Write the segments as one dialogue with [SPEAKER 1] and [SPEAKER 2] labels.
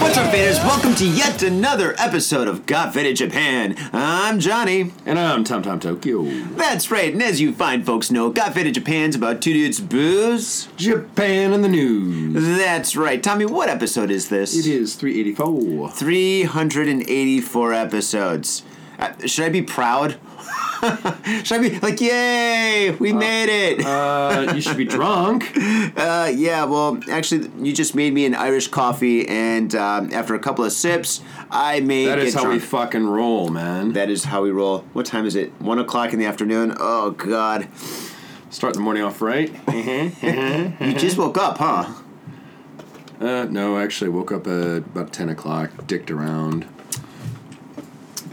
[SPEAKER 1] What's up, fans? Welcome to yet another episode of Got Vintage Japan. I'm Johnny.
[SPEAKER 2] And I'm Tom Tom Tokyo.
[SPEAKER 1] That's right, and as you fine folks know, Got Vintage Japan's about two dudes' booze.
[SPEAKER 2] Japan in the news.
[SPEAKER 1] That's right. Tommy, what episode is this?
[SPEAKER 2] It is 384.
[SPEAKER 1] 384 episodes. Uh, should I be proud? should I be like, yay, we made it?
[SPEAKER 2] Uh, you should be drunk.
[SPEAKER 1] Uh, yeah, well, actually, you just made me an Irish coffee, and um, after a couple of sips, I made
[SPEAKER 2] That
[SPEAKER 1] get
[SPEAKER 2] is how
[SPEAKER 1] drunk.
[SPEAKER 2] we fucking roll, man.
[SPEAKER 1] That is how we roll. What time is it? One o'clock in the afternoon. Oh God,
[SPEAKER 2] Start the morning off right.
[SPEAKER 1] you just woke up, huh?
[SPEAKER 2] Uh, no, I actually woke up at about 10 o'clock, dicked around.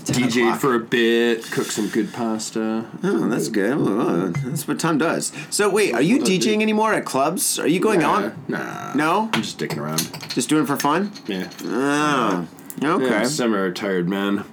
[SPEAKER 2] DJ'd
[SPEAKER 1] o'clock.
[SPEAKER 2] for a bit, cooked some good pasta.
[SPEAKER 1] Oh, that's good. Oh, That's what Tom does. So wait, are you
[SPEAKER 2] Well, that'd
[SPEAKER 1] DJing anymore at clubs? Are you going
[SPEAKER 2] Nah,
[SPEAKER 1] out?
[SPEAKER 2] Uh, nah.
[SPEAKER 1] No?
[SPEAKER 2] I'm just dicking around.
[SPEAKER 1] Just doing it for fun?
[SPEAKER 2] Yeah.
[SPEAKER 1] Oh,
[SPEAKER 2] Yeah,
[SPEAKER 1] okay.
[SPEAKER 2] I'm semi-retired, man.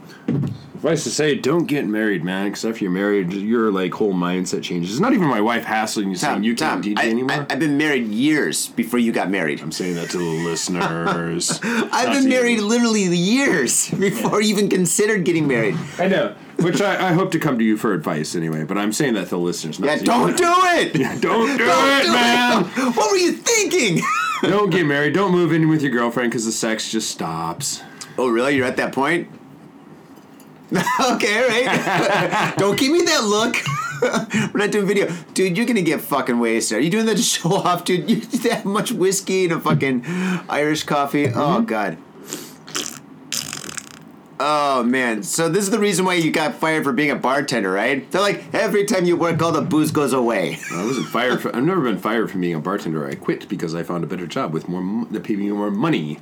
[SPEAKER 2] Advice to say, don't get married, man, because if you're married, your like whole mindset changes. It's not even my wife hassling you saying you can't DJ
[SPEAKER 1] I,
[SPEAKER 2] anymore.
[SPEAKER 1] I, have been married years before you got married.
[SPEAKER 2] I'm saying that to the listeners.
[SPEAKER 1] I've been married literally years before you even considered getting married.
[SPEAKER 2] I know, which I, I hope to come to you for advice anyway. But I'm saying that to the listeners. Not
[SPEAKER 1] Yeah,
[SPEAKER 2] to you.
[SPEAKER 1] don't do it.
[SPEAKER 2] Don't do
[SPEAKER 1] Don't
[SPEAKER 2] it,
[SPEAKER 1] do
[SPEAKER 2] man.
[SPEAKER 1] it. What were you thinking?
[SPEAKER 2] don't get married. Don't move in with your girlfriend because the sex just stops.
[SPEAKER 1] Oh, really? You're at that point? okay, all right. Don't give me that look. We're not doing video. Dude, you're going to get fucking wasted. Are you doing that to show off, dude? You did that much whiskey and a fucking Irish coffee. Oh, God. Oh, man. So, this is the reason why you got fired for being a bartender, right? They're like, every time you work, all the booze goes away.
[SPEAKER 2] I wasn't fired. For, I've never been fired from being a bartender. I quit because I found a better job with more m- that paid me more money.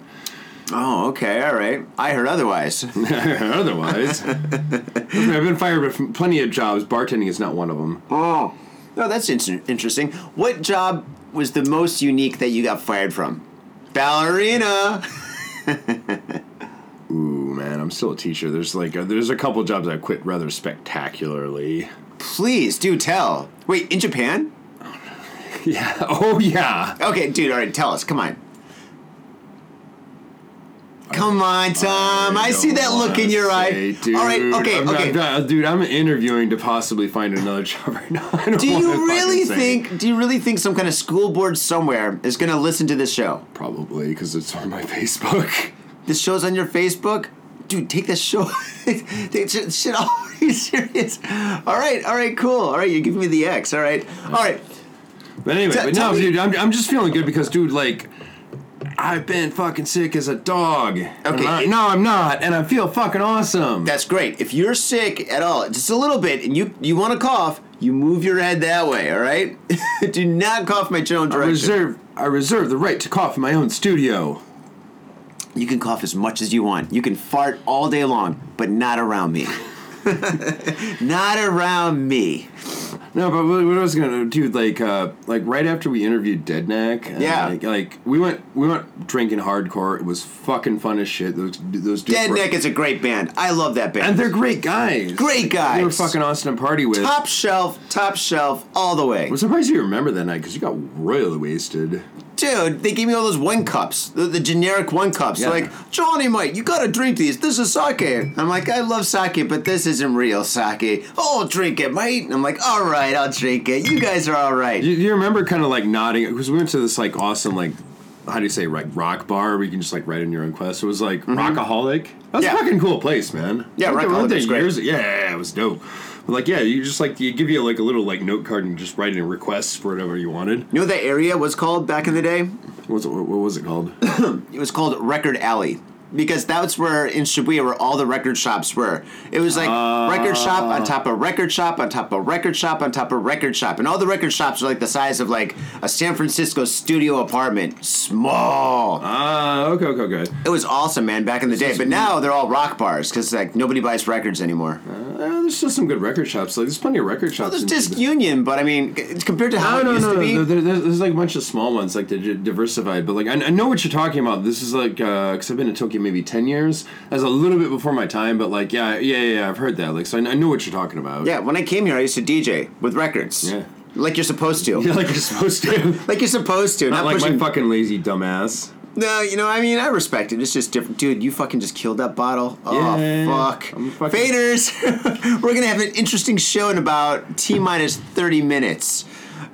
[SPEAKER 1] oh, okay, all right. I heard otherwise.
[SPEAKER 2] Otherwise, Listen, I've been fired from plenty of jobs. Bartending is not one of them.
[SPEAKER 1] Oh, no, that's in- interesting. What job was the most unique that you got fired from? Ballerina.
[SPEAKER 2] Ooh, man, I'm still a teacher. There's like a, there's a couple jobs I quit rather spectacularly.
[SPEAKER 1] Please do tell. Wait, in Japan?
[SPEAKER 2] Yeah. Oh yeah.
[SPEAKER 1] Okay, dude. All right, tell us. Come on. Come on, Tom. Um, I, see
[SPEAKER 2] don't
[SPEAKER 1] that look
[SPEAKER 2] wanna
[SPEAKER 1] in your eye.
[SPEAKER 2] say, Dude,
[SPEAKER 1] all right, okay,
[SPEAKER 2] I'm,
[SPEAKER 1] okay.
[SPEAKER 2] I'm, not- uh, dude, I'm interviewing to possibly find another job right now. I don't
[SPEAKER 1] do
[SPEAKER 2] wanna
[SPEAKER 1] you
[SPEAKER 2] fucking
[SPEAKER 1] really
[SPEAKER 2] say.
[SPEAKER 1] think? Do you really think some kind of school board somewhere is going to listen to this show?
[SPEAKER 2] Probably because it's on my Facebook.
[SPEAKER 1] This show's on your Facebook? Dude, take this show. take shit, shit off. Are you serious? All right, all right, cool. All right, you're giving me the X. All right, all right.
[SPEAKER 2] But anyway,
[SPEAKER 1] Te-
[SPEAKER 2] but
[SPEAKER 1] tell
[SPEAKER 2] no,
[SPEAKER 1] me-
[SPEAKER 2] dude, I'm, I'm just feeling good because, dude, like, I've been fucking sick as a dog. And
[SPEAKER 1] Okay,
[SPEAKER 2] I-
[SPEAKER 1] it-
[SPEAKER 2] no, I'm not, and I feel fucking awesome.
[SPEAKER 1] That's great. If you're sick at all, just a little bit, and you you want to cough, you move your head that way. All right. Do not cough my own
[SPEAKER 2] I
[SPEAKER 1] direction.
[SPEAKER 2] reserve, I reserve the right to cough in my own studio.
[SPEAKER 1] You can cough as much as you want. You can fart all day long, but not around me. not around me.
[SPEAKER 2] No, but what, what I was gonna do, like, uh, like right after we interviewed Deadneck, uh,
[SPEAKER 1] Yeah.
[SPEAKER 2] like, like, we went, we went drinking hardcore. It was fucking fun as shit. Those, those dudes
[SPEAKER 1] Dead
[SPEAKER 2] were-
[SPEAKER 1] Neck is a great band. I love that band.
[SPEAKER 2] and they're great guys.
[SPEAKER 1] Great
[SPEAKER 2] They were
[SPEAKER 1] guys.
[SPEAKER 2] fucking awesome to party with.
[SPEAKER 1] top shelf, top shelf, all the way.
[SPEAKER 2] I'm surprised you remember that night because you got royally wasted.
[SPEAKER 1] Dude, they gave me all those one cups, the, the generic one cups.
[SPEAKER 2] Yeah.
[SPEAKER 1] Like, Johnny, mate, you gotta drink these. This is sake. I'm like, I love sake, but this isn't real sake. Oh, drink it, mate. And I'm like, all right, I'll drink it. You guys are all right.
[SPEAKER 2] You, you remember kind of like nodding because we went to this like awesome like how do you say like rock bar where you can just like write in your own quest. It was like rockaholic. That was
[SPEAKER 1] Mm-hmm. Yeah.
[SPEAKER 2] a fucking cool place, man.
[SPEAKER 1] Yeah,
[SPEAKER 2] Like, I went
[SPEAKER 1] Rockaholic
[SPEAKER 2] there
[SPEAKER 1] was great.
[SPEAKER 2] years- Yeah, yeah, yeah, it was dope. But like yeah, you just like you give you like a little like note card and just write in requests for whatever you wanted.
[SPEAKER 1] you know what that area was called back in the day?
[SPEAKER 2] What's it, what, what was it called?
[SPEAKER 1] It was called Record Alley. Because that's where in Shibuya where all the record shops were. It was like record shop on top of record shop on top of record shop on top of record shop, and all the record shops are like the size of like a San Francisco studio apartment, small.
[SPEAKER 2] Ah, okay, okay, okay.
[SPEAKER 1] It was awesome, man, back in the day. But now they're all rock bars because like nobody buys records anymore.
[SPEAKER 2] Uh, there's still some good record shops. Like there's plenty of record shops.
[SPEAKER 1] Well, there's
[SPEAKER 2] in-
[SPEAKER 1] Disc Union, but I mean, c- compared to how
[SPEAKER 2] No,
[SPEAKER 1] it
[SPEAKER 2] no,
[SPEAKER 1] used
[SPEAKER 2] no,
[SPEAKER 1] to be,
[SPEAKER 2] no. There, there's, there's like a bunch of small ones, like they're di- diversified. But like, I, I know what you're talking about. This is like because I've been in Tokyo maybe ten years. That's a little bit before my time, but like, yeah, yeah, yeah. yeah, I've heard that. Like, so I, I know what you're talking about.
[SPEAKER 1] yeah. When I came here, I used to DJ with records,
[SPEAKER 2] Yeah.
[SPEAKER 1] like you're supposed to,
[SPEAKER 2] Yeah, like you're supposed to.
[SPEAKER 1] like you're supposed to. Not,
[SPEAKER 2] Not like
[SPEAKER 1] pushing.
[SPEAKER 2] my fucking lazy dumbass.
[SPEAKER 1] No, you know, I mean, I respect it. It's just different, dude. You fucking just killed that bottle. Oh
[SPEAKER 2] Yeah,
[SPEAKER 1] fuck,
[SPEAKER 2] I'm fucking-
[SPEAKER 1] Faders. We're gonna have an interesting show in about t minus thirty minutes.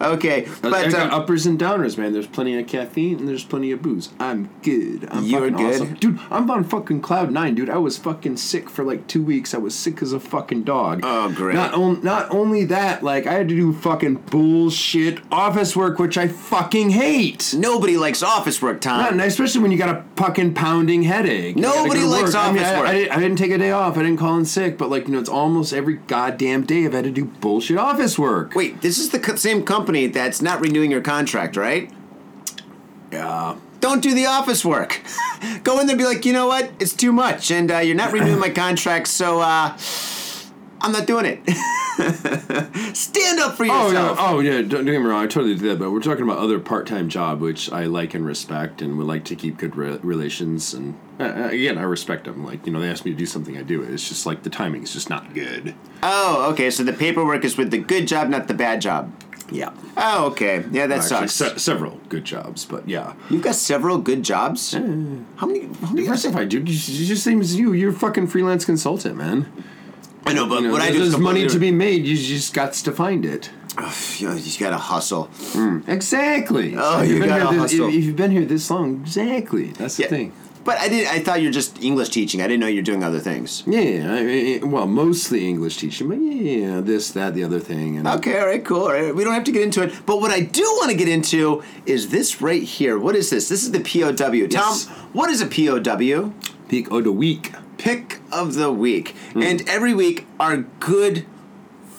[SPEAKER 1] Okay,
[SPEAKER 2] I
[SPEAKER 1] but
[SPEAKER 2] got
[SPEAKER 1] um,
[SPEAKER 2] uppers and downers, man. There's plenty of caffeine and there's plenty of booze. I'm good. I'm
[SPEAKER 1] You're
[SPEAKER 2] fucking
[SPEAKER 1] good?
[SPEAKER 2] awesome. dude. I'm on fucking cloud nine, dude. I was fucking sick for like two weeks. I was sick as a fucking dog.
[SPEAKER 1] Oh, great.
[SPEAKER 2] Not on, not only that, like I had to do fucking bullshit office work, which I fucking hate.
[SPEAKER 1] nobody likes office work,
[SPEAKER 2] Not-
[SPEAKER 1] Tom.
[SPEAKER 2] and especially when you got a fucking pounding headache. You gotta
[SPEAKER 1] Nobody
[SPEAKER 2] go to
[SPEAKER 1] likes
[SPEAKER 2] I mean,
[SPEAKER 1] office
[SPEAKER 2] I,
[SPEAKER 1] work.
[SPEAKER 2] I, didn't, I didn't take a day off. I didn't call in sick, but like you know, it's almost every goddamn day I've had to do bullshit office work.
[SPEAKER 1] Wait, this is the co- same company that's not renewing your contract, right?
[SPEAKER 2] Yeah.
[SPEAKER 1] Don't do the office work. Go in there and be like, you know what? It's too much, and uh, you're not renewing my contract, so uh, I'm not doing it. Stand up for
[SPEAKER 2] Oh yeah,
[SPEAKER 1] yourself.
[SPEAKER 2] oh yeah. Don't, don't get me wrong. I totally do that, but we're talking about other part-time job, which I like and respect, and would like to keep good re- relations. And uh, uh, again, I respect them. Like you know, they ask me to do something, I do it. It's just like the timing is just not good.
[SPEAKER 1] Oh, okay. So the paperwork is with the good job, not the bad job.
[SPEAKER 2] Yeah,
[SPEAKER 1] Oh, okay. Yeah, that
[SPEAKER 2] actually,
[SPEAKER 1] sucks.
[SPEAKER 2] uh, se- several good jobs, but yeah.
[SPEAKER 1] You've got several good jobs. How many? How many?
[SPEAKER 2] Diversify, dude. You, you just same as you. You're a fucking freelance consultant, man.
[SPEAKER 1] I know, but
[SPEAKER 2] You know,
[SPEAKER 1] what I do
[SPEAKER 2] there's
[SPEAKER 1] is
[SPEAKER 2] money to
[SPEAKER 1] completely-
[SPEAKER 2] be made. You just got to find it.
[SPEAKER 1] You know, you gotta hustle.
[SPEAKER 2] Exactly.
[SPEAKER 1] Oh,
[SPEAKER 2] If
[SPEAKER 1] you
[SPEAKER 2] been
[SPEAKER 1] gotta
[SPEAKER 2] here this,
[SPEAKER 1] hustle.
[SPEAKER 2] If, if you've been here this long, exactly. That's the thing.
[SPEAKER 1] But I did. I thought you're just English teaching. I didn't know you're doing other things.
[SPEAKER 2] Yeah, yeah, I mean, well, mostly English teaching, but yeah, yeah, yeah, this, that, the other thing, and
[SPEAKER 1] Okay, all right, cool. All right. We don't have to get into it. But what I do want to get into is this right here. What is this? This is the POW.
[SPEAKER 2] Yes.
[SPEAKER 1] Tom, what is a POW?
[SPEAKER 2] peak of the week.
[SPEAKER 1] Pick of the week.
[SPEAKER 2] Hmm.
[SPEAKER 1] And every week, our good,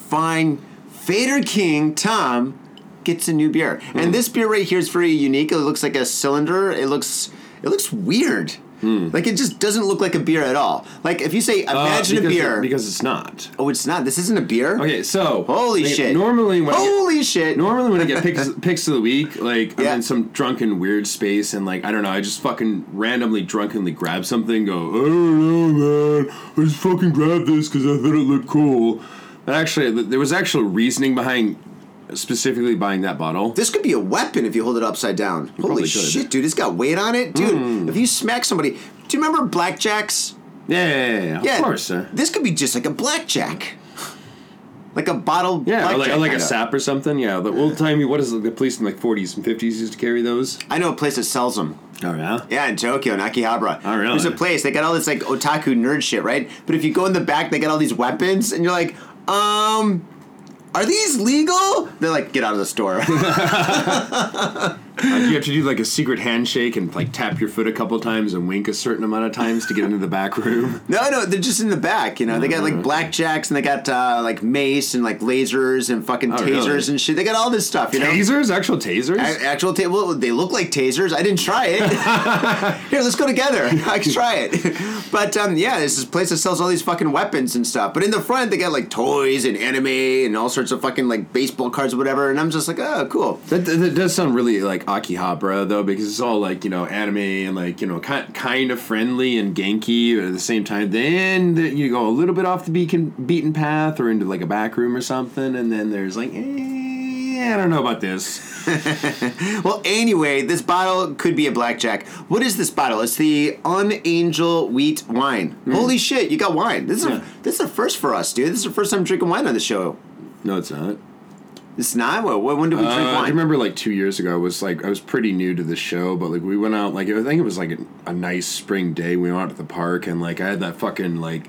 [SPEAKER 1] fine Vader King, Tom, gets a new beer.
[SPEAKER 2] Hmm.
[SPEAKER 1] And this beer right here is very unique. It looks like a cylinder. It looks it looks weird. Like it just doesn't look like a beer at all. Like if you say
[SPEAKER 2] Hmm. Uh,
[SPEAKER 1] imagine
[SPEAKER 2] because-
[SPEAKER 1] a beer,
[SPEAKER 2] because it's not.
[SPEAKER 1] oh, it's not. This isn't a beer.
[SPEAKER 2] Okay, so
[SPEAKER 1] Holy
[SPEAKER 2] like,
[SPEAKER 1] shit!
[SPEAKER 2] Normally, when I get-
[SPEAKER 1] holy shit!
[SPEAKER 2] Normally, when I get picks, picks of the week, like
[SPEAKER 1] Yeah.
[SPEAKER 2] I'm in some drunken weird space, and like I don't know, I just fucking randomly drunkenly grab something, go, I don't know, man, I just fucking grabbed this because I thought it looked cool. But actually, th- there was actual reasoning behind specifically buying that bottle.
[SPEAKER 1] This could be a weapon if you hold it upside down. Holy
[SPEAKER 2] probably could. Hmm.
[SPEAKER 1] shit, dude! It's got weight on it, dude. If you smack somebody, do you remember blackjacks?
[SPEAKER 2] Yeah, yeah, yeah, yeah,
[SPEAKER 1] Yeah,
[SPEAKER 2] of course. Uh,
[SPEAKER 1] This could be just like a blackjack, like a bottle.
[SPEAKER 2] yeah, or like,
[SPEAKER 1] blackjack
[SPEAKER 2] or like a
[SPEAKER 1] kinda.
[SPEAKER 2] sap or something. Yeah, the old timey. What is it? The police in like 40s and 50s used to carry those.
[SPEAKER 1] I know a place that sells them.
[SPEAKER 2] Oh yeah.
[SPEAKER 1] Yeah, in Tokyo, in Akihabara.
[SPEAKER 2] Oh, really?
[SPEAKER 1] There's a place. They got all this like otaku nerd shit, right? But if you go in the back, they got all these weapons, and you're like, um, are these legal? They're like, get out of the store.
[SPEAKER 2] Uh, you have to do like a secret handshake and like tap your foot a couple times and wink a certain amount of times to get into the back room.
[SPEAKER 1] No, no, they're just in the back. You know, they got like
[SPEAKER 2] Mm-hmm.
[SPEAKER 1] blackjacks and they got uh, like mace and like lasers and fucking
[SPEAKER 2] Oh,
[SPEAKER 1] tasers
[SPEAKER 2] really?
[SPEAKER 1] and shit. They got all this stuff. You know,
[SPEAKER 2] Tasers? Actual tasers?
[SPEAKER 1] A- actual table. They look like tasers. I didn't try it. Here, let's go together. I can try it. But um, yeah, this is a place that sells all these fucking weapons and stuff. But in the front, they got like toys and anime and all sorts of fucking like baseball cards or whatever. And I'm just like, oh, cool.
[SPEAKER 2] that, that, that does sound really like Akihabara though, because it's all like you know anime and like you know kind, kind of friendly and ganky, but at the same time, then the, you go a little bit off the beacon, beaten path or into like a back room or something, and then there's like, eh, I don't know about this.
[SPEAKER 1] Well, anyway, this bottle could be a blackjack. What is this bottle? It's the Unangel Wheat Wine. Holy shit, you got wine. This is
[SPEAKER 2] Hmm. Yeah.
[SPEAKER 1] a, this is a first for us, dude. This is the first time drinking wine on the show.
[SPEAKER 2] No, it's not.
[SPEAKER 1] It's not. Well, when did we drink
[SPEAKER 2] Uh, I
[SPEAKER 1] wine?
[SPEAKER 2] remember like two years ago, I was like, I was pretty new to the show, but like we went out, like I think it was like a, a nice spring day. We went out to the park, and like I had that fucking like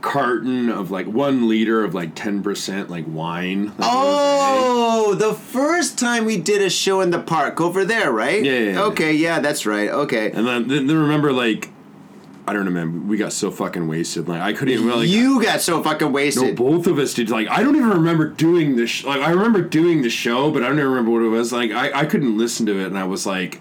[SPEAKER 2] carton of like one liter of like ten percent like wine. Like,
[SPEAKER 1] Oh, the first time we did a show in the park over there, right?
[SPEAKER 2] Yeah, yeah, yeah.
[SPEAKER 1] Okay, yeah, that's right. Okay.
[SPEAKER 2] and then, then then remember like I don't remember. We got so fucking wasted. Like I couldn't even like.
[SPEAKER 1] you got so fucking
[SPEAKER 2] no,
[SPEAKER 1] wasted.
[SPEAKER 2] both of us did. Like, I don't even remember doing this. Sh- like, I remember doing the show, but I don't even remember what it was. Like, I, I couldn't listen to it, and I was like,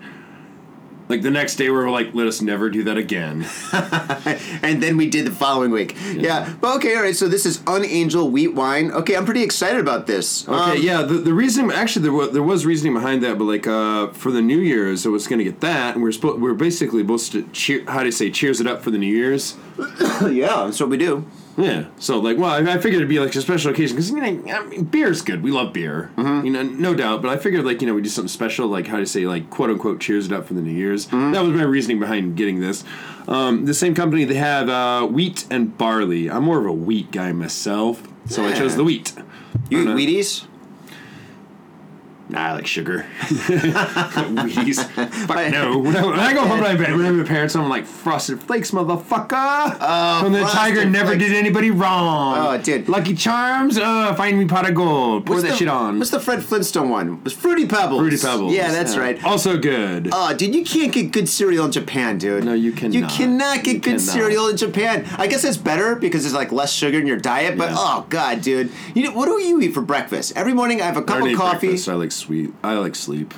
[SPEAKER 2] like the next day we were like, let us never do that again.
[SPEAKER 1] and then we did the following week. Yeah. But okay, all right. So this is Unangel Wheat Wine. Okay, I'm pretty excited about this.
[SPEAKER 2] Okay,
[SPEAKER 1] Um,
[SPEAKER 2] yeah. The, the reason, actually, there was, there was reasoning behind that, but like uh, for the New Year's, I was going to get that, and we are spo- we were basically supposed to cheer. How do you say? Cheers it up for the New Year's.
[SPEAKER 1] yeah, that's what we do.
[SPEAKER 2] Yeah. So like, well, I, I figured it'd be like a special occasion because you know, I mean, beer's good. We love beer, you know, no doubt. But I figured like, you know, we do something special, like how to say like quote unquote cheers it up for the New Year's. That was my reasoning behind getting this. Um, the same company they have uh, wheat and barley. I'm more of a wheat guy myself, so I chose
[SPEAKER 1] Yeah.
[SPEAKER 2] the wheat.
[SPEAKER 1] You eat
[SPEAKER 2] know.
[SPEAKER 1] Wheaties?
[SPEAKER 2] Nah, I like sugar. Wheaties.
[SPEAKER 1] My-
[SPEAKER 2] Fuck no. When I, when I go home to my bed, when my parents, I'm like Frosted Flakes, motherfucker. Oh, From the
[SPEAKER 1] Uh, Frosted
[SPEAKER 2] tiger never
[SPEAKER 1] Flakes.
[SPEAKER 2] did anybody wrong.
[SPEAKER 1] Oh, dude.
[SPEAKER 2] Lucky Charms. Uh, find me pot of gold. Pour
[SPEAKER 1] What's
[SPEAKER 2] that
[SPEAKER 1] the-
[SPEAKER 2] shit on.
[SPEAKER 1] What's the Fred Flintstone one? It was Fruity Pebbles.
[SPEAKER 2] Fruity Pebbles.
[SPEAKER 1] Yeah, that's right.
[SPEAKER 2] Also good.
[SPEAKER 1] Oh, dude, you can't get good cereal in Japan, dude.
[SPEAKER 2] No, you
[SPEAKER 1] You
[SPEAKER 2] cannot.
[SPEAKER 1] cannot get
[SPEAKER 2] You
[SPEAKER 1] good
[SPEAKER 2] cannot.
[SPEAKER 1] cereal in Japan. I guess it's better because there's like less sugar in your diet. But
[SPEAKER 2] Yeah.
[SPEAKER 1] oh god, dude, you know, what do you eat for breakfast? Every morning I have a
[SPEAKER 2] I
[SPEAKER 1] cup
[SPEAKER 2] don't
[SPEAKER 1] of
[SPEAKER 2] eat
[SPEAKER 1] coffee.
[SPEAKER 2] breakfast. I like sweet. I like sleep.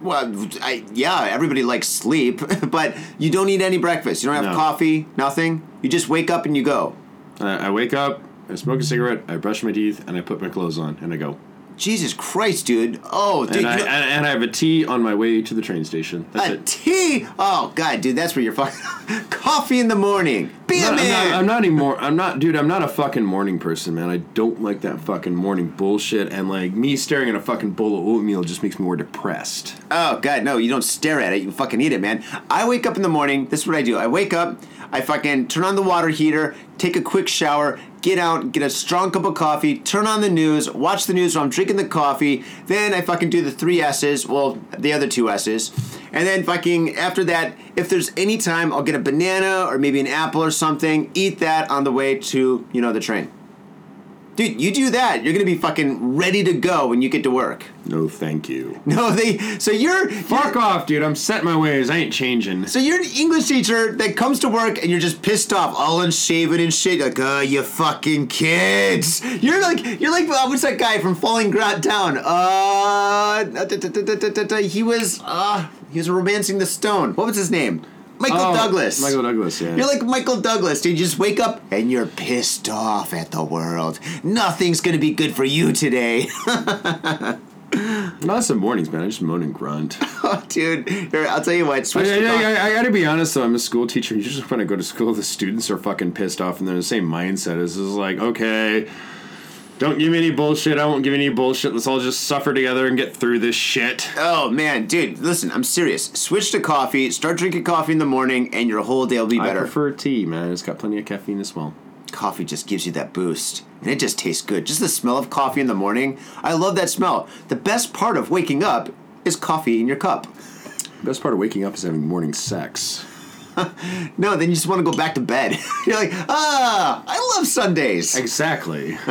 [SPEAKER 1] Well, I, yeah, everybody likes sleep, but you don't eat any breakfast. You don't have
[SPEAKER 2] No.
[SPEAKER 1] coffee, nothing. You just wake up and you go.
[SPEAKER 2] I, I wake up. I smoke a cigarette. I brush my teeth, and I put my clothes on, and I go.
[SPEAKER 1] Jesus Christ, dude. Oh, dude.
[SPEAKER 2] And
[SPEAKER 1] you
[SPEAKER 2] I,
[SPEAKER 1] know-
[SPEAKER 2] and, and I have a tea on my way to the train station. That's
[SPEAKER 1] a
[SPEAKER 2] it.
[SPEAKER 1] tea? Oh god, dude, that's where you're fucking coffee in the morning. Be a
[SPEAKER 2] I'm not,
[SPEAKER 1] man.
[SPEAKER 2] I'm not, I'm not anymore. I'm not, dude. I'm not a fucking morning person, man. I don't like that fucking morning bullshit. And like me staring at a fucking bowl of oatmeal just makes me more depressed.
[SPEAKER 1] Oh god, no! You don't stare at it. You fucking eat it, man. I wake up in the morning. This is what I do. I wake up. I fucking turn on the water heater. Take a quick shower. Get out. Get a strong cup of coffee. Turn on the news. Watch the news while I'm drinking the coffee. Then I fucking do the three S's. Well, the other two S's. And then fucking after that, if there's any time, I'll get a banana or maybe an apple or something. Eat that on the way to you know the train. Dude, you do that, you're gonna be fucking ready to go when you get to work.
[SPEAKER 2] No, thank you.
[SPEAKER 1] No, they. So you're
[SPEAKER 2] Fuck off, dude. I'm set my ways. I ain't changing.
[SPEAKER 1] So you're an English teacher that comes to work and you're just pissed off, all unshaven and shit. Like, oh, you fucking kids. You're like, you're like, uh, what's that guy from Falling Ground Down? Uh, da- da- da- da- da- da- da- he was, uh, he was romancing the stone. What was his name? Michael
[SPEAKER 2] Oh,
[SPEAKER 1] Douglas.
[SPEAKER 2] Michael Douglas. Yeah.
[SPEAKER 1] You're like Michael Douglas, dude. You just wake up and you're pissed off at the world. Nothing's gonna be good for you today.
[SPEAKER 2] Not some mornings, man. I just moan and grunt.
[SPEAKER 1] oh, dude, here, I'll tell you what.
[SPEAKER 2] I,
[SPEAKER 1] Switch the
[SPEAKER 2] I- I- I gotta be honest though. I'm a school teacher. You just want to go to school. The students are fucking pissed off, and they're the same mindset. It's just like, okay, don't give me any bullshit. I won't give any bullshit. Let's all just suffer together and get through this shit.
[SPEAKER 1] Oh man, dude, listen, I'm serious. Switch to coffee, start drinking coffee in the morning, and your whole day will be
[SPEAKER 2] I
[SPEAKER 1] better.
[SPEAKER 2] prefer tea, man. It's got plenty of caffeine as well.
[SPEAKER 1] coffee just gives you that boost, and it just tastes good. Just the smell of coffee in the morning. I love that smell. The best part of waking up is coffee in your cup.
[SPEAKER 2] Best part of waking up is having morning sex.
[SPEAKER 1] No, then you just want to go back to bed. You're like, ah, I love Sundays.
[SPEAKER 2] Exactly.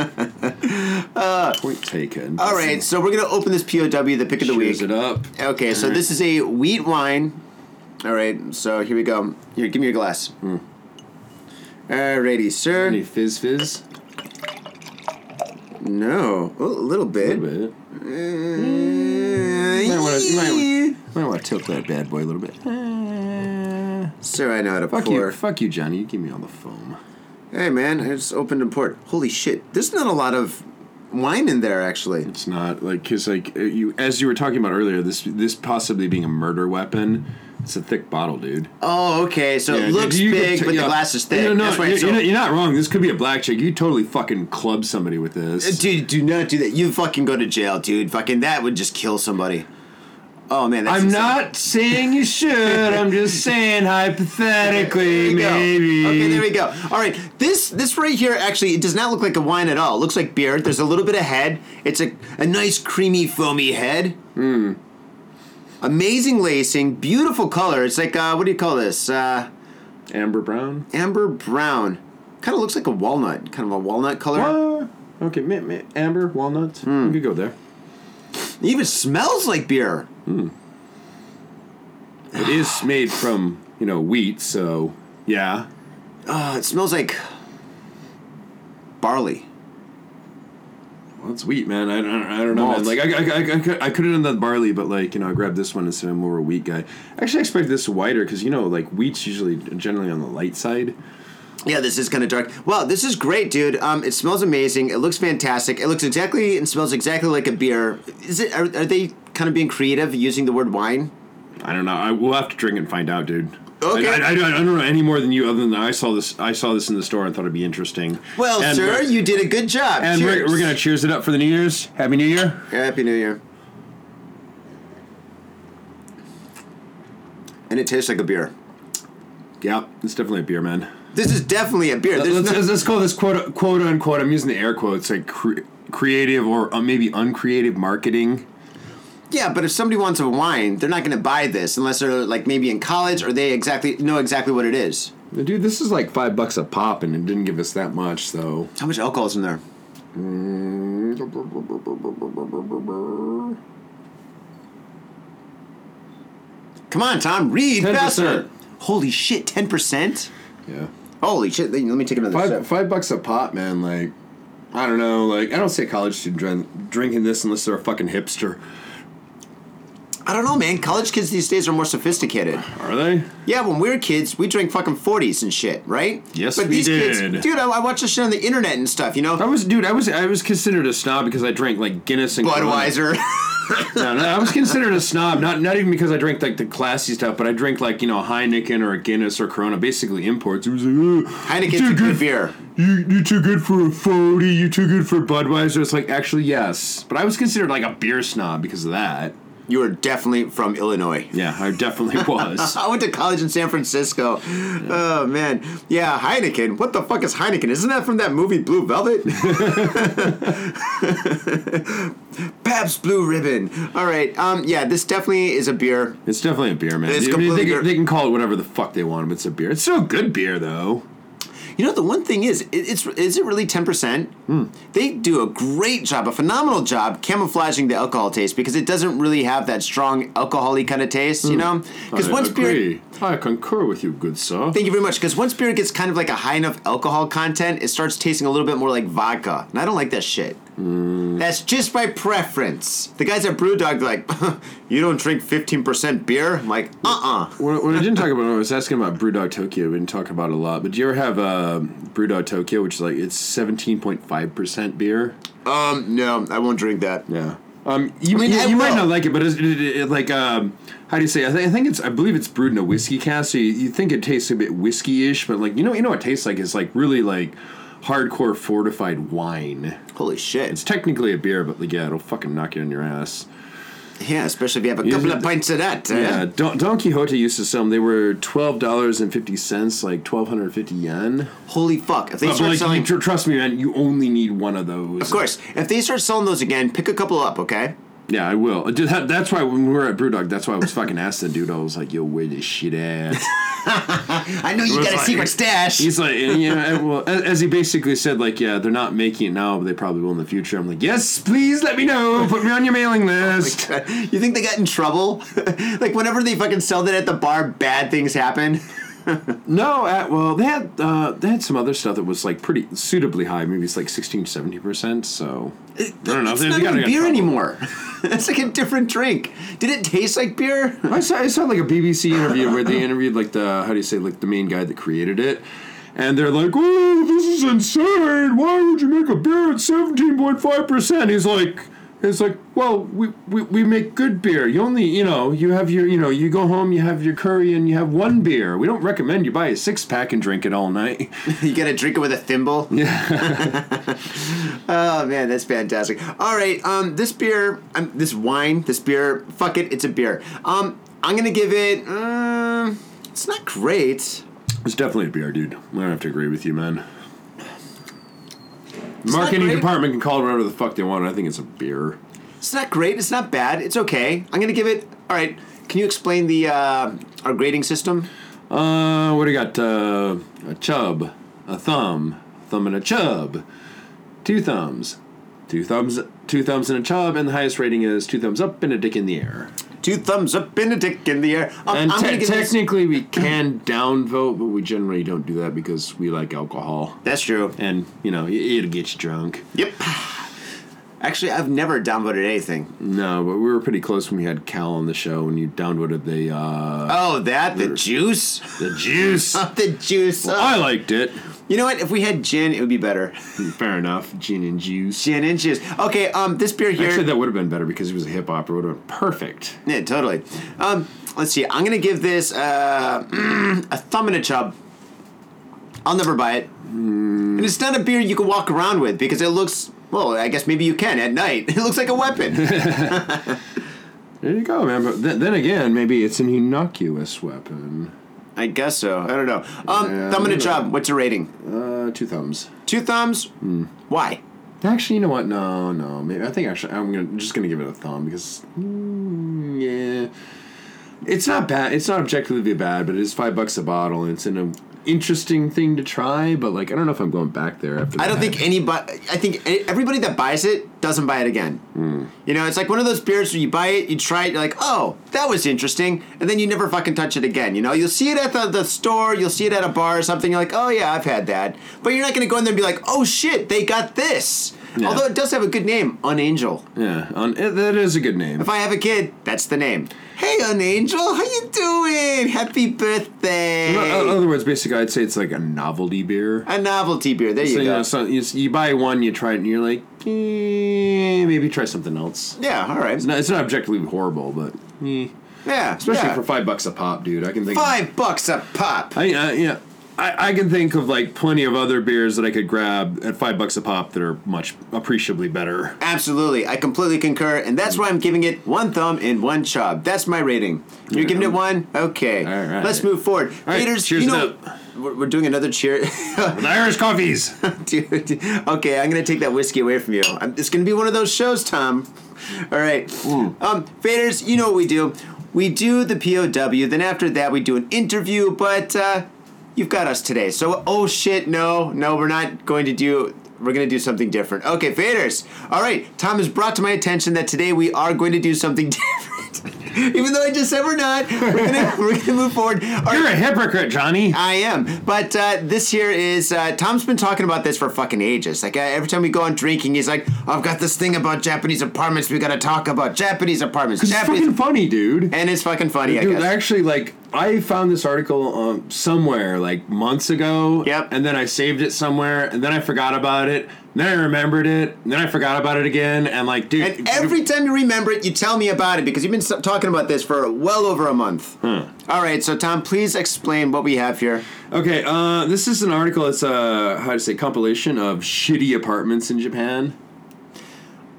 [SPEAKER 2] Ah, Point taken.
[SPEAKER 1] All right, so we're gonna open this POW, the pick of the
[SPEAKER 2] Cheers
[SPEAKER 1] week.
[SPEAKER 2] it up.
[SPEAKER 1] Okay, so this is a wheat wine. All right, so here we go. Here, give me your glass. Alrighty, sir.
[SPEAKER 2] Hmm. Any fizz fizz?
[SPEAKER 1] No, oh, a little bit.
[SPEAKER 2] A little bit.
[SPEAKER 1] Uh,
[SPEAKER 2] You might want to, you might,
[SPEAKER 1] yeah.
[SPEAKER 2] you might want to tilt that bad boy a little bit. Uh,
[SPEAKER 1] Sir, I know how to
[SPEAKER 2] Fuck
[SPEAKER 1] pour.
[SPEAKER 2] you, fuck you, Johnny. You give me all the foam.
[SPEAKER 1] Hey, man, I just opened and poured. Holy shit, there's not a lot of wine in there, actually.
[SPEAKER 2] It's not like because like uh, you as you were talking about earlier. This this possibly being a murder weapon. It's a thick bottle, dude.
[SPEAKER 1] Oh, okay, so
[SPEAKER 2] Yeah,
[SPEAKER 1] it looks
[SPEAKER 2] you could
[SPEAKER 1] big,
[SPEAKER 2] t-
[SPEAKER 1] but
[SPEAKER 2] yeah.
[SPEAKER 1] the glass is thick.
[SPEAKER 2] No, no,
[SPEAKER 1] That's why
[SPEAKER 2] you're,
[SPEAKER 1] it's so-
[SPEAKER 2] you're not, you're not wrong. This could be a black chick. You totally fucking club somebody with this.
[SPEAKER 1] Dude, do not do that. You fucking go to jail, dude. Fucking that would just kill somebody. Oh man, that's
[SPEAKER 2] I'm
[SPEAKER 1] insane.
[SPEAKER 2] not saying you should. I'm just saying
[SPEAKER 1] There
[SPEAKER 2] hypothetically,
[SPEAKER 1] we go.
[SPEAKER 2] maybe.
[SPEAKER 1] Okay, there we go. All right, this this right here actually it does not look like a wine at all. It looks like beer. There's a little bit of head. It's a a nice creamy foamy head. Hmm. Amazing lacing, beautiful color. It's like uh, what do you call this? Uh,
[SPEAKER 2] Amber Brown.
[SPEAKER 1] amber brown. Kind of looks like a walnut. Kind of a walnut color.
[SPEAKER 2] Ah, okay, ma- ma- amber walnuts. We could go there.
[SPEAKER 1] It even smells like beer.
[SPEAKER 2] It is made from you know wheat, so yeah.
[SPEAKER 1] Uh, it smells like barley.
[SPEAKER 2] Well, it's wheat, man. I don't, I don't know.
[SPEAKER 1] Malt.
[SPEAKER 2] Man. Like I, I, I, I, could- I could have done the barley, but like you know, I grabbed this one instead. I'm more a wheat guy. Actually, I expect this whiter because you know, like wheat's usually generally on the light side.
[SPEAKER 1] Yeah, this is kind of dark. Wow, this is great, dude. Um, it smells amazing. It looks fantastic. It looks exactly and smells exactly like a beer. Is it? Are, are they kind of being creative using the word wine?
[SPEAKER 2] I don't know. I we'll have to drink and find out, dude. Okay. I, I, I, I don't know any more than you, other than I saw this. I saw this in the store and thought it'd be interesting.
[SPEAKER 1] Well,
[SPEAKER 2] and
[SPEAKER 1] sir,
[SPEAKER 2] we're-
[SPEAKER 1] you did a good job.
[SPEAKER 2] and we're,
[SPEAKER 1] Cheers.
[SPEAKER 2] we're gonna cheers it up for the New Year's. Happy New Year.
[SPEAKER 1] Happy New Year. And it tastes like a beer.
[SPEAKER 2] Yeah, it's definitely a beer, man.
[SPEAKER 1] This is definitely a beer. There's
[SPEAKER 2] Let's,
[SPEAKER 1] no,
[SPEAKER 2] let's, let's call this quote, quote unquote. I'm using the air quotes like cre- creative or uh, maybe uncreative marketing.
[SPEAKER 1] yeah, but if somebody wants a wine, they're not going to buy this unless they're like maybe in college or they exactly know exactly what it is.
[SPEAKER 2] Dude, this is like five bucks a pop, and it didn't give us that much. So
[SPEAKER 1] How much alcohol is in there?
[SPEAKER 2] Mm.
[SPEAKER 1] Come on, Tom, read
[SPEAKER 2] 10%.
[SPEAKER 1] faster. Holy shit, ten percent.
[SPEAKER 2] yeah,
[SPEAKER 1] Holy shit! Let me take another sip.
[SPEAKER 2] five five bucks a pop, man. Like I don't know. Like I don't see a college student drin- drinking this unless they're a fucking hipster.
[SPEAKER 1] I don't know, man. College kids these days are more sophisticated.
[SPEAKER 2] Are they?
[SPEAKER 1] Yeah, when we were kids, we drank fucking forties and shit, right?
[SPEAKER 2] Yes,
[SPEAKER 1] but
[SPEAKER 2] we
[SPEAKER 1] these
[SPEAKER 2] did.
[SPEAKER 1] Kids, dude, I, I watch this shit on the internet and stuff. You
[SPEAKER 2] I
[SPEAKER 1] know,
[SPEAKER 2] was, dude. I was, I was considered a snob because I drank like Guinness and Corona.
[SPEAKER 1] Budweiser.
[SPEAKER 2] No, no, I was considered a snob. Not, not even because I drank like the classy stuff, but I drank like you know Heineken or a Guinness or Corona, basically imports. It was like, "Ugh,
[SPEAKER 1] Heineken's a good beer.
[SPEAKER 2] You, you're too good for a forty. You're too good for Budweiser. It's like actually yes, but I was considered like a beer snob because of that.
[SPEAKER 1] You are definitely from Illinois.
[SPEAKER 2] Yeah, I definitely was.
[SPEAKER 1] I went to college in San Francisco. Oh man, yeah, Heineken. What the fuck is Heineken? Isn't that from that movie Blue Velvet? Pabst Blue Ribbon. All right, um, yeah, this definitely is a beer.
[SPEAKER 2] It's definitely a beer, man.
[SPEAKER 1] It's
[SPEAKER 2] I mean,
[SPEAKER 1] completely
[SPEAKER 2] they, can-
[SPEAKER 1] beer.
[SPEAKER 2] they can call it whatever the fuck they want, but it's a beer. It's still a good beer though.
[SPEAKER 1] You know, the one thing is, it, it's is it really ten percent?
[SPEAKER 2] Hmm.
[SPEAKER 1] They do a great job, a phenomenal job camouflaging the alcohol taste because it doesn't really have that strong alcoholic kind of taste. You know, because
[SPEAKER 2] Hmm. I
[SPEAKER 1] once beer.
[SPEAKER 2] agree. I concur with you, good sir.
[SPEAKER 1] Thank you very much. Because once beer gets kind of like a high enough alcohol content, it starts tasting a little bit more like vodka, and I don't like that shit.
[SPEAKER 2] Mm.
[SPEAKER 1] That's just my preference. The guys at BrewDog, they're like, you don't drink fifteen percent beer. I'm like, uh uh
[SPEAKER 2] When, when I didn't talk about it, I was asking about Brewdog Tokyo. We didn't talk about it a lot, but do you ever have uh, Brewdog Tokyo, which is like it's seventeen point five percent beer?
[SPEAKER 1] Um, no, I won't drink that.
[SPEAKER 2] Yeah. Um, you,
[SPEAKER 1] mean,
[SPEAKER 2] you,
[SPEAKER 1] I
[SPEAKER 2] you might
[SPEAKER 1] will.
[SPEAKER 2] not like it, but it's, it, it, it- like um, how do you say? I, th- I think it's I believe it's brewed in a whiskey cask, so you, you think it tastes a bit whiskey-ish, but like you know you know what it tastes like is like really like hardcore fortified wine.
[SPEAKER 1] Holy shit.
[SPEAKER 2] It's technically a beer, but like, yeah, it'll fucking knock you on your ass.
[SPEAKER 1] Yeah, especially if you have a couple
[SPEAKER 2] it-
[SPEAKER 1] of pints of that. uh,
[SPEAKER 2] Yeah, Don, Don Quixote used to sell them. They were twelve dollars and fifty cents, like twelve hundred fifty yen.
[SPEAKER 1] Holy fuck! If they
[SPEAKER 2] But,
[SPEAKER 1] start
[SPEAKER 2] like,
[SPEAKER 1] selling,
[SPEAKER 2] you- tr- trust me, man, you only need one of those.
[SPEAKER 1] of course, if they start selling those again, pick a couple up, okay?
[SPEAKER 2] Yeah, I will. Dude, that- That's why when we were at Brewdog, that's why I was fucking asking the dude. I was like, "Yo, where this shit at?"
[SPEAKER 1] I know you
[SPEAKER 2] was
[SPEAKER 1] got a
[SPEAKER 2] like-
[SPEAKER 1] secret stash.
[SPEAKER 2] He's like, and, you know, and, well, as as he basically said, like, yeah, they're not making it now, but they probably will in the future. I'm like, yes, please let me know. Put me on your mailing
[SPEAKER 1] Oh
[SPEAKER 2] list.
[SPEAKER 1] you think they got in trouble? like whenever they fucking sell that at the bar, bad things happen.
[SPEAKER 2] no, at, well, they had uh, they had some other stuff that was like pretty suitably high. Maybe it's like 16, 70 percent. So I don't know.
[SPEAKER 1] It's
[SPEAKER 2] They-
[SPEAKER 1] not
[SPEAKER 2] they got-
[SPEAKER 1] even
[SPEAKER 2] they got
[SPEAKER 1] beer
[SPEAKER 2] trouble.
[SPEAKER 1] anymore. it's like a different drink. Did it taste like beer?
[SPEAKER 2] I saw, I saw like a BBC interview where they interviewed like the how do you say like the main guy that created it, and they're like, "Oh, this is insane! Why would you make a beer at seventeen point five percent?" He's like, "He's like, well, we, we we make good beer. You only you know you have your you know you go home, you have your curry, and you have one beer. We don't recommend you buy a six pack and drink it all night."
[SPEAKER 1] you gotta drink it with a thimble. Yeah. oh man, that's fantastic. All right, um, this beer, um, this wine, this beer, fuck it, it's a beer. Um, I'm gonna give it. Um, it's not great.
[SPEAKER 2] It's definitely a beer, dude. I don't have to agree with you, man.
[SPEAKER 1] not
[SPEAKER 2] Marketing
[SPEAKER 1] great.
[SPEAKER 2] department can call it whatever the fuck they want. I think it's a beer.
[SPEAKER 1] It's not great. It's not bad. It's okay. I'm gonna give it. All right. Can you explain the uh, our grading system?
[SPEAKER 2] Uh, what do you got? Uh, a chub, a thumb, thumb and a chub, two thumbs, two thumbs, two thumbs and a chub, and the highest rating is two thumbs up and a dick in the air.
[SPEAKER 1] Two thumbs up and a dick in the air. Um,
[SPEAKER 2] And
[SPEAKER 1] I'm
[SPEAKER 2] te-
[SPEAKER 1] gonna give this-
[SPEAKER 2] technically, we can downvote, but we generally don't do that because we like alcohol,
[SPEAKER 1] That's true.
[SPEAKER 2] and you know it, it'll get you drunk.
[SPEAKER 1] Yep. Actually, I've never downvoted anything.
[SPEAKER 2] No, but we were pretty close when we had Cal on the show, and you downvoted the uh,
[SPEAKER 1] Oh, that the juice.
[SPEAKER 2] Oh, the juice.
[SPEAKER 1] the juice.
[SPEAKER 2] I liked it.
[SPEAKER 1] You know what? If we had gin, it would be better.
[SPEAKER 2] Fair enough, gin and juice.
[SPEAKER 1] Gin and juice. Okay. Um, this beer here.
[SPEAKER 2] Actually, that would have been better because it was a hip hop. It would have been perfect.
[SPEAKER 1] yeah, totally. Um, let's see. I'm gonna give this uh, a thumb and a chub. I'll never buy it.
[SPEAKER 2] Hmm.
[SPEAKER 1] And it's not a beer you can walk around with because it looks. Well, I guess maybe you can at night. It looks like a weapon.
[SPEAKER 2] There you go, man. But th- then again, maybe it's an innocuous weapon.
[SPEAKER 1] I guess so. I don't know. Um,
[SPEAKER 2] Yeah,
[SPEAKER 1] thumb and a
[SPEAKER 2] maybe.
[SPEAKER 1] chub. What's your rating?
[SPEAKER 2] Uh, two thumbs.
[SPEAKER 1] Two thumbs. Why?
[SPEAKER 2] Actually, you know what? No, no. Maybe I think actually I'm gonna just gonna give it a thumb because mm, yeah, it's not bad. It's not objectively bad, but it is five bucks a bottle, and it's an um, interesting thing to try. But like, I don't know if I'm going back there after.
[SPEAKER 1] I don't
[SPEAKER 2] that.
[SPEAKER 1] think anybody. I think e- everybody that buys it doesn't buy it again. You know, it's like one of those beers where you buy it, you try it, you're like, oh, that was interesting, and then you never fucking touch it again. You know, you'll see it at the, the store, you'll see it at a bar or something. You're like, oh yeah, I've had that, but you're not gonna go in there and be like, oh shit, they got this.
[SPEAKER 2] Yeah.
[SPEAKER 1] Although it does have a good name, Unangel.
[SPEAKER 2] Yeah, on, it, that is a good name.
[SPEAKER 1] If I have a kid, that's the name. Hey, Unangel, how you doing? Happy birthday!
[SPEAKER 2] In other words, basically, I'd say it's like a novelty beer.
[SPEAKER 1] a novelty beer. There
[SPEAKER 2] So,
[SPEAKER 1] you
[SPEAKER 2] you,
[SPEAKER 1] go.
[SPEAKER 2] know, so you, you buy one, you try it, and you're like, eh, maybe try something else.
[SPEAKER 1] yeah, all right.
[SPEAKER 2] It's not, it's not objectively horrible, but eh.
[SPEAKER 1] Yeah,
[SPEAKER 2] especially
[SPEAKER 1] yeah.
[SPEAKER 2] for five bucks a pop, dude. I can think
[SPEAKER 1] five bucks a pop.
[SPEAKER 2] I uh, yeah. I, I can think of like plenty of other beers that I could grab at five bucks a pop that are much appreciably better.
[SPEAKER 1] Absolutely, I completely concur, and that's why I'm giving it one thumb and one chub. That's my rating. You're giving it one, okay.
[SPEAKER 2] All right.
[SPEAKER 1] Let's move forward.
[SPEAKER 2] right,
[SPEAKER 1] Peters,
[SPEAKER 2] cheers
[SPEAKER 1] you
[SPEAKER 2] it
[SPEAKER 1] know, we're, we're doing another cheer,
[SPEAKER 2] With Irish coffees.
[SPEAKER 1] dude. Okay, I'm gonna take that whiskey away from you. I'm, it's gonna be one of those shows, Tom. All right,
[SPEAKER 2] Hmm.
[SPEAKER 1] um, Faders, you know what we do? We do the POW. Then after that, we do an interview. But uh, you've got us today, so oh shit, no, no, we're not going to do we're going to do something different. Okay, faders. All right, Tom has brought to my attention that today we are going to do something different. Even though I just said we're not, we're going to we're going to move forward. All right,
[SPEAKER 2] You're a hypocrite, Johnny.
[SPEAKER 1] I am, but uh, this here is uh, Tom's been talking about this for fucking ages. Like uh, every time we go on drinking, he's like, "I've got this thing about Japanese apartments. We got to talk about Japanese apartments."
[SPEAKER 2] It's
[SPEAKER 1] Japanese,
[SPEAKER 2] fucking funny, dude.
[SPEAKER 1] and it's fucking funny. I
[SPEAKER 2] Dude,
[SPEAKER 1] guess.
[SPEAKER 2] actually, like I found this article um, somewhere like months ago.
[SPEAKER 1] Yep.
[SPEAKER 2] And then I saved it somewhere, and then I forgot about it. and Then I remembered it. and Then I forgot about it again, and like, dude,
[SPEAKER 1] And every time you remember it, you tell me about it because you've been s- talking about this for well over a month.
[SPEAKER 2] Hmm.
[SPEAKER 1] All right, so Tom, please explain what we have here.
[SPEAKER 2] Okay, uh, this is an article. It's a how to say compilation of shitty apartments in Japan.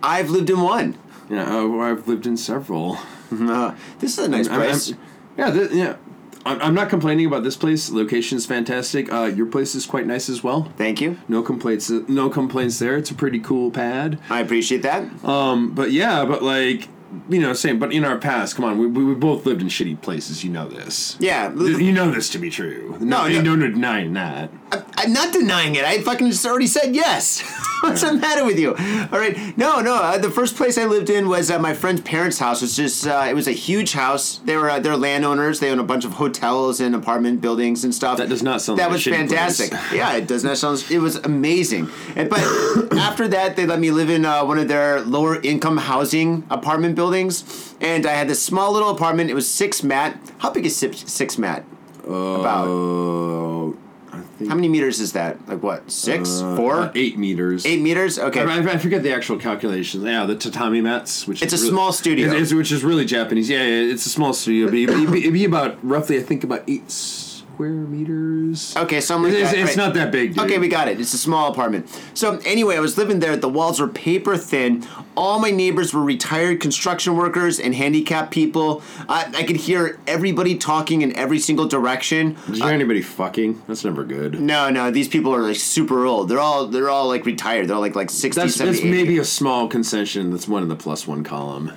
[SPEAKER 1] I've lived in one.
[SPEAKER 2] Yeah, uh, I've lived in several.
[SPEAKER 1] Uh, this is a nice
[SPEAKER 2] I'm- I'm-
[SPEAKER 1] place.
[SPEAKER 2] yeah, th- yeah. I'm, I'm not complaining about this place. Location's fantastic. Uh, your place is quite nice as well.
[SPEAKER 1] Thank you.
[SPEAKER 2] No complaints. uh, No complaints there. It's a pretty cool pad.
[SPEAKER 1] I appreciate that.
[SPEAKER 2] Um, but yeah, but like you know, same. But in our past, come on, we we, we both lived in shitty places. You know this.
[SPEAKER 1] Yeah.
[SPEAKER 2] Th- You know this to be true.
[SPEAKER 1] No,
[SPEAKER 2] no,
[SPEAKER 1] no.
[SPEAKER 2] no denying that.
[SPEAKER 1] I'm not denying it. I fucking just already said yes. What's the matter with you? All right. No, no. Uh, the first place I lived in was uh, my friend's parents' house. It's just uh, it was a huge house. They were uh, they're landowners. They own a bunch of hotels and apartment buildings and stuff.
[SPEAKER 2] That does not sound
[SPEAKER 1] That
[SPEAKER 2] like a
[SPEAKER 1] was
[SPEAKER 2] shitty
[SPEAKER 1] fantastic. yeah, it does not sound. It was amazing. And, but after that, they let me live in uh, one of their lower income housing apartment buildings, and I had this small little apartment. It was six mat. How big is six, six mat?
[SPEAKER 2] Oh,
[SPEAKER 1] About
[SPEAKER 2] Uh, I think
[SPEAKER 1] how many meters is that? Like what? Six? Four?
[SPEAKER 2] uh, eight meters.
[SPEAKER 1] Eight meters? Okay.
[SPEAKER 2] I, I forget the actual calculations. Yeah, the tatami mats, which
[SPEAKER 1] It's
[SPEAKER 2] is
[SPEAKER 1] a small studio.
[SPEAKER 2] it's- it's- which is really Japanese. Yeah, yeah, it's a small studio. But it'd be, it'd be about roughly, I think, about eight square meters.
[SPEAKER 1] Okay, somewhere.
[SPEAKER 2] It's,
[SPEAKER 1] like that, right.
[SPEAKER 2] it's not that big. Dude.
[SPEAKER 1] Okay, we got it. It's a small apartment. So anyway, I was living there. The walls were paper thin. All my neighbors were retired construction workers and handicapped people. I, I could hear everybody talking in every single direction.
[SPEAKER 2] Did you hear anybody fucking? That's never good.
[SPEAKER 1] No, no, these people are like super old. They're all they're all like retired. They're all, like like 60,
[SPEAKER 2] That's,
[SPEAKER 1] 70,
[SPEAKER 2] that's
[SPEAKER 1] 80.
[SPEAKER 2] maybe a small concession. That's one in the plus one column.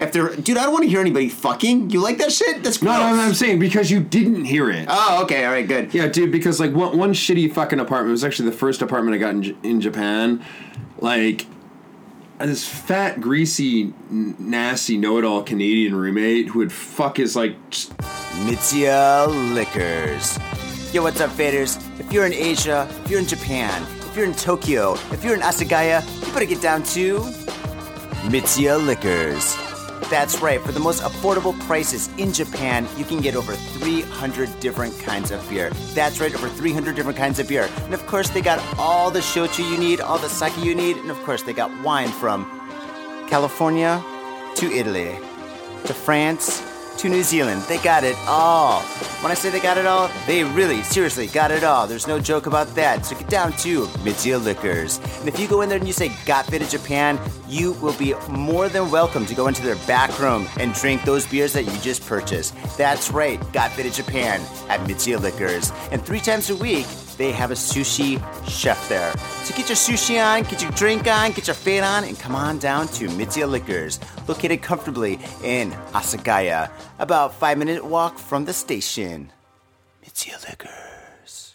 [SPEAKER 1] If they're dude, I don't want to hear anybody fucking. You like that shit? That's
[SPEAKER 2] No,
[SPEAKER 1] gross.
[SPEAKER 2] no, I'm saying because you didn't hear it.
[SPEAKER 1] Oh, okay, all right, good.
[SPEAKER 2] Yeah, dude, because like one, one shitty fucking apartment it was actually the first apartment I got in, J- in Japan. Like, this fat, greasy, n- nasty, know it all Canadian roommate who would fuck his like. s-
[SPEAKER 1] Mitsuya Liquors. Yo, what's up, faders? If you're in Asia, if you're in Japan, if you're in Tokyo, if you're in Asagaya, you better get down to Mitsuya Liquors. That's right, for the most affordable prices in Japan, you can get over 300 different kinds of beer. That's right, over 300 different kinds of beer. And of course, they got all the shochu you need, all the sake you need, and of course, they got wine from California to Italy to France
[SPEAKER 3] to New Zealand. They got it all. When I say they got it all, they really, seriously got it all. There's no joke about that. So get down to Midgea Liquors. And if you go in there and you say, got fit to Japan, you will be more than welcome to go into their back room and drink those beers that you just purchased. That's right, got fit to Japan at Midgea Liquors. And three times a week, they have a sushi chef there. So get your sushi on, get your drink on, get your fade on, and come on down to Mitsuya Liquors, located comfortably in Asagaya, about five minute walk from the station. Mitsuya Liquors.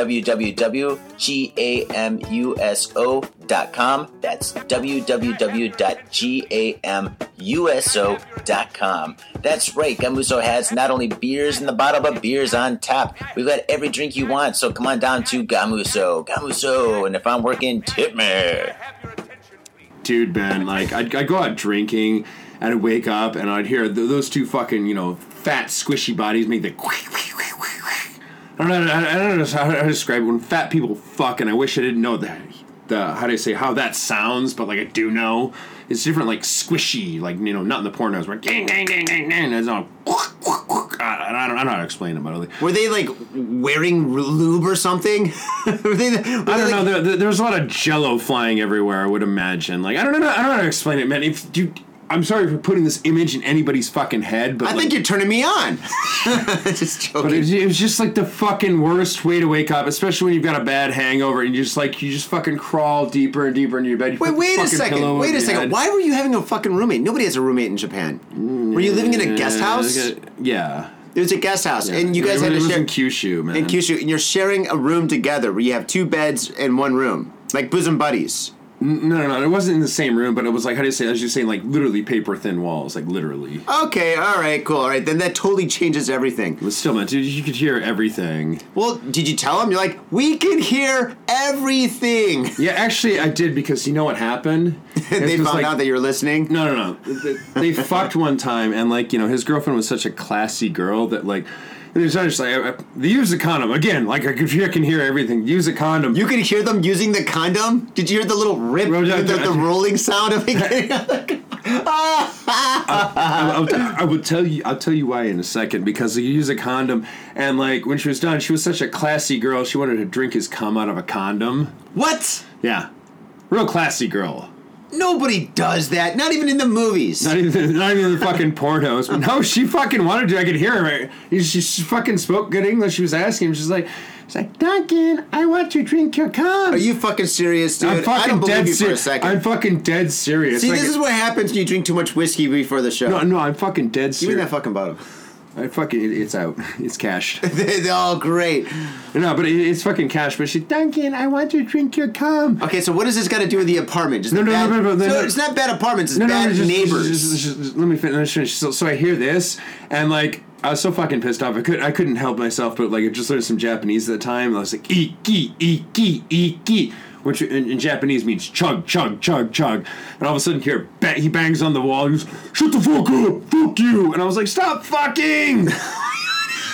[SPEAKER 3] www.gamuso.com. That's www.gamuso.com. That's right, Gamuso has not only beers in the bottle, but beers on tap. We've got every drink you want, so come on down to Gamuso. Gamuso, and if I'm working, tip me.
[SPEAKER 2] Dude, Ben, like, I'd, I'd go out drinking. and I'd wake up and I'd hear th- those two fucking, you know, fat, squishy bodies make the I don't know. I don't know how to describe it. when fat people fuck, and I wish I didn't know that. The how do I say how that sounds, but like I do know. It's different, like squishy, like you know, not in the pornos where gang gang gang gang gang. It's all. I don't, I don't know how to explain it, but like,
[SPEAKER 1] Were they like wearing lube or something? were they, were
[SPEAKER 2] I don't know. There, there, there's a lot of Jello flying everywhere. I would imagine. Like I don't know. I don't know how to explain it, man. If you, I'm sorry for putting this image in anybody's fucking head, but
[SPEAKER 1] I
[SPEAKER 2] like,
[SPEAKER 1] think you're turning me on. Just joking.
[SPEAKER 2] But it, it was just like the fucking worst way to wake up, especially when you've got a bad hangover and you just like you just fucking crawl deeper and deeper into your bed. You
[SPEAKER 1] Wait,
[SPEAKER 2] put the
[SPEAKER 1] wait a
[SPEAKER 2] fucking
[SPEAKER 1] second.
[SPEAKER 2] pillow
[SPEAKER 1] Wait
[SPEAKER 2] over
[SPEAKER 1] a
[SPEAKER 2] your
[SPEAKER 1] second.
[SPEAKER 2] head.
[SPEAKER 1] Why were you having a fucking roommate? Nobody has a roommate in Japan. Were you living in a guest
[SPEAKER 2] Yeah,
[SPEAKER 1] house?
[SPEAKER 2] look
[SPEAKER 1] It
[SPEAKER 2] at- Yeah.
[SPEAKER 1] was a guest house, and you guys
[SPEAKER 2] it
[SPEAKER 1] had to
[SPEAKER 2] was
[SPEAKER 1] share
[SPEAKER 2] in Kyushu, man.
[SPEAKER 1] in Kyushu, and you're sharing a room together where you have two beds and one room, like bosom buddies.
[SPEAKER 2] No, no, no. It wasn't in the same room, but it was like how do you say? I was just saying like literally paper thin walls, like literally.
[SPEAKER 1] Okay, all right, cool, all right. Then that totally changes everything.
[SPEAKER 2] But still, man, dude, you could hear everything.
[SPEAKER 1] Well, did you tell him? You're like, we can hear everything.
[SPEAKER 2] Yeah, actually, I did because you know what happened?
[SPEAKER 1] they found out that you were listening.
[SPEAKER 2] No, no, no. They, they fucked one time, and like you know, his girlfriend was such a classy girl that like. It was just like uh, uh, they use a condom again. Like I can, I can hear everything. Use a condom.
[SPEAKER 1] You could hear them using the condom. Did you hear the little rip,
[SPEAKER 2] Well, yeah,
[SPEAKER 1] the, the,
[SPEAKER 2] yeah.
[SPEAKER 1] rolling sound of it?
[SPEAKER 2] I, I'll, I will tell you. I'll tell you why in a second because you use a condom, and like when she was done, she was such a classy girl. She wanted to drink his cum out of a condom.
[SPEAKER 1] what?
[SPEAKER 2] Yeah, real classy girl.
[SPEAKER 1] Nobody does that. Not even in the movies.
[SPEAKER 2] Not even, not even the fucking pornos. But no, she fucking wanted to. I could hear her. She, she fucking spoke good English. She was asking. him. She's like, she's like, Duncan, I want to drink your cum.
[SPEAKER 1] Are you fucking serious, dude?
[SPEAKER 2] I'm fucking
[SPEAKER 1] I don't believe
[SPEAKER 2] dead
[SPEAKER 1] you for a
[SPEAKER 2] serious.
[SPEAKER 1] 2nd
[SPEAKER 2] I'm fucking dead serious.
[SPEAKER 1] See,
[SPEAKER 2] Like,
[SPEAKER 1] this is what happens when you drink too much whiskey before the show.
[SPEAKER 2] no, no, I'm fucking dead
[SPEAKER 1] Give me that
[SPEAKER 2] serious.
[SPEAKER 1] fucking bottle.
[SPEAKER 2] I fucking, it, it's out. It's cashed.
[SPEAKER 1] They're all great.
[SPEAKER 2] no, but it, it's fucking cashed. But she, Duncan, I want to drink your cum.
[SPEAKER 1] Okay, so what does this got to do with the apartment? Just
[SPEAKER 2] No, no,
[SPEAKER 1] bad,
[SPEAKER 2] no, no, no,
[SPEAKER 1] so
[SPEAKER 2] no.
[SPEAKER 1] it's not bad apartments. It's bad
[SPEAKER 2] it's just-
[SPEAKER 1] neighbors.
[SPEAKER 2] it's just- it's just- just- let me fin- let me finish. So, so I hear this, and like I was so fucking pissed off. I could I couldn't help myself, but like I just learned some Japanese at the time. And I was like iki iki iki, which in, in Japanese means chug chug chug chug. And all of a sudden, here ba- he bangs on the wall. He goes, "Shut the fuck up, fuck you!" And I was like, "Stop fucking."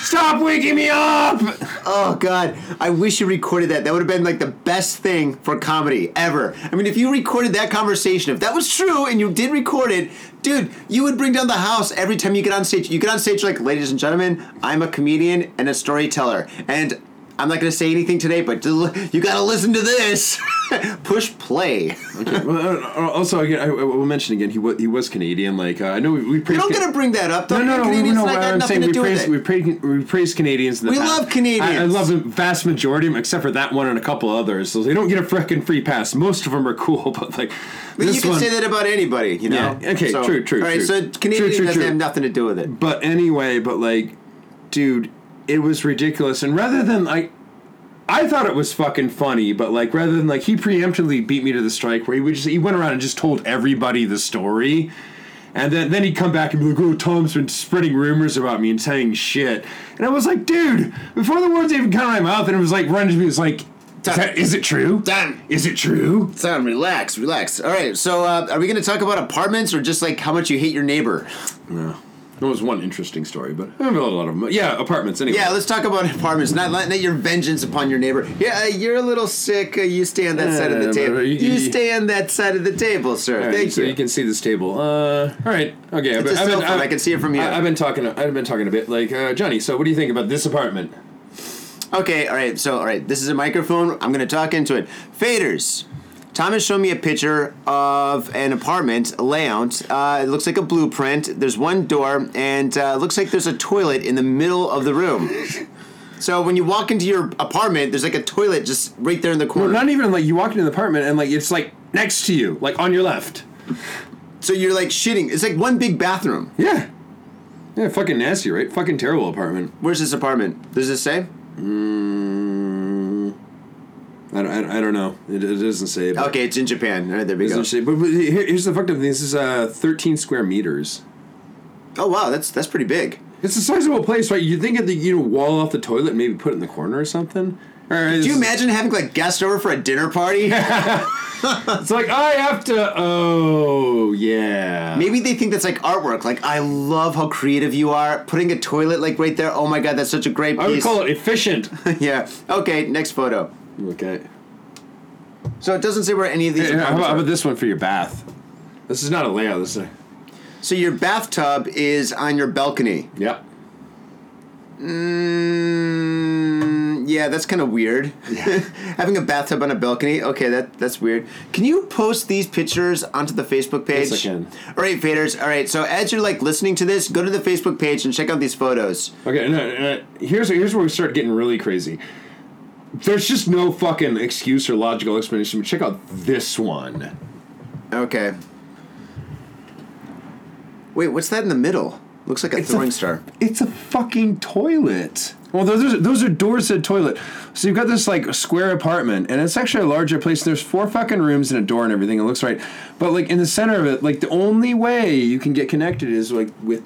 [SPEAKER 2] Stop waking me up!
[SPEAKER 1] oh god, I wish you recorded that. That would have been like the best thing for comedy ever. I mean, if you recorded that conversation, if that was true and you did record it, dude, you would bring down the house every time you get on stage. You get on stage like, ladies and gentlemen, I'm a comedian and a storyteller, and. I'm not gonna say anything today, but you gotta listen to this. Push play.
[SPEAKER 2] Okay, well, uh, also, again, I, I will mention again, he was, he was Canadian. Like, uh, I know we, we
[SPEAKER 1] You
[SPEAKER 2] praised
[SPEAKER 1] don't
[SPEAKER 2] Ca-
[SPEAKER 1] gotta bring that up. Though.
[SPEAKER 2] No, no, no.
[SPEAKER 1] Canadians not
[SPEAKER 2] no, what
[SPEAKER 1] got
[SPEAKER 2] I'm
[SPEAKER 1] nothing
[SPEAKER 2] saying
[SPEAKER 1] to
[SPEAKER 2] we
[SPEAKER 1] do with
[SPEAKER 2] praise,
[SPEAKER 1] it.
[SPEAKER 2] we praise we praise Canadians. In the
[SPEAKER 1] We
[SPEAKER 2] past.
[SPEAKER 1] love Canadians.
[SPEAKER 2] I, I love the vast majority of them, except for that one and a couple others. So they don't get a freaking free pass. Most of them are cool, but like
[SPEAKER 1] But
[SPEAKER 2] this
[SPEAKER 1] you can
[SPEAKER 2] one.
[SPEAKER 1] say that about anybody, you know.
[SPEAKER 2] Yeah, okay,
[SPEAKER 1] So-
[SPEAKER 2] true, true,
[SPEAKER 1] All right,
[SPEAKER 2] true.
[SPEAKER 1] so Canadian
[SPEAKER 2] True, true,
[SPEAKER 1] doesn't
[SPEAKER 2] true.
[SPEAKER 1] have nothing to do with it.
[SPEAKER 2] But anyway, but like, dude, it was ridiculous. And rather than like. I thought it was fucking funny, but like rather than like he preemptively beat me to the strike where he would just he went around and just told everybody the story. And then, then he'd come back and be like, oh, Tom's been spreading rumors about me and saying shit. And I was like, dude, before the words even come out of my mouth, and it was like, running to me, it was like, is, that, is it true?
[SPEAKER 1] Done.
[SPEAKER 2] Is it true?
[SPEAKER 1] Son, relax, relax. All right, so uh, are we going to talk about apartments or just like how much you hate your neighbor?
[SPEAKER 2] Yeah. There was one interesting story, but I have a lot of them. Yeah, apartments, anyway.
[SPEAKER 1] Yeah, let's talk about apartments. Not letting your vengeance upon your neighbor. Yeah, uh, you're a little sick. Uh, you stay on that side of the
[SPEAKER 2] Uh,
[SPEAKER 1] table.
[SPEAKER 2] you-
[SPEAKER 1] You
[SPEAKER 2] you-
[SPEAKER 1] stay on that side of the table, sir.
[SPEAKER 2] All right,
[SPEAKER 1] Thank
[SPEAKER 2] so
[SPEAKER 1] you.
[SPEAKER 2] you can see this table. Uh, all right, okay. I've
[SPEAKER 1] It's a cell phone, I can see it from here.
[SPEAKER 2] I, have been talking. I've been talking a bit. Like uh, Johnny. So, what do you think about this apartment?
[SPEAKER 1] Okay, all right. So, all right. This is a microphone. I'm going to talk into it. Faders. Thomas showed me a picture of an apartment layout. Uh, it looks like a blueprint. There's one door, and uh, it looks like there's a toilet in the middle of the room. so when you walk into your apartment, there's like a toilet just right there in the corner.
[SPEAKER 2] Not even like you walk into the apartment and like it's like next to you, like on your left.
[SPEAKER 1] so you're like shitting. It's like one big bathroom.
[SPEAKER 2] Yeah. Yeah, fucking nasty, right? Fucking terrible apartment.
[SPEAKER 1] Where's this apartment? Does it say?
[SPEAKER 2] Mm, I don't. I don't, I don't know. It, it doesn't say. But
[SPEAKER 1] Okay, it's in Japan. All right, there we
[SPEAKER 2] It
[SPEAKER 1] go.
[SPEAKER 2] doesn't say. But, but here- here's the fucked up thing. This is uh 13 square meters.
[SPEAKER 1] Oh wow, that's that's pretty big.
[SPEAKER 2] It's a sizable place, right? You'd think that you know, wall off the toilet, and maybe put it in the corner or something. All right,
[SPEAKER 1] Do you imagine having like guests over for a dinner party?
[SPEAKER 2] It's like I have to. Oh yeah.
[SPEAKER 1] Maybe they think that's like artwork. Like, I love how creative you are. Putting a toilet like right there. Oh my god, that's such a great piece.
[SPEAKER 2] I would call it efficient.
[SPEAKER 1] yeah. Okay, next photo.
[SPEAKER 2] okay.
[SPEAKER 1] So it doesn't say where any of these.
[SPEAKER 2] Hey,
[SPEAKER 1] are.
[SPEAKER 2] how, about, how about this one for your bath? This is not a layout. This is a,
[SPEAKER 1] So your bathtub is on your balcony.
[SPEAKER 2] yep.
[SPEAKER 1] Mm, yeah, that's kind of weird. Having a bathtub on a balcony. Okay, that that's weird. Can you post these pictures onto the Facebook page?
[SPEAKER 2] Yes, I can.
[SPEAKER 1] All right, faders. All right. So as you're like listening to this, go to the Facebook page and check out these photos.
[SPEAKER 2] Okay, no, no, here's here's where we start getting really crazy. There's just no fucking excuse or logical explanation. But check out this one.
[SPEAKER 1] Okay. Wait, what's that in the middle? Looks like a
[SPEAKER 2] It's a-
[SPEAKER 1] throwing star.
[SPEAKER 2] It's a fucking toilet. Well, those are, those are doors to the toilet. So you've got this like square apartment, and it's actually a larger place. There's four fucking rooms and a door and everything. It looks right, but like in the center of it, like the only way you can get connected is like with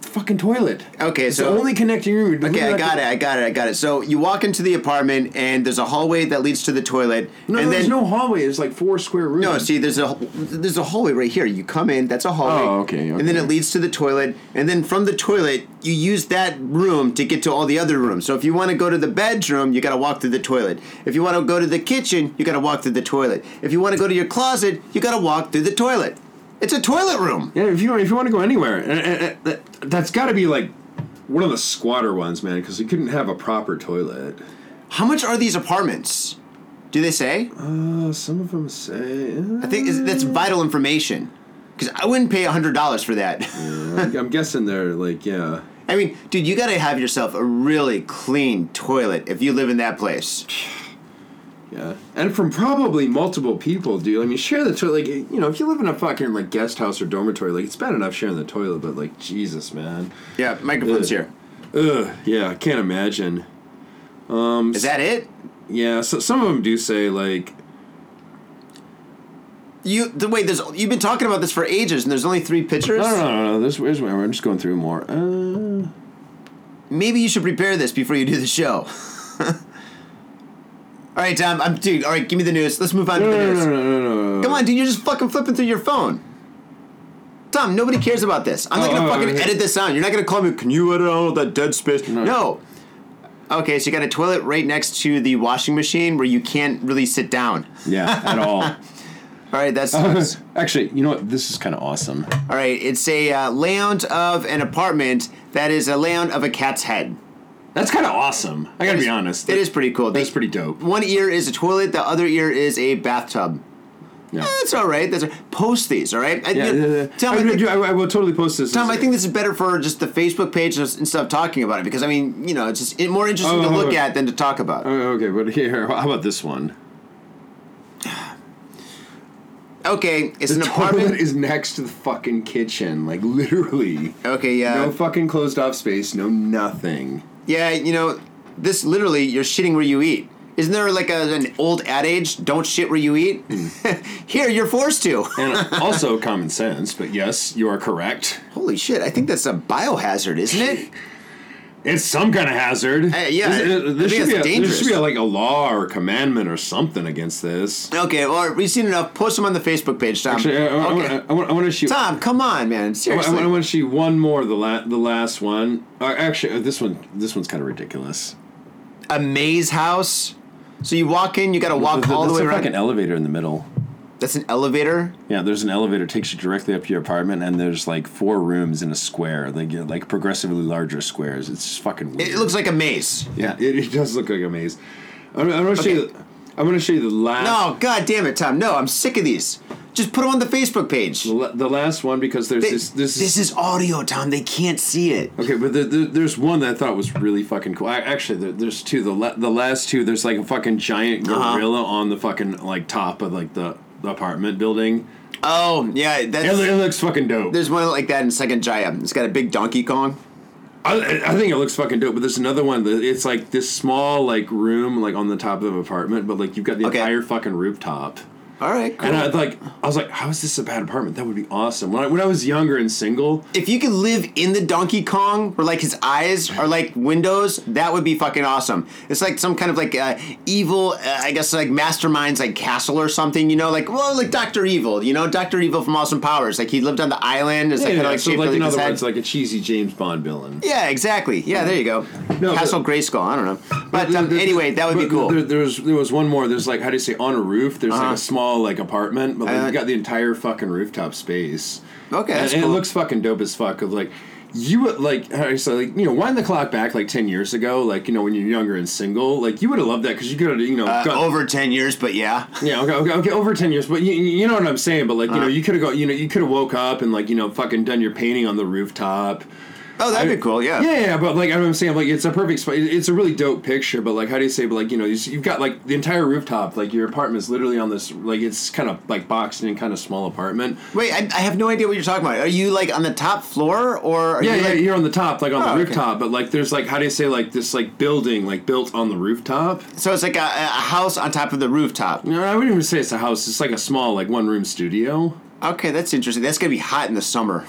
[SPEAKER 2] the fucking toilet.
[SPEAKER 1] Okay,
[SPEAKER 2] it's
[SPEAKER 1] so-
[SPEAKER 2] the only connecting room.
[SPEAKER 1] Okay, I got it, I got it, I got it. So you walk into the apartment and there's a hallway that leads to the toilet.
[SPEAKER 2] No,
[SPEAKER 1] and
[SPEAKER 2] there's
[SPEAKER 1] then
[SPEAKER 2] no hallway. It's like four square rooms.
[SPEAKER 1] No, see there's a there's a hallway right here. You come in, that's a hallway.
[SPEAKER 2] Oh, okay,
[SPEAKER 1] And then
[SPEAKER 2] okay.
[SPEAKER 1] it leads to the toilet, and then from the toilet you use that room to get to all the other rooms. So if you want to go to the bedroom, you got to walk through the toilet. If you want to go to the kitchen, you got to walk through the toilet. If you want to go to your closet, you got to walk through the toilet. It's a toilet room.
[SPEAKER 2] Yeah, if you if you want to go anywhere, and- and- and that- that's got to be like one of the squatter ones, man, because you couldn't have a proper toilet.
[SPEAKER 1] How much are these apartments? Do they say?
[SPEAKER 2] Uh, some of them say. eh,
[SPEAKER 1] I think is,
[SPEAKER 2] Uh.
[SPEAKER 1] that's vital information. Because I wouldn't pay $100 for that.
[SPEAKER 2] I'm I'm guessing they're like, yeah.
[SPEAKER 1] I mean, dude, you gotta have yourself a really clean toilet if you live in that place.
[SPEAKER 2] Yeah. And from probably multiple people, dude. I mean, share the toilet. Like, you know, if you live in a fucking, like, guest house or dormitory, like, it's bad enough sharing the toilet, but, like, Jesus, man.
[SPEAKER 1] Yeah, microphone's
[SPEAKER 2] Ugh.
[SPEAKER 1] here.
[SPEAKER 2] Ugh, yeah, I can't imagine.
[SPEAKER 1] Is that it?
[SPEAKER 2] Yeah, so some of them do say, like,
[SPEAKER 1] You the wait, there's you've been talking about this for ages and there's only three pictures?
[SPEAKER 2] no, no, no, no, this is where I'm just going through more. Uh,
[SPEAKER 1] Maybe you should prepare this before you do the show. Alright, Tom, I'm dude, alright, give me the news. Let's move on
[SPEAKER 2] no,
[SPEAKER 1] to the
[SPEAKER 2] no,
[SPEAKER 1] news.
[SPEAKER 2] no, no, no, no.
[SPEAKER 1] Come on, dude, you're just fucking flipping through your phone. Tom, nobody cares about this. I'm not
[SPEAKER 2] Oh,
[SPEAKER 1] gonna
[SPEAKER 2] oh,
[SPEAKER 1] fucking
[SPEAKER 2] okay.
[SPEAKER 1] edit this out. You're not gonna call me, can you edit out all that dead space? No. Okay, so you got a toilet right next to the washing machine where you can't really sit down.
[SPEAKER 2] Yeah, at all.
[SPEAKER 1] All right, that sucks.
[SPEAKER 2] Actually, you know what? This is kind of awesome.
[SPEAKER 1] all right, it's a uh, layout of an apartment that is a layout of a cat's head.
[SPEAKER 2] That's kind of awesome. I gotta be honest.
[SPEAKER 1] It is pretty cool.
[SPEAKER 2] That's
[SPEAKER 1] They-
[SPEAKER 2] pretty dope.
[SPEAKER 1] One ear is a toilet, the other ear is a bathtub.
[SPEAKER 2] Yeah.
[SPEAKER 1] That's all right. That's all right. post these. All right. I,
[SPEAKER 2] Yeah, yeah, yeah.
[SPEAKER 1] Tom,
[SPEAKER 2] I,
[SPEAKER 1] I
[SPEAKER 2] would-
[SPEAKER 1] think-
[SPEAKER 2] I, I will totally post this.
[SPEAKER 1] Tom, I think this is better for just the Facebook page and s- instead of talking about it because I mean, you know, it's just it- more interesting to
[SPEAKER 2] Oh,
[SPEAKER 1] look
[SPEAKER 2] okay.
[SPEAKER 1] at than to talk about.
[SPEAKER 2] Oh, Okay, but here, how about this one?
[SPEAKER 1] Okay, it's an
[SPEAKER 2] The
[SPEAKER 1] apartment.
[SPEAKER 2] toilet is next to the fucking kitchen, like literally.
[SPEAKER 1] okay, yeah,
[SPEAKER 2] no fucking closed off space, no nothing.
[SPEAKER 1] yeah. You know, this literally, you're shitting where you eat. Isn't there like a, an old adage, don't shit where you eat? Here, you're forced to.
[SPEAKER 2] and also common sense, but yes, you are correct.
[SPEAKER 1] Holy shit, I think that's a biohazard, isn't it?
[SPEAKER 2] It's some kind of hazard.
[SPEAKER 1] Hey, yeah,
[SPEAKER 2] This-
[SPEAKER 1] I- I think
[SPEAKER 2] there, should
[SPEAKER 1] it's
[SPEAKER 2] be a, there
[SPEAKER 1] dangerous.
[SPEAKER 2] should be a, like a law or a commandment or something against this.
[SPEAKER 1] okay, well, we've seen enough. Post them on the Facebook page, Tom.
[SPEAKER 2] Actually, uh, I, I,
[SPEAKER 1] okay.
[SPEAKER 2] I, want, I want to shoot.
[SPEAKER 1] Tom, come on, man.
[SPEAKER 2] I,
[SPEAKER 1] Seriously.
[SPEAKER 2] want to shoot one more. The la- the last one. Uh, actually, uh, this one this one's kind of ridiculous.
[SPEAKER 1] a maze house. So you walk in, you gotta walk
[SPEAKER 2] There's a-
[SPEAKER 1] all the
[SPEAKER 2] there's
[SPEAKER 1] way
[SPEAKER 2] a
[SPEAKER 1] around.
[SPEAKER 2] fucking elevator in the middle.
[SPEAKER 1] That's an elevator.
[SPEAKER 2] Yeah, there's an elevator takes you directly up to your apartment, and there's like four rooms in a square. They get like progressively larger squares. It's just fucking weird.
[SPEAKER 1] It looks like a maze.
[SPEAKER 2] yeah, it, it does look like a maze. I'm, I'm gonna show you.
[SPEAKER 1] Okay.
[SPEAKER 2] I'm gonna show you the last.
[SPEAKER 1] No, god damn it, Tom. No, I'm sick of these. Just put them on the Facebook page.
[SPEAKER 2] The la- the last one because there's
[SPEAKER 1] They-
[SPEAKER 2] this this,
[SPEAKER 1] this is audio, Tom. They can't see it.
[SPEAKER 2] okay, but there, there, there's one that I thought was really fucking cool. I, actually, there, there's two. The la- the last two. There's like a fucking giant gorilla on the fucking like top of like the, the apartment building.
[SPEAKER 1] Oh, yeah,
[SPEAKER 2] It,
[SPEAKER 1] that's.
[SPEAKER 2] loo- it looks fucking dope.
[SPEAKER 1] There's one like that in Second Jaya. It's got a big Donkey Kong.
[SPEAKER 2] I, I think it looks fucking dope. But there's another one. That it's like this small like room like on the top of an apartment, but like you've got the
[SPEAKER 1] Okay.
[SPEAKER 2] entire fucking rooftop.
[SPEAKER 1] All right, cool.
[SPEAKER 2] And I like I was like, how is this a bad apartment? That would be awesome. When I when I was younger and single,
[SPEAKER 1] if you could live in the Donkey Kong, where like his eyes are like windows, that would be fucking awesome. It's like some kind of like uh, evil, uh, I guess like masterminds like castle or something, you know, like well, like Doctor Evil, you know, Doctor Evil from Austin Powers. Like he lived on the island. It's like
[SPEAKER 2] yeah,
[SPEAKER 1] kind of like
[SPEAKER 2] so
[SPEAKER 1] shaped
[SPEAKER 2] like
[SPEAKER 1] like
[SPEAKER 2] in
[SPEAKER 1] his
[SPEAKER 2] other
[SPEAKER 1] head.
[SPEAKER 2] words, like a cheesy James Bond villain.
[SPEAKER 1] yeah, exactly. Yeah, there you go.
[SPEAKER 2] No,
[SPEAKER 1] Castle
[SPEAKER 2] but-
[SPEAKER 1] Grayskull. I don't know, but um,
[SPEAKER 2] There- there-
[SPEAKER 1] anyway, that would be
[SPEAKER 2] but
[SPEAKER 1] cool.
[SPEAKER 2] There, there was there was one more. There's like how do you say on a roof? There's like
[SPEAKER 1] Uh-huh.
[SPEAKER 2] a small like apartment, but like,
[SPEAKER 1] Uh,
[SPEAKER 2] you got the entire fucking rooftop space.
[SPEAKER 1] Okay,
[SPEAKER 2] and,
[SPEAKER 1] that's
[SPEAKER 2] and
[SPEAKER 1] cool.
[SPEAKER 2] it looks fucking dope as fuck. Of like you would like how do you say like you know wind the clock back like ten years ago, like you know when you're younger and single, like you would have loved that because you could have you know
[SPEAKER 1] Uh,
[SPEAKER 2] got-
[SPEAKER 1] over ten years, but yeah.
[SPEAKER 2] yeah, okay, okay, okay, over ten years, but you, you know what I'm saying. But like,
[SPEAKER 1] Uh-huh.
[SPEAKER 2] you know, you could have got, you know, you could have woke up and like, you know, fucking done your painting on the rooftop.
[SPEAKER 1] Oh, that'd
[SPEAKER 2] I-
[SPEAKER 1] be cool. Yeah.
[SPEAKER 2] Yeah, yeah, yeah, but like I'm saying, like it's a perfect spot. It's a really dope picture, but like how do you say? But like you know, you s- you've got like the entire rooftop. Like your apartment's literally on this. Like it's kind of like boxed in, kind of small apartment.
[SPEAKER 1] Wait, I, I have no idea what you're talking about. Are you like on the top floor, or are
[SPEAKER 2] yeah,
[SPEAKER 1] you
[SPEAKER 2] yeah,
[SPEAKER 1] like,
[SPEAKER 2] you're on the top, like on
[SPEAKER 1] Oh,
[SPEAKER 2] the
[SPEAKER 1] okay.
[SPEAKER 2] rooftop. But like there's like how do you say like this like building like built on the rooftop?
[SPEAKER 1] So it's like a, a house on top of the rooftop.
[SPEAKER 2] No, I wouldn't even say it's a house. It's like a small like one room studio.
[SPEAKER 1] Okay, that's interesting. That's gonna be hot in the summer.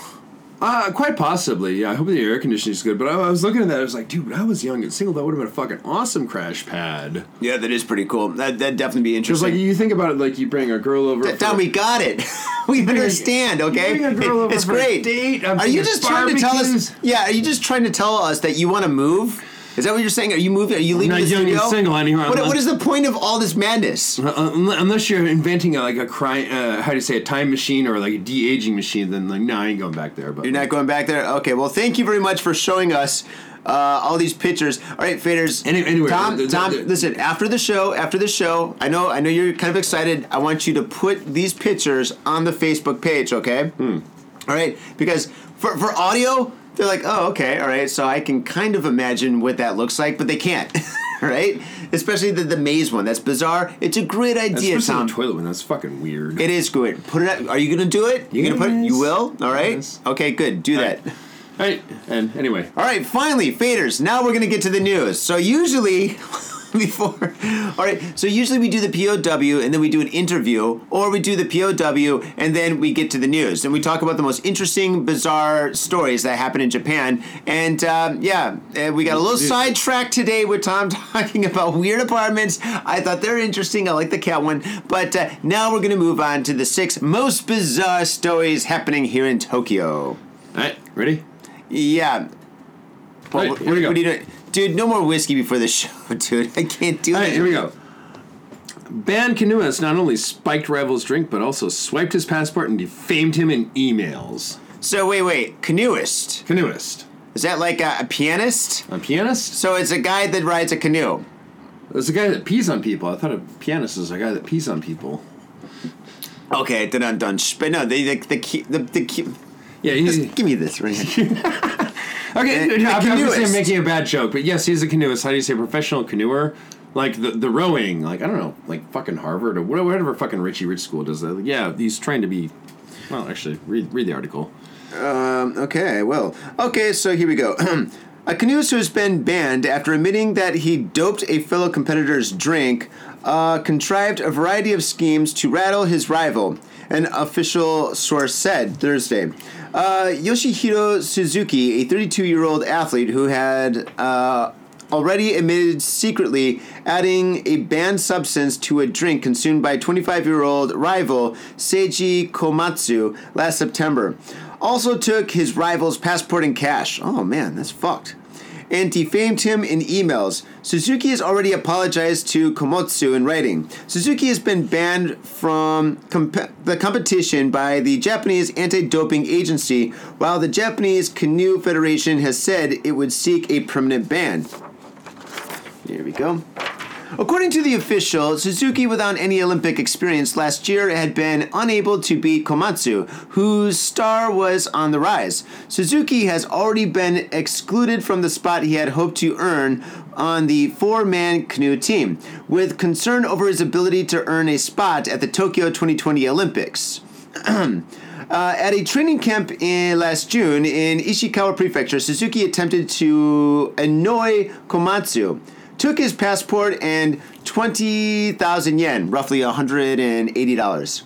[SPEAKER 2] Uh, quite possibly. Yeah, I hope the air conditioning's good. But I, I was looking at that. I was like, dude, when I was young and single, that would have been a fucking awesome crash pad.
[SPEAKER 1] Yeah, that is pretty cool. That that'd definitely be
[SPEAKER 2] Because like
[SPEAKER 1] interesting.
[SPEAKER 2] you think about it, like you bring a girl over. for-
[SPEAKER 1] Tom, we got it. we understand. Okay,
[SPEAKER 2] bring a girl over
[SPEAKER 1] it's
[SPEAKER 2] for a
[SPEAKER 1] great.
[SPEAKER 2] date. I'm
[SPEAKER 1] Are you
[SPEAKER 2] thinking
[SPEAKER 1] just trying to tell us?
[SPEAKER 2] barbecues.
[SPEAKER 1] Yeah, are you just trying to tell us that you want to move? Is that what you're saying? Are you moving? Are you leaving
[SPEAKER 2] not
[SPEAKER 1] the
[SPEAKER 2] young and
[SPEAKER 1] studio?
[SPEAKER 2] single anymore.
[SPEAKER 1] What, what is the point of all this madness?
[SPEAKER 2] Uh, un- Unless you're inventing a, like a crime, uh, how do you say, a time machine or like a de aging machine, then like, no, I ain't going back there. But
[SPEAKER 1] You're not going back there. Okay. Well, thank you very much for showing us uh, all these pictures. All right, faders.
[SPEAKER 2] Any- anyway,
[SPEAKER 1] Tom,
[SPEAKER 2] the- the-
[SPEAKER 1] Tom,
[SPEAKER 2] the-
[SPEAKER 1] listen. After the show, after the show, I know, I know you're kind of excited. I want you to put these pictures on the Facebook page. Okay.
[SPEAKER 2] Hmm.
[SPEAKER 1] All right, because for for audio, they're like, oh, okay, all right. So I can kind of imagine what that looks like, but they can't. Right, especially the, the maze one. That's bizarre. It's a great idea,
[SPEAKER 2] especially
[SPEAKER 1] Tom.
[SPEAKER 2] the toilet one, that's fucking weird.
[SPEAKER 1] It is good. Put it. Up. Are you gonna do it? You gonna put it? You
[SPEAKER 2] Yes.
[SPEAKER 1] will. All right.
[SPEAKER 2] Yes.
[SPEAKER 1] Okay. Good. Do
[SPEAKER 2] right.
[SPEAKER 1] that.
[SPEAKER 2] Right, and anyway,
[SPEAKER 1] All right. Finally, faders. Now we're gonna get to the news. So usually, before. All right. So usually we do the POW and then we do an interview, or we do the POW and then we get to the news and we talk about the most interesting, bizarre stories that happen in Japan. And um, yeah, uh, we got a little sidetracked today with Tom talking about weird apartments. I thought they're interesting. I like the cat one, but uh, now we're gonna move on to the six most bizarre stories happening here in Tokyo.
[SPEAKER 2] all right, ready?
[SPEAKER 1] Yeah. Well,
[SPEAKER 2] All right,
[SPEAKER 1] what,
[SPEAKER 2] here we go.
[SPEAKER 1] what are you doing? Dude, no more whiskey before the show, dude. I can't do
[SPEAKER 2] All right,
[SPEAKER 1] that.
[SPEAKER 2] here we go. Ban Kanuas not only spiked rival's drink, but also swiped his passport and defamed him in emails.
[SPEAKER 1] So wait, wait. Canoeist.
[SPEAKER 2] Canoeist.
[SPEAKER 1] Is that like a, a pianist?
[SPEAKER 2] A pianist?
[SPEAKER 1] So it's a guy that rides a canoe.
[SPEAKER 2] There's a guy that pees on people. I thought a pianist is a guy that pees on people.
[SPEAKER 1] Okay, dun dun dun. But no, they, the the key, the, the key,
[SPEAKER 2] Yeah, he's.
[SPEAKER 1] just give me this right here.
[SPEAKER 2] Okay,
[SPEAKER 1] A- a
[SPEAKER 2] I'm, I'm just
[SPEAKER 1] canoeist.
[SPEAKER 2] saying making a bad joke, but yes, he's a canoeist. How do you say professional canoer? Like the the rowing, like I don't know, like fucking Harvard or wha- whatever fucking Richie Rich school does that. Like, yeah, he's trying to be. Well, actually, read read the article.
[SPEAKER 1] Okay, well, okay, so here we go. A canoeist who has been banned after admitting that he doped a fellow competitor's drink uh, contrived a variety of schemes to rattle his rival, an official source said Thursday. Uh, Yoshihiro Suzuki, a 32 year old athlete who had uh, already admitted secretly adding a banned substance to a drink consumed by 25 year old rival Seiji Komatsu last September. Also took his rival's passport and cash. Oh man, that's fucked. And defamed him in emails. Suzuki has already apologized to Komotsu in writing. Suzuki has been banned from comp- the competition by the Japanese anti doping agency, while the Japanese Canoe Federation has said it would seek a permanent ban. Here we go. According to the official, Suzuki, without any Olympic experience last year, had been unable to beat Komatsu, whose star was on the rise. Suzuki has already been excluded from the spot he had hoped to earn on the four man canoe team, with concern over his ability to earn a spot at the Tokyo 2020 Olympics. Uh, at a training camp in last June in Ishikawa Prefecture, Suzuki attempted to annoy Komatsu, took his passport and 20,000 yen, roughly $180,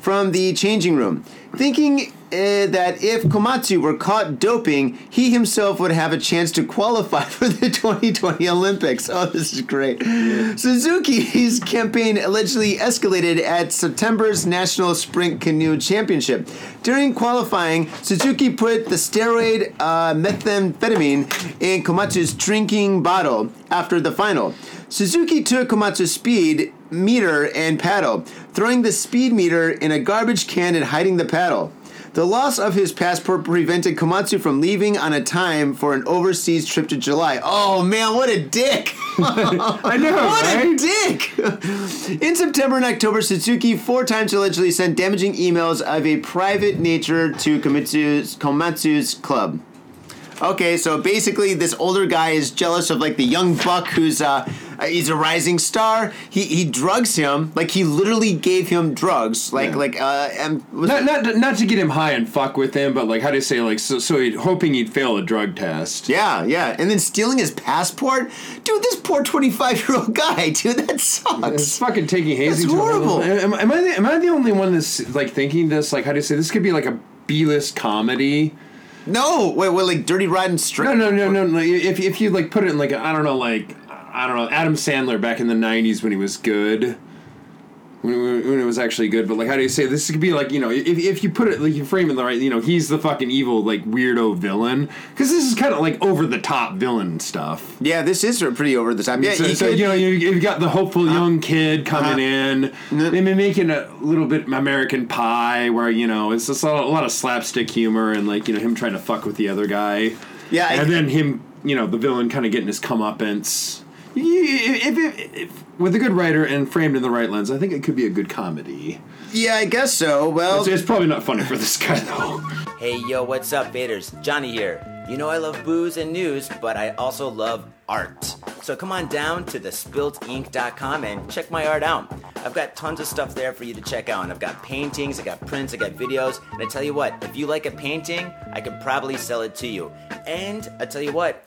[SPEAKER 1] from the changing room, thinking uh, that if Komatsu were caught doping, he himself would have a chance to qualify for the 2020 Olympics. Oh, this is great. Suzuki's campaign allegedly escalated at September's National Sprint Canoe Championship. During qualifying, Suzuki put the steroid uh, methamphetamine in Komatsu's drinking bottle after the final. Suzuki took Komatsu's speed meter and paddle, throwing the speed meter in a garbage can and hiding the paddle. The loss of his passport prevented Komatsu from leaving on a time for an overseas trip to July. Oh man, what a dick!
[SPEAKER 2] I know,
[SPEAKER 1] What a
[SPEAKER 2] right?
[SPEAKER 1] dick! In September and October, Suzuki four times allegedly sent damaging emails of a private nature to Komatsu's, Komatsu's club. Okay, so basically, this older guy is jealous of like the young buck who's uh, uh, he's a rising star. He he drugs him, like he literally gave him drugs, like
[SPEAKER 2] Yeah.
[SPEAKER 1] like uh, and was
[SPEAKER 2] Not, not, not to get him high and fuck with him, but like how do you say like so, so he'd hoping he'd fail a drug test.
[SPEAKER 1] Yeah, yeah. And then stealing his passport? Dude, this poor 25 year old guy, dude, that
[SPEAKER 2] It's
[SPEAKER 1] sucks.
[SPEAKER 2] fucking taking
[SPEAKER 1] That's
[SPEAKER 2] hazing. to another
[SPEAKER 1] horrible.
[SPEAKER 2] level. Am, am I the, am I the only one that's like thinking this? Like how do you say this could be like a B list comedy?
[SPEAKER 1] No, wait, wait, like Dirty Riding Straight.
[SPEAKER 2] No, no, no, no, no. If if you like put it in like a, I don't know, like I don't know, Adam Sandler back in the '90s when he was good, when, when, when it was actually good. But like, how do you say this could be like you know, if if you put it like you frame it the right, you know, he's the fucking evil like weirdo villain because this is kind of like over the top villain stuff.
[SPEAKER 1] Yeah, this is pretty over the top. Yeah,
[SPEAKER 2] so,
[SPEAKER 1] he
[SPEAKER 2] so,
[SPEAKER 1] could-
[SPEAKER 2] you know, you, you've got the hopeful
[SPEAKER 1] Uh-huh.
[SPEAKER 2] young kid coming in, maybe making a little bit American Pie, where you know it's just a lot, a lot of slapstick humor and like you know him trying to fuck with the other guy.
[SPEAKER 1] Yeah, I-
[SPEAKER 2] and then him, you know, the villain kind of getting his comeuppance. You- you- If, if, if, with a good writer and framed in the right lens, I think it could be a good comedy.
[SPEAKER 1] yeah, I guess so. Well,
[SPEAKER 2] It's, it's probably not funny for this guy though.
[SPEAKER 3] Hey yo, what's up, Vaders? Johnny here. You know I love booze and news, but I also love art. So come on down to thespiltink.com and check my art out. I've got tons of stuff there for you to check out. And I've got paintings, I got prints, I got videos, and I tell you what, if you like a painting, I could probably sell it to you. And I tell you what,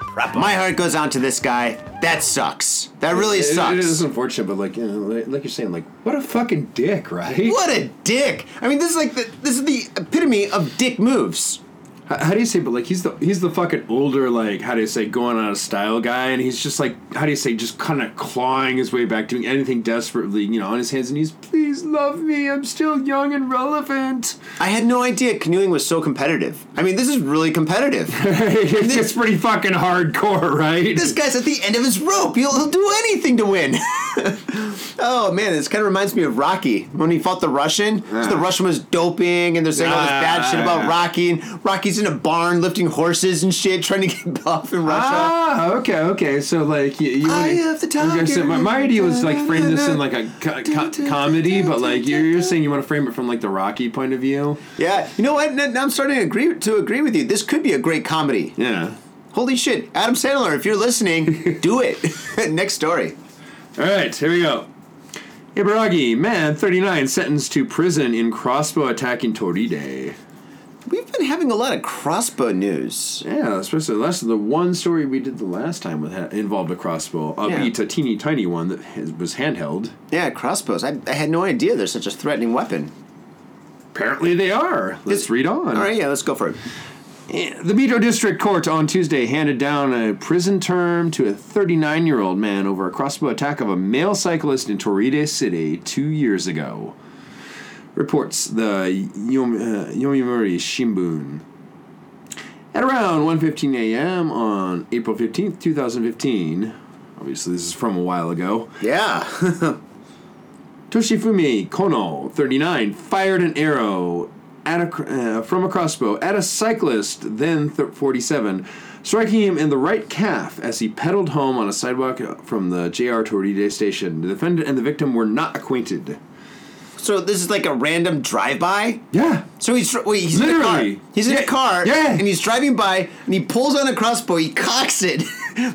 [SPEAKER 3] Proper.
[SPEAKER 1] my heart goes out to this guy. That sucks. That really
[SPEAKER 2] It-
[SPEAKER 1] sucks.
[SPEAKER 2] It is unfortunate, but like you know, like, like you're saying, like what a fucking dick, right?
[SPEAKER 1] what a dick. I mean, this is like the, this is the epitome of dick moves.
[SPEAKER 2] how, how do you say? But like he's the he's the fucking older like how do you say going out of style guy, and he's just like how do you say just kind of clawing his way back, doing anything desperately, you know, on his hands and knees. Please love me. I'm still young and relevant.
[SPEAKER 1] I had no idea canoeing was so competitive. I mean, this is really competitive.
[SPEAKER 2] it's pretty fucking hardcore, right?
[SPEAKER 1] this guy's at the end of his rope. He'll, he'll do anything to win. oh man, this kind of reminds me of Rocky when he fought the Russian. So the Russian was doping, and they're saying all this bad shit about Rocky. And Rocky's in a barn lifting horses and shit, trying to get buff in Russia.
[SPEAKER 2] Ah, okay, okay. So like you, you
[SPEAKER 1] Eye
[SPEAKER 2] wanna-
[SPEAKER 1] of the
[SPEAKER 2] you guys
[SPEAKER 1] tiger.
[SPEAKER 2] said- my, my idea was like frame this in like a co- co- comedy, but like you're, you're saying you want to frame it from like the Rocky point of view.
[SPEAKER 1] yeah, you know what? Now now I'm starting to agree to agree with you. This could be a great comedy.
[SPEAKER 2] Yeah.
[SPEAKER 1] Holy shit, Adam Sandler! If you're listening, do it. Next story.
[SPEAKER 2] All right, here we go. Ibaragi, man, 39, sentenced to prison in crossbow attack in Toride.
[SPEAKER 1] We've been having a lot of crossbow news.
[SPEAKER 2] Yeah, especially the last the one story we did the last time with ha- involved a crossbow, albeit
[SPEAKER 1] Yeah.
[SPEAKER 2] a teeny tiny one that has, was handheld.
[SPEAKER 1] Yeah, crossbows. I, I had no idea they're such a threatening weapon.
[SPEAKER 2] Apparently they are. Let's
[SPEAKER 1] This-
[SPEAKER 2] read on.
[SPEAKER 1] All right, yeah, let's go for it.
[SPEAKER 2] The Mito District Court on Tuesday handed down a prison term to a 39 year old man over a crossbow attack of a male cyclist in Torride City two years ago. Reports the Yom, uh, Yomiuri Shimbun. At around 1:15 a.m. on April 15th, 2015, obviously this is from a while ago,
[SPEAKER 1] Yeah.
[SPEAKER 2] Toshifumi Kono, 39, fired an arrow at a, cr- uh, from a crossbow at a cyclist, then th- 47, striking him in the right calf as he pedaled home on a sidewalk uh, from the JR Torride station. The defendant and the victim were not acquainted.
[SPEAKER 1] so this is like a random drive-by.
[SPEAKER 2] Yeah.
[SPEAKER 1] So he's wait, he's in a
[SPEAKER 2] Literally.
[SPEAKER 1] car. He's in
[SPEAKER 2] Yeah,
[SPEAKER 1] a car.
[SPEAKER 2] yeah.
[SPEAKER 1] And he's driving by, and he pulls on a crossbow. He cocks it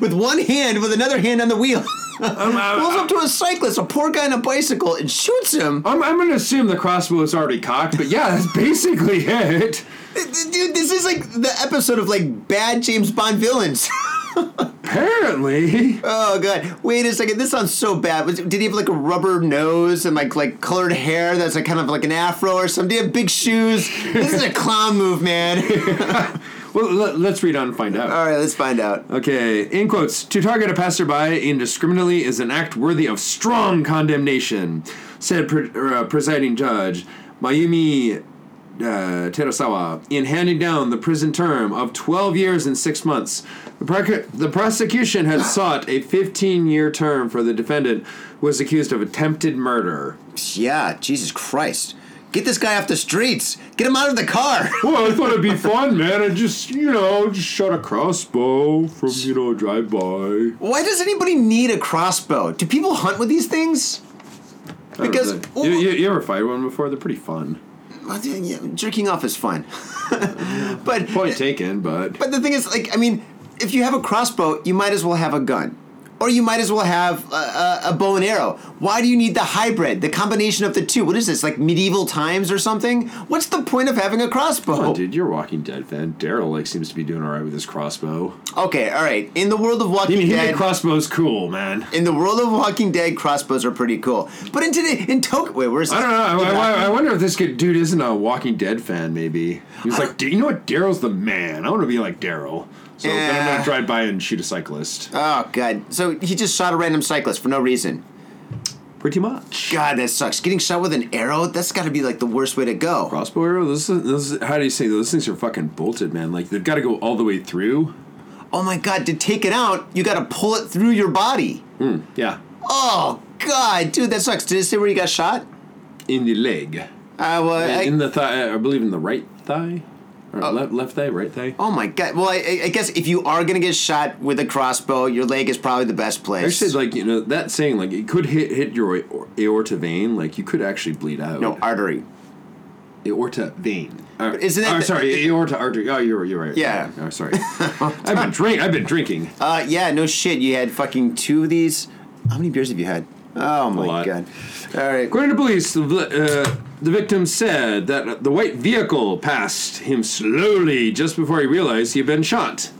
[SPEAKER 1] with one hand, with another hand on the wheel.
[SPEAKER 2] I-
[SPEAKER 1] pulls up to a cyclist, a poor guy on a bicycle, and shoots him.
[SPEAKER 2] I'm, I'm going to assume the crossbow is already cocked, but yeah, that's basically it.
[SPEAKER 1] Dude, this is like the episode of like bad James Bond villains.
[SPEAKER 2] Apparently.
[SPEAKER 1] Oh god! Wait a second. This sounds so bad. Was, did he have like a rubber nose and like like colored hair that's like kind of like an afro or something? Did he have big shoes? this is a clown move, man.
[SPEAKER 2] Well, let, let's read on and find out.
[SPEAKER 1] All right, let's find out.
[SPEAKER 2] Okay, in quotes, to target a passerby indiscriminately is an act worthy of strong condemnation, said pre- er, uh, presiding judge Mayumi uh, Terasawa in handing down the prison term of 12 years and 6 months. The, proc- the prosecution had sought a 15 year term for the defendant, who was accused of attempted murder.
[SPEAKER 1] Yeah, Jesus Christ! Get this guy off the streets. Get him out of the car.
[SPEAKER 2] Well, I thought it'd be fun, man. I just, you know, just shot a crossbow from, you know, drive by.
[SPEAKER 1] Why does anybody need a crossbow? Do people hunt with these things? Because
[SPEAKER 2] Oh, you, you, you ever fired one before? They're pretty fun.
[SPEAKER 1] Well, yeah, jerking off is fun, but
[SPEAKER 2] Point taken, but
[SPEAKER 1] But the thing is, like, I mean, if you have a crossbow, you might as well have a gun. Or you might as well have a, a, a bow and arrow. Why do you need the hybrid, the combination of the two? What is this, like medieval times or something? What's the point of having a crossbow?
[SPEAKER 2] dude, you're Walking Dead fan. Daryl like seems to be doing all right with his crossbow.
[SPEAKER 1] okay, all right. In the world of
[SPEAKER 2] I
[SPEAKER 1] Walking
[SPEAKER 2] mean, he made
[SPEAKER 1] Dead,
[SPEAKER 2] crossbows cool, man.
[SPEAKER 1] in the world of Walking Dead, crossbows are pretty cool. But in today, in Tokyo, wait, where's
[SPEAKER 2] I don't know. I, I, I wonder if this kid, dude isn't a Walking Dead fan. Maybe he's like, "D- you know what? Daryl's the man. I want to be like Daryl. So then I'm
[SPEAKER 1] Yeah.
[SPEAKER 2] gonna drive by and shoot a cyclist.
[SPEAKER 1] Oh god! So he just shot a random cyclist for no reason.
[SPEAKER 2] Pretty much.
[SPEAKER 1] God, that sucks. Getting shot with an arrow—that's got to be like the worst way to go.
[SPEAKER 2] Crossbow arrow. This is, this is how do you say those things are fucking bolted, man. Like they've got to go all the way through.
[SPEAKER 1] oh my god, to take it out, you gotta pull it through your body.
[SPEAKER 2] Yeah,
[SPEAKER 1] Oh god, dude, that sucks. Did it say where you got shot?
[SPEAKER 2] in the leg.
[SPEAKER 1] Uh, well,
[SPEAKER 2] And
[SPEAKER 1] I,
[SPEAKER 2] in the thigh, I believe in the right thigh, or left, left thigh, right thigh.
[SPEAKER 1] oh my god. Well, I- I, I guess if you are gonna get shot with a crossbow, your leg is probably the best place.
[SPEAKER 2] Actually, like you know that saying, like it could hit hit your aor- aorta vein, like you could actually bleed out.
[SPEAKER 1] no artery.
[SPEAKER 2] aorta vein. Uh,
[SPEAKER 1] isn't that
[SPEAKER 2] oh,
[SPEAKER 1] the-
[SPEAKER 2] sorry, aorta artery. Oh, you're you're right.
[SPEAKER 1] Yeah.
[SPEAKER 2] Oh, sorry. I've been drink. I've been drinking.
[SPEAKER 1] Uh, yeah, no shit. You had fucking two of these. How many beers have you had? Oh my
[SPEAKER 2] lot.
[SPEAKER 1] god. All right.
[SPEAKER 2] According to police, the, vi- uh, the victim said that the white vehicle passed him slowly just before he realized he had been shot.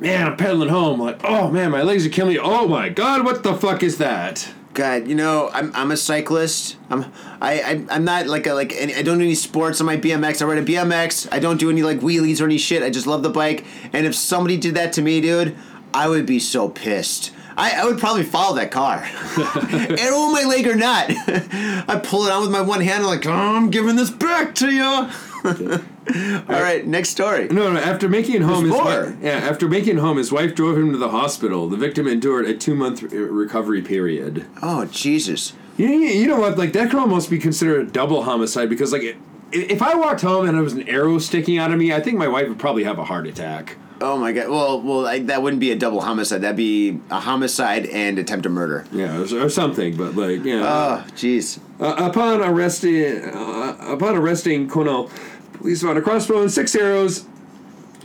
[SPEAKER 2] Man, I'm pedaling home like, oh man, my legs are killing me. Oh my god, what the fuck is that?
[SPEAKER 1] God, you know, I'm, I'm a cyclist. I'm I, I I'm not like a like any, I don't do any sports on my BMX. I ride a BMX. I don't do any like wheelies or any shit. I just love the bike. And if somebody did that to me, dude, I would be so pissed. I, I would probably follow that car, arrow in my leg or not. I pull it on with my one hand. I'm like, "Oh, I'm giving this back to you. All right, next story.
[SPEAKER 2] No, no. After making it home, his
[SPEAKER 1] more.
[SPEAKER 2] wife, yeah. After making it home, his wife drove him to the hospital. The victim endured a two-month re- recovery period.
[SPEAKER 1] Oh Jesus.
[SPEAKER 2] You, you, you know what? Like that could almost be considered a double homicide because, like, i if I walked home and there was an arrow sticking out of me, I think my wife would probably have a heart attack.
[SPEAKER 1] Oh my god. Well, well, I, that wouldn't be a double homicide. That'd be a homicide and attempted murder.
[SPEAKER 2] Yeah, or, or something. But like, yeah.
[SPEAKER 1] Oh, jeez.
[SPEAKER 2] Uh, upon arresting, uh, upon arresting Cornell, police found a crossbow and six arrows,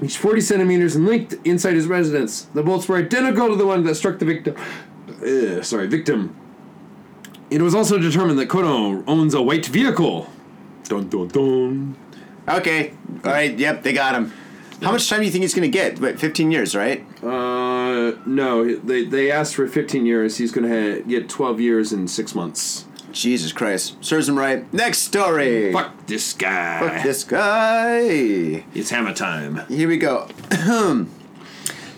[SPEAKER 2] each 40 centimeters, and linked inside his residence. The bolts were identical to the one that struck the victim. Uh, sorry, victim. It was also determined that Kono owns a white vehicle. Dun dun dun.
[SPEAKER 1] Okay. All right. Yep, they got him. How much time do you think he's gonna get? But 15 years, right?
[SPEAKER 2] Uh, no, they, they asked for 15 years. He's going to get 12 years and six months.
[SPEAKER 1] Jesus Christ. Serves him right. Next story.
[SPEAKER 2] Fuck this guy.
[SPEAKER 1] Fuck this guy.
[SPEAKER 2] It's hammer time.
[SPEAKER 1] Here we go.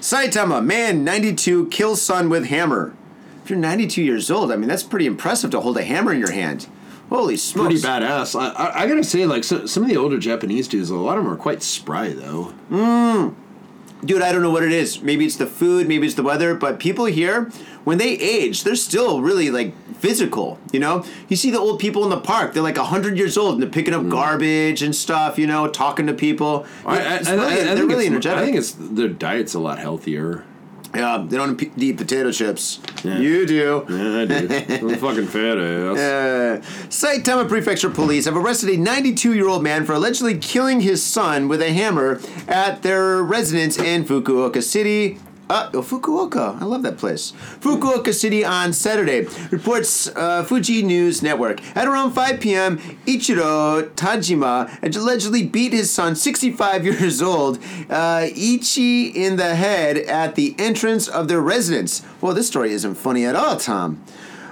[SPEAKER 1] Saitama, man 92, kills son with hammer. If you're 92 years old, I mean, that's pretty impressive to hold a hammer in your hand. Holy smokes.
[SPEAKER 2] Pretty badass. I, I, I gotta say, like so, some of the older Japanese dudes, a lot of them are quite spry though.
[SPEAKER 1] Dude, I don't know what it is. Maybe it's the food, maybe it's the weather, but people here, when they age, they're still really like physical, you know? You see the old people in the park, they're like 100 years old and they're picking
[SPEAKER 2] Hmm.
[SPEAKER 1] up garbage and stuff, you know, talking to people. It's really-
[SPEAKER 2] think
[SPEAKER 1] they're really
[SPEAKER 2] it's-
[SPEAKER 1] energetic.
[SPEAKER 2] I think it's their diet's a lot healthier.
[SPEAKER 1] yeah, they don't p- eat potato chips.
[SPEAKER 2] Yeah.
[SPEAKER 1] You do.
[SPEAKER 2] Yeah, I do. I'm a fucking fat ass.
[SPEAKER 1] Uh, Saitama Prefecture police have arrested a 92 year old man for allegedly killing his son with a hammer at their residence in Fukuoka City. Uh, oh, Fukuoka. I love that place. Fukuoka City on Saturday, reports uh, Fuji News Network. At around 5 p.m., Ichiro Tajima allegedly beat his son, 65 years old, uh, Ichi in the head at the entrance of their residence. Well, this story isn't funny at all, Tom.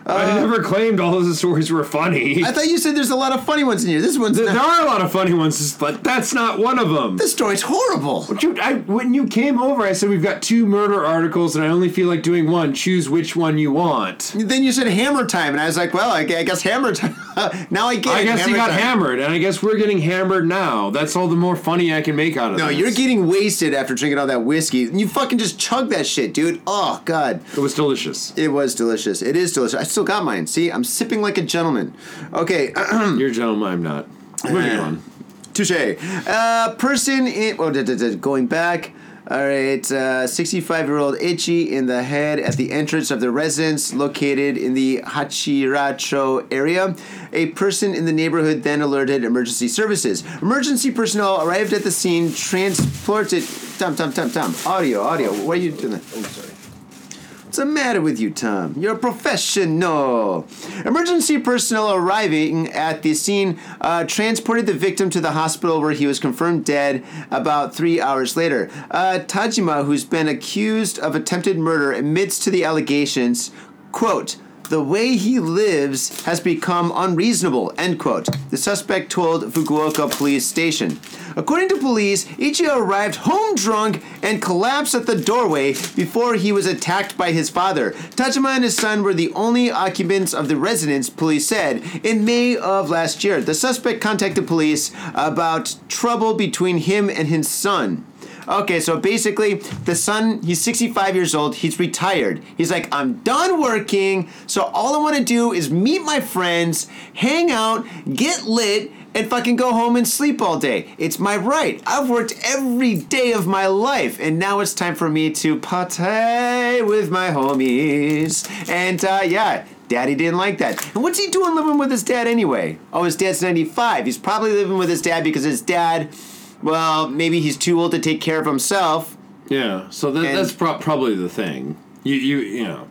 [SPEAKER 2] I never claimed all of the stories were funny.
[SPEAKER 1] I thought you said there's a lot of funny ones in here. This one's
[SPEAKER 2] there
[SPEAKER 1] not.
[SPEAKER 2] are a lot of funny ones, but that's not one of them.
[SPEAKER 1] This story's horrible.
[SPEAKER 2] Dude, I, when you came over, I said we've got two murder articles, and I only feel like doing one. Choose which one you want.
[SPEAKER 1] Then you said hammer time, and I was like, well, I, gu- I guess hammer time. now I get
[SPEAKER 2] I
[SPEAKER 1] it,
[SPEAKER 2] guess he got
[SPEAKER 1] time.
[SPEAKER 2] hammered, and I guess we're getting hammered now. That's all the more funny I can make out of
[SPEAKER 1] No,
[SPEAKER 2] this.
[SPEAKER 1] you're getting wasted after drinking all that whiskey. You fucking just chug that shit, dude. Oh, God.
[SPEAKER 2] It was delicious.
[SPEAKER 1] It was delicious. It is delicious. I still got mine. See, I'm sipping like a gentleman. Okay,
[SPEAKER 2] You're a gentleman, I'm not. Moving on.
[SPEAKER 1] Touche. Uh, person in. Oh, da, da, da, going back. All right. 65 year old Ichi in the head at the entrance of the residence located in the Hachiracho area. A person in the neighborhood then alerted emergency services. Emergency personnel arrived at the scene, transported. Tom, Tom, Tom, Tom. Audio, audio. What are you doing? Oh, sorry. What's the matter with you, Tom? You're a professional. Emergency personnel arriving at the scene uh, transported the victim to the hospital where he was confirmed dead about three hours later. Uh, Tajima, who's been accused of attempted murder, admits to the allegations, quote, the way he lives has become unreasonable, end quote, the suspect told Fukuoka police station. According to police, Ichio arrived home drunk and collapsed at the doorway before he was attacked by his father. Tajima and his son were the only occupants of the residence, police said. In May of last year, the suspect contacted police about trouble between him and his son. Okay, so basically, the son, he's 65 years old, he's retired. He's like, I'm done working, so all I wanna do is meet my friends, hang out, get lit, and fucking go home and sleep all day. It's my right. I've worked every day of my life, and now it's time for me to party with my homies. And uh, yeah, Daddy didn't like that. And what's he doing living with his dad anyway? Oh, his dad's 95. He's probably living with his dad because his dad, well, maybe he's too old to take care of himself.
[SPEAKER 2] Yeah, so that,
[SPEAKER 1] And-
[SPEAKER 2] that's pro- probably the thing. You you you know.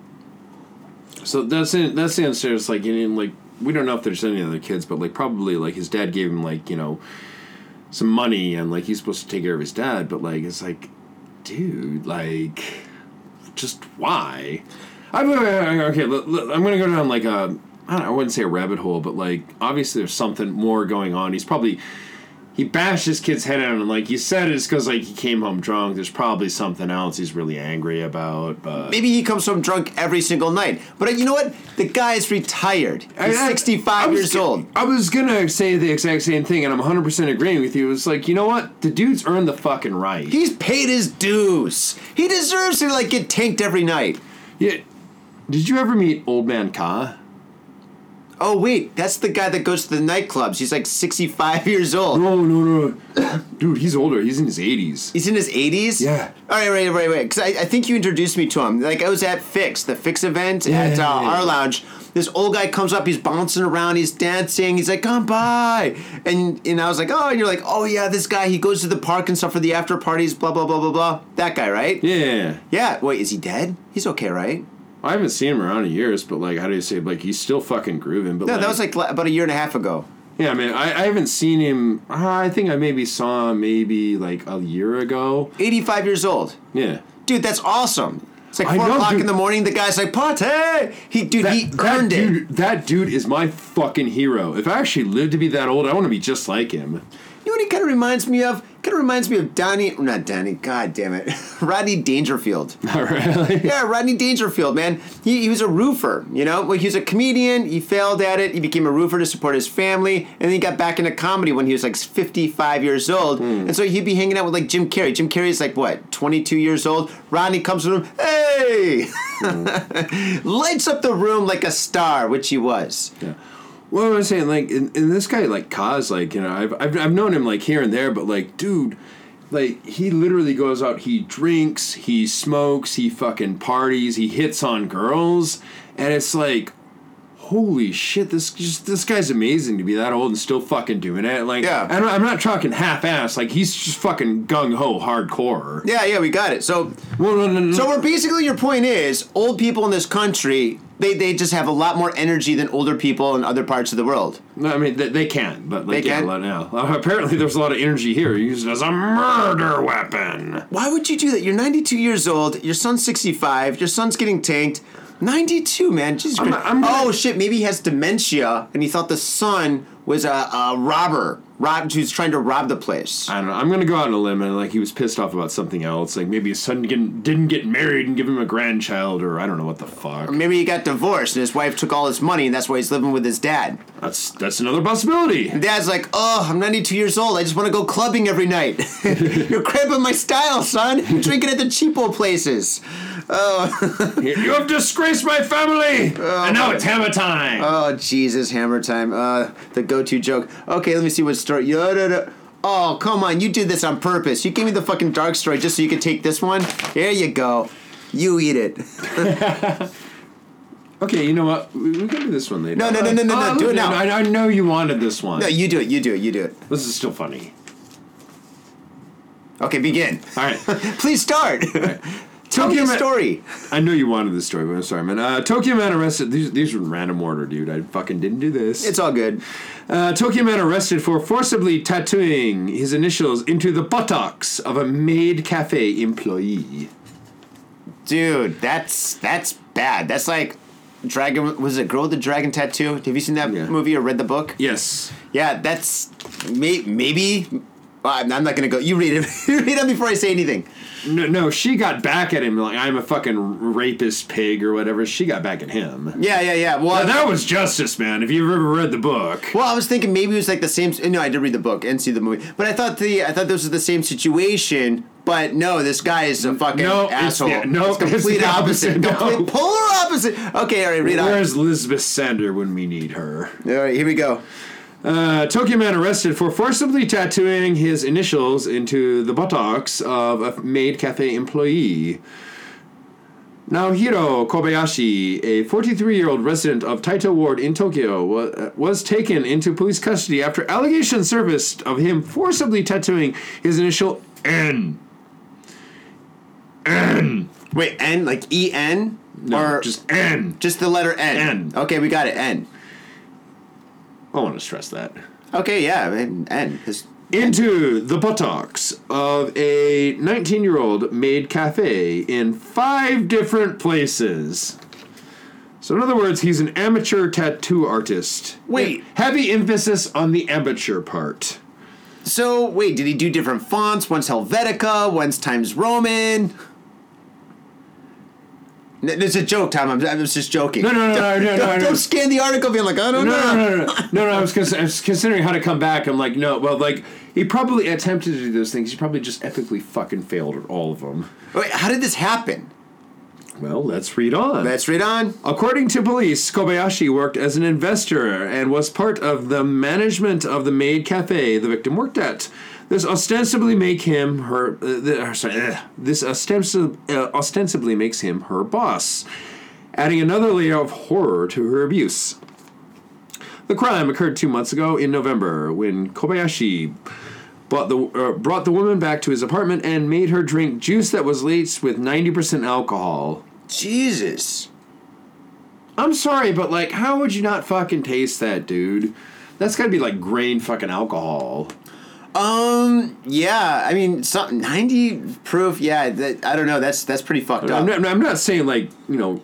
[SPEAKER 2] So that's in, that's the answer. It's like you know, like we don't know if there's any other kids, but like probably like his dad gave him like you know, some money and like he's supposed to take care of his dad, but like it's like, dude, like, just why? I'm, okay, look, look, I'm gonna go down like a. I, don't know, I wouldn't say a rabbit hole, but like obviously there's something more going on. He's probably he bashed his kid's head in, and like you said, it's because like he came home drunk. There's probably something else he's really angry about. But
[SPEAKER 1] Maybe he comes home drunk every single night. But uh, you know what? The guy is retired. He's
[SPEAKER 2] I- I-
[SPEAKER 1] 65
[SPEAKER 2] I was
[SPEAKER 1] years
[SPEAKER 2] go-
[SPEAKER 1] old.
[SPEAKER 2] I was gonna say the exact same thing, and I'm 100 percent agreeing with you. It's like you know what? The dude's earned the fucking right.
[SPEAKER 1] He's paid his dues. He deserves to like get tanked every night.
[SPEAKER 2] yeah. Did you ever meet Old Man Ka?
[SPEAKER 1] Oh wait, that's the guy that goes to the nightclubs. He's like 65 years old.
[SPEAKER 2] No, no, no, dude. He's older. He's in his 80s.
[SPEAKER 1] He's in his 80s.
[SPEAKER 2] Yeah.
[SPEAKER 1] All right, right, right, right. Because I, I think you introduced me to him. Like I was at Fix, the Fix event
[SPEAKER 2] Yeah,
[SPEAKER 1] at uh,
[SPEAKER 2] yeah, yeah.
[SPEAKER 1] our lounge. This old guy comes up. He's bouncing around. He's dancing. He's like, "Come by," and and I was like, "Oh," and you're like, "Oh yeah, this guy. He goes to the park and stuff for the after parties. Blah blah blah blah blah." That guy, right?
[SPEAKER 2] Yeah.
[SPEAKER 1] Yeah. Wait, is he dead? He's okay, right?
[SPEAKER 2] I haven't seen him around in years, but like, how do you say? Like, he's still fucking grooving. But
[SPEAKER 1] No,
[SPEAKER 2] like,
[SPEAKER 1] that was like la- about a year and a half ago.
[SPEAKER 2] yeah, man. I, I haven't seen him. I think I maybe saw him maybe like a year ago.
[SPEAKER 1] 85 years old.
[SPEAKER 2] Yeah.
[SPEAKER 1] Dude, that's awesome. It's like
[SPEAKER 2] I
[SPEAKER 1] four
[SPEAKER 2] know,
[SPEAKER 1] o'clock
[SPEAKER 2] dude.
[SPEAKER 1] in the morning. The guy's like, "Pate." He, dude, he earned it.
[SPEAKER 2] dude, That dude is my fucking hero. If I actually lived to be that old, I want to be just like him.
[SPEAKER 1] You know what he kind of reminds me of? Kind of reminds me of Donnie, not Donnie, god damn it, Rodney Dangerfield.
[SPEAKER 2] All right.
[SPEAKER 1] Yeah, Rodney Dangerfield, man. He, he was a roofer, you know? Well, he was a comedian, he failed at it, he became a roofer to support his family, and then he got back into comedy when he was like 55 years old. And so he'd be hanging out with like Jim Carrey. Jim Carrey's like, what, 22 years old? Rodney comes to him, hey! Lights up the room like a star, which he was.
[SPEAKER 2] Yeah. Well, I was saying, like, and, and this guy, like, Kaz, like, you know, I've, I've, I've known him, like, here and there, but, like, dude, like, he literally goes out, he drinks, he smokes, he fucking parties, he hits on girls, and it's like, holy shit, this just, this guy's amazing to be that old and still fucking doing it. Like,
[SPEAKER 1] Yeah.
[SPEAKER 2] I'm, I'm not talking half ass, like, he's just fucking gung ho hardcore.
[SPEAKER 1] Yeah, yeah, we got it. So
[SPEAKER 2] Well, no, no, no.
[SPEAKER 1] So we're basically your point is old people in this country they, they just have a lot more energy than older people in other parts of the world.
[SPEAKER 2] No, I mean they, they can, but like
[SPEAKER 1] They
[SPEAKER 2] yeah,
[SPEAKER 1] can?
[SPEAKER 2] a lot now. Uh, apparently, there's a lot of energy here used as a murder weapon.
[SPEAKER 1] Why would you do that? You're 92 years old. Your son's 65. Your son's getting tanked. 92, man. Jesus Christ.
[SPEAKER 2] I'm gonna-
[SPEAKER 1] oh shit, maybe he has dementia and he thought the son was a, a robber, rob who's trying to rob the place.
[SPEAKER 2] I don't know. I'm gonna go out on a limb and like he was pissed off about something else. Like maybe his son didn't didn't get married and give him a grandchild, or I don't know what the fuck.
[SPEAKER 1] Maybe he got divorced and his wife took all his money and that's why he's living with his dad.
[SPEAKER 2] That's that's another possibility.
[SPEAKER 1] Dad's like, oh, I'm 92 years old. I just want to go clubbing every night. You're cramping my style, son. You're drinking at the cheapo places.
[SPEAKER 2] you have disgraced my family, and now it's hammer time.
[SPEAKER 1] Oh, Jesus, hammer time. Uh, the go-to joke. Okay, let me see what story. Yo, da, da. Oh, come on. You did this on purpose. You gave me the fucking dark story just so you could take this one. There you go. You eat it.
[SPEAKER 2] okay, you know what? We, we can do this one later.
[SPEAKER 1] No, no, no, no, no, no,
[SPEAKER 2] Uh,
[SPEAKER 1] do it
[SPEAKER 2] no,
[SPEAKER 1] now.
[SPEAKER 2] I, I know you wanted this one.
[SPEAKER 1] No, you do it. You do it. You do it.
[SPEAKER 2] this is still funny.
[SPEAKER 1] Okay, begin.
[SPEAKER 2] All right.
[SPEAKER 1] Please start. Tell me
[SPEAKER 2] Tokyo
[SPEAKER 1] a
[SPEAKER 2] Ma-
[SPEAKER 1] story.
[SPEAKER 2] I know you wanted this story, but I'm sorry, man. Uh, Tokyo Man arrested. These, these were in random order, dude. I fucking didn't do this.
[SPEAKER 1] It's all good.
[SPEAKER 2] uh, Tokyo Man arrested for forcibly tattooing his initials into the buttocks of a maid cafe employee.
[SPEAKER 1] Dude, that's that's bad. That's like Dragon was it Girl with the Dragon Tattoo? Have you seen that
[SPEAKER 2] Yeah.
[SPEAKER 1] movie or read the book?
[SPEAKER 2] Yes.
[SPEAKER 1] Yeah, that's may, maybe well, I'm I'm not gonna go. You read it. you read it before I say anything.
[SPEAKER 2] No, no. She got back at him like I'm a fucking rapist pig or whatever. She got back at him.
[SPEAKER 1] Yeah, yeah, yeah. Well,
[SPEAKER 2] Uh, that was justice, man. If you've ever read the book.
[SPEAKER 1] well, I was thinking maybe it was like the same. No, I did read the book and see the movie, but I thought the I thought this was the same situation. But no, this guy is a fucking
[SPEAKER 2] No, it's
[SPEAKER 1] asshole.
[SPEAKER 2] the- no, it's
[SPEAKER 1] complete
[SPEAKER 2] the opposite, no.
[SPEAKER 1] Complete polar opposite. Okay, all right, read on.
[SPEAKER 2] Where's Lisbeth Sander when we need her?
[SPEAKER 1] All right, here we go.
[SPEAKER 2] Uh, Tokyo Man arrested for forcibly tattooing his initials into the buttocks of a maid cafe employee. Naohiro Kobayashi, a 43 year old resident of Taito Ward in Tokyo, wa- uh, was taken into police custody after allegations surfaced of him forcibly tattooing his initial N.
[SPEAKER 1] Wait, N like E N
[SPEAKER 2] No,
[SPEAKER 1] or
[SPEAKER 2] just N.
[SPEAKER 1] Just the letter N.
[SPEAKER 2] N.
[SPEAKER 1] Okay, we got it. N.
[SPEAKER 2] I want to stress that.
[SPEAKER 1] Okay, yeah, man, N. It's-
[SPEAKER 2] into the buttocks of a 19 year old maid cafe in five different places. So, in other words, he's an amateur tattoo artist.
[SPEAKER 1] Wait.
[SPEAKER 2] Heavy emphasis on the amateur part.
[SPEAKER 1] So wait, did he do different fonts? One's Helvetica, one's Times Roman. N- It's a joke, Tom. I'm, I'm just joking.
[SPEAKER 2] No, no, no, no,
[SPEAKER 1] Don't-
[SPEAKER 2] no, no,
[SPEAKER 1] don't,
[SPEAKER 2] no.
[SPEAKER 1] don't scan the article being like, I don't
[SPEAKER 2] No,
[SPEAKER 1] know.
[SPEAKER 2] no, no, no, no, no. no I, was cons- I was considering how to come back. I'm like, no, well, like, he probably attempted to do those things. He probably just epically fucking failed at all of them.
[SPEAKER 1] Wait, how did this happen?
[SPEAKER 2] Well, let's read on.
[SPEAKER 1] Let's read on.
[SPEAKER 2] According to police, Kobayashi worked as an investor and was part of the management of the maid cafe the victim worked at. This ostensibly make him her. Uh, the, uh, sorry, ugh. this ostensibly, uh, ostensibly makes him her boss, adding another layer of horror to her abuse. The crime occurred two months ago in November when Kobayashi brought the, uh, brought the woman back to his apartment and made her drink juice that was laced with 90% alcohol.
[SPEAKER 1] Jesus.
[SPEAKER 2] I'm sorry, but like, how would you not fucking taste that, dude? That's gotta be like grain fucking alcohol.
[SPEAKER 1] Um. Yeah. I mean, some, ninety proof. Yeah. That, I don't know. That's that's pretty fucked up.
[SPEAKER 2] I'm not, I'm not saying like, you know,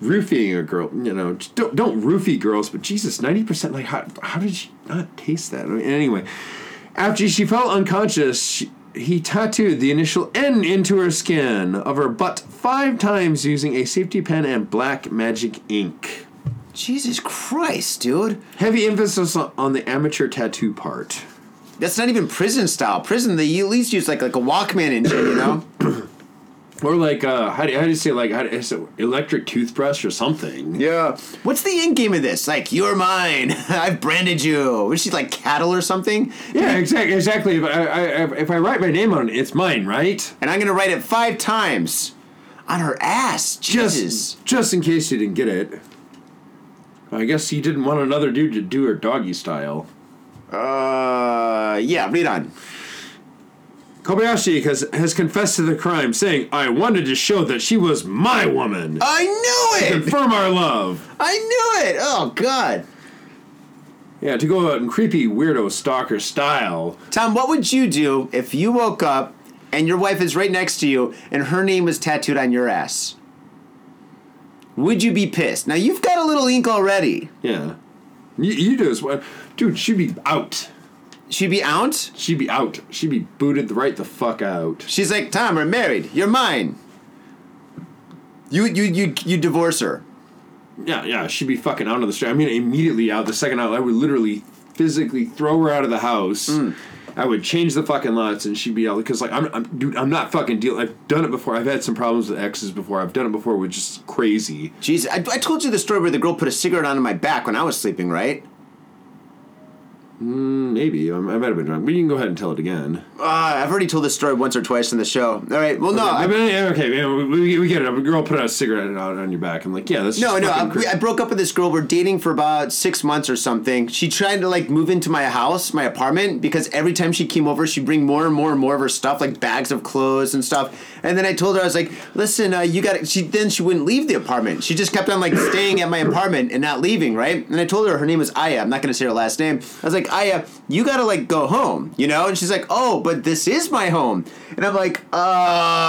[SPEAKER 2] roofing a girl, you know, just don't, don't roofie girls, but Jesus, 90%, like, how, how did she not taste that? I mean, anyway, after she fell unconscious, she, he tattooed the initial N into her skin of her butt five times using a safety pen and black magic ink.
[SPEAKER 1] Jesus Christ, dude.
[SPEAKER 2] Heavy emphasis on, on the amateur tattoo part.
[SPEAKER 1] That's not even prison style. Prison, they at least use like like a Walkman engine, you know.
[SPEAKER 2] Or like, uh, how do you, how do you say like, how do, it's an electric toothbrush or something?
[SPEAKER 1] Yeah. What's the end game of this? Like, you're mine. I've branded you. Was she like cattle or something?
[SPEAKER 2] Yeah, exactly. Exactly. If I, I, I- if I write my name on it, it's mine, right?
[SPEAKER 1] And I'm gonna write it five times on her ass.
[SPEAKER 2] Just,
[SPEAKER 1] Jesus.
[SPEAKER 2] just in case you didn't get it. I guess he didn't want another dude to do her doggy style.
[SPEAKER 1] Uh, yeah. Read on.
[SPEAKER 2] Kobayashi has, has confessed to the crime, saying, "I wanted to show that she was my woman,
[SPEAKER 1] I knew it.
[SPEAKER 2] confirm our love."
[SPEAKER 1] I knew it. Oh God.
[SPEAKER 2] Yeah, to go out in creepy weirdo stalker style.
[SPEAKER 1] Tom, what would you do if you woke up and your wife is right next to you and her name was tattooed on your ass? Would you be pissed? Now you've got a little ink already.
[SPEAKER 2] Yeah, you, you do this one, dude. She'd be out.
[SPEAKER 1] She'd be out.
[SPEAKER 2] She'd be out. She'd be booted right the fuck out.
[SPEAKER 1] She's like, Tom, we're married. You're mine. You you you you divorce her.
[SPEAKER 2] Yeah, yeah. She'd be fucking out on the street. I mean, immediately out. The second out, I would literally physically throw her out of the house.
[SPEAKER 1] Mm.
[SPEAKER 2] I would change the fucking lots, and she'd be out because, like, I'm, I'm, dude, I'm not fucking deal. I've done it before. I've had some problems with exes before. I've done it before with just crazy.
[SPEAKER 1] Jeez, I, I told you the story where the girl put a cigarette onto my back when I was sleeping, right?
[SPEAKER 2] Maybe I'm, I might have been drunk, but you can go ahead and tell it again.
[SPEAKER 1] Uh, I've already told this story once or twice in the show. All right, well, no,
[SPEAKER 2] I
[SPEAKER 1] I,
[SPEAKER 2] mean, yeah, okay, yeah, we, we- we get it. A girl put a cigarette out on your back. I'm like, yeah, that's
[SPEAKER 1] no,
[SPEAKER 2] just
[SPEAKER 1] no.
[SPEAKER 2] fucking
[SPEAKER 1] I, we-
[SPEAKER 2] cra-
[SPEAKER 1] I broke up with this girl. We're dating for about six months or something. She tried to like move into my house, my apartment, because every time she came over, she'd bring more and more and more of her stuff, like bags of clothes and stuff. And then I told her, I was like, "Listen, uh, you got." She then she wouldn't leave the apartment. She just kept on like staying at my apartment and not leaving, right? And I told her her name was Aya. I'm not gonna say her last name. I was like, Aya, you gotta like go home, you know? And she's like, Oh, but this is my home. And I'm like, Uh,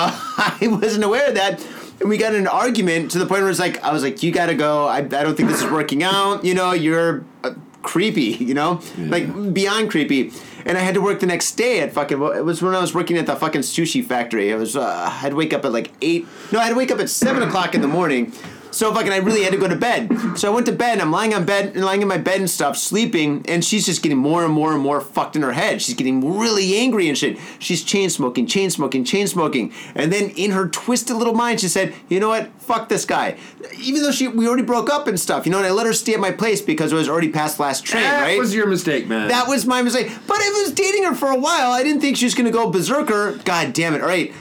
[SPEAKER 1] I wasn't aware of that. And we got in an argument to the point where it's like, I was like, You gotta go. I, I don't think this is working out. You know, you're uh, creepy, you know? Like, beyond creepy. And I had to work the next day at fucking. It was when I was working at the fucking sushi factory. It was uh, I'd wake up at like eight. No, I'd wake up at seven o'clock in the morning, so fucking, I really had to go to bed. So I went to bed. And I'm lying on bed, and lying in my bed and stuff, sleeping. And she's just getting more and more and more fucked in her head. She's getting really angry and shit. She's chain smoking, chain smoking, chain smoking. And then in her twisted little mind, she said, "You know what? Fuck this guy." Even though she, we already broke up and stuff, you know. And I let her stay at my place because it was already past last train.
[SPEAKER 2] that
[SPEAKER 1] right?
[SPEAKER 2] was your mistake, man.
[SPEAKER 1] That was my mistake. But I was dating her for a while. I didn't think she was gonna go berserker. God damn it! All right,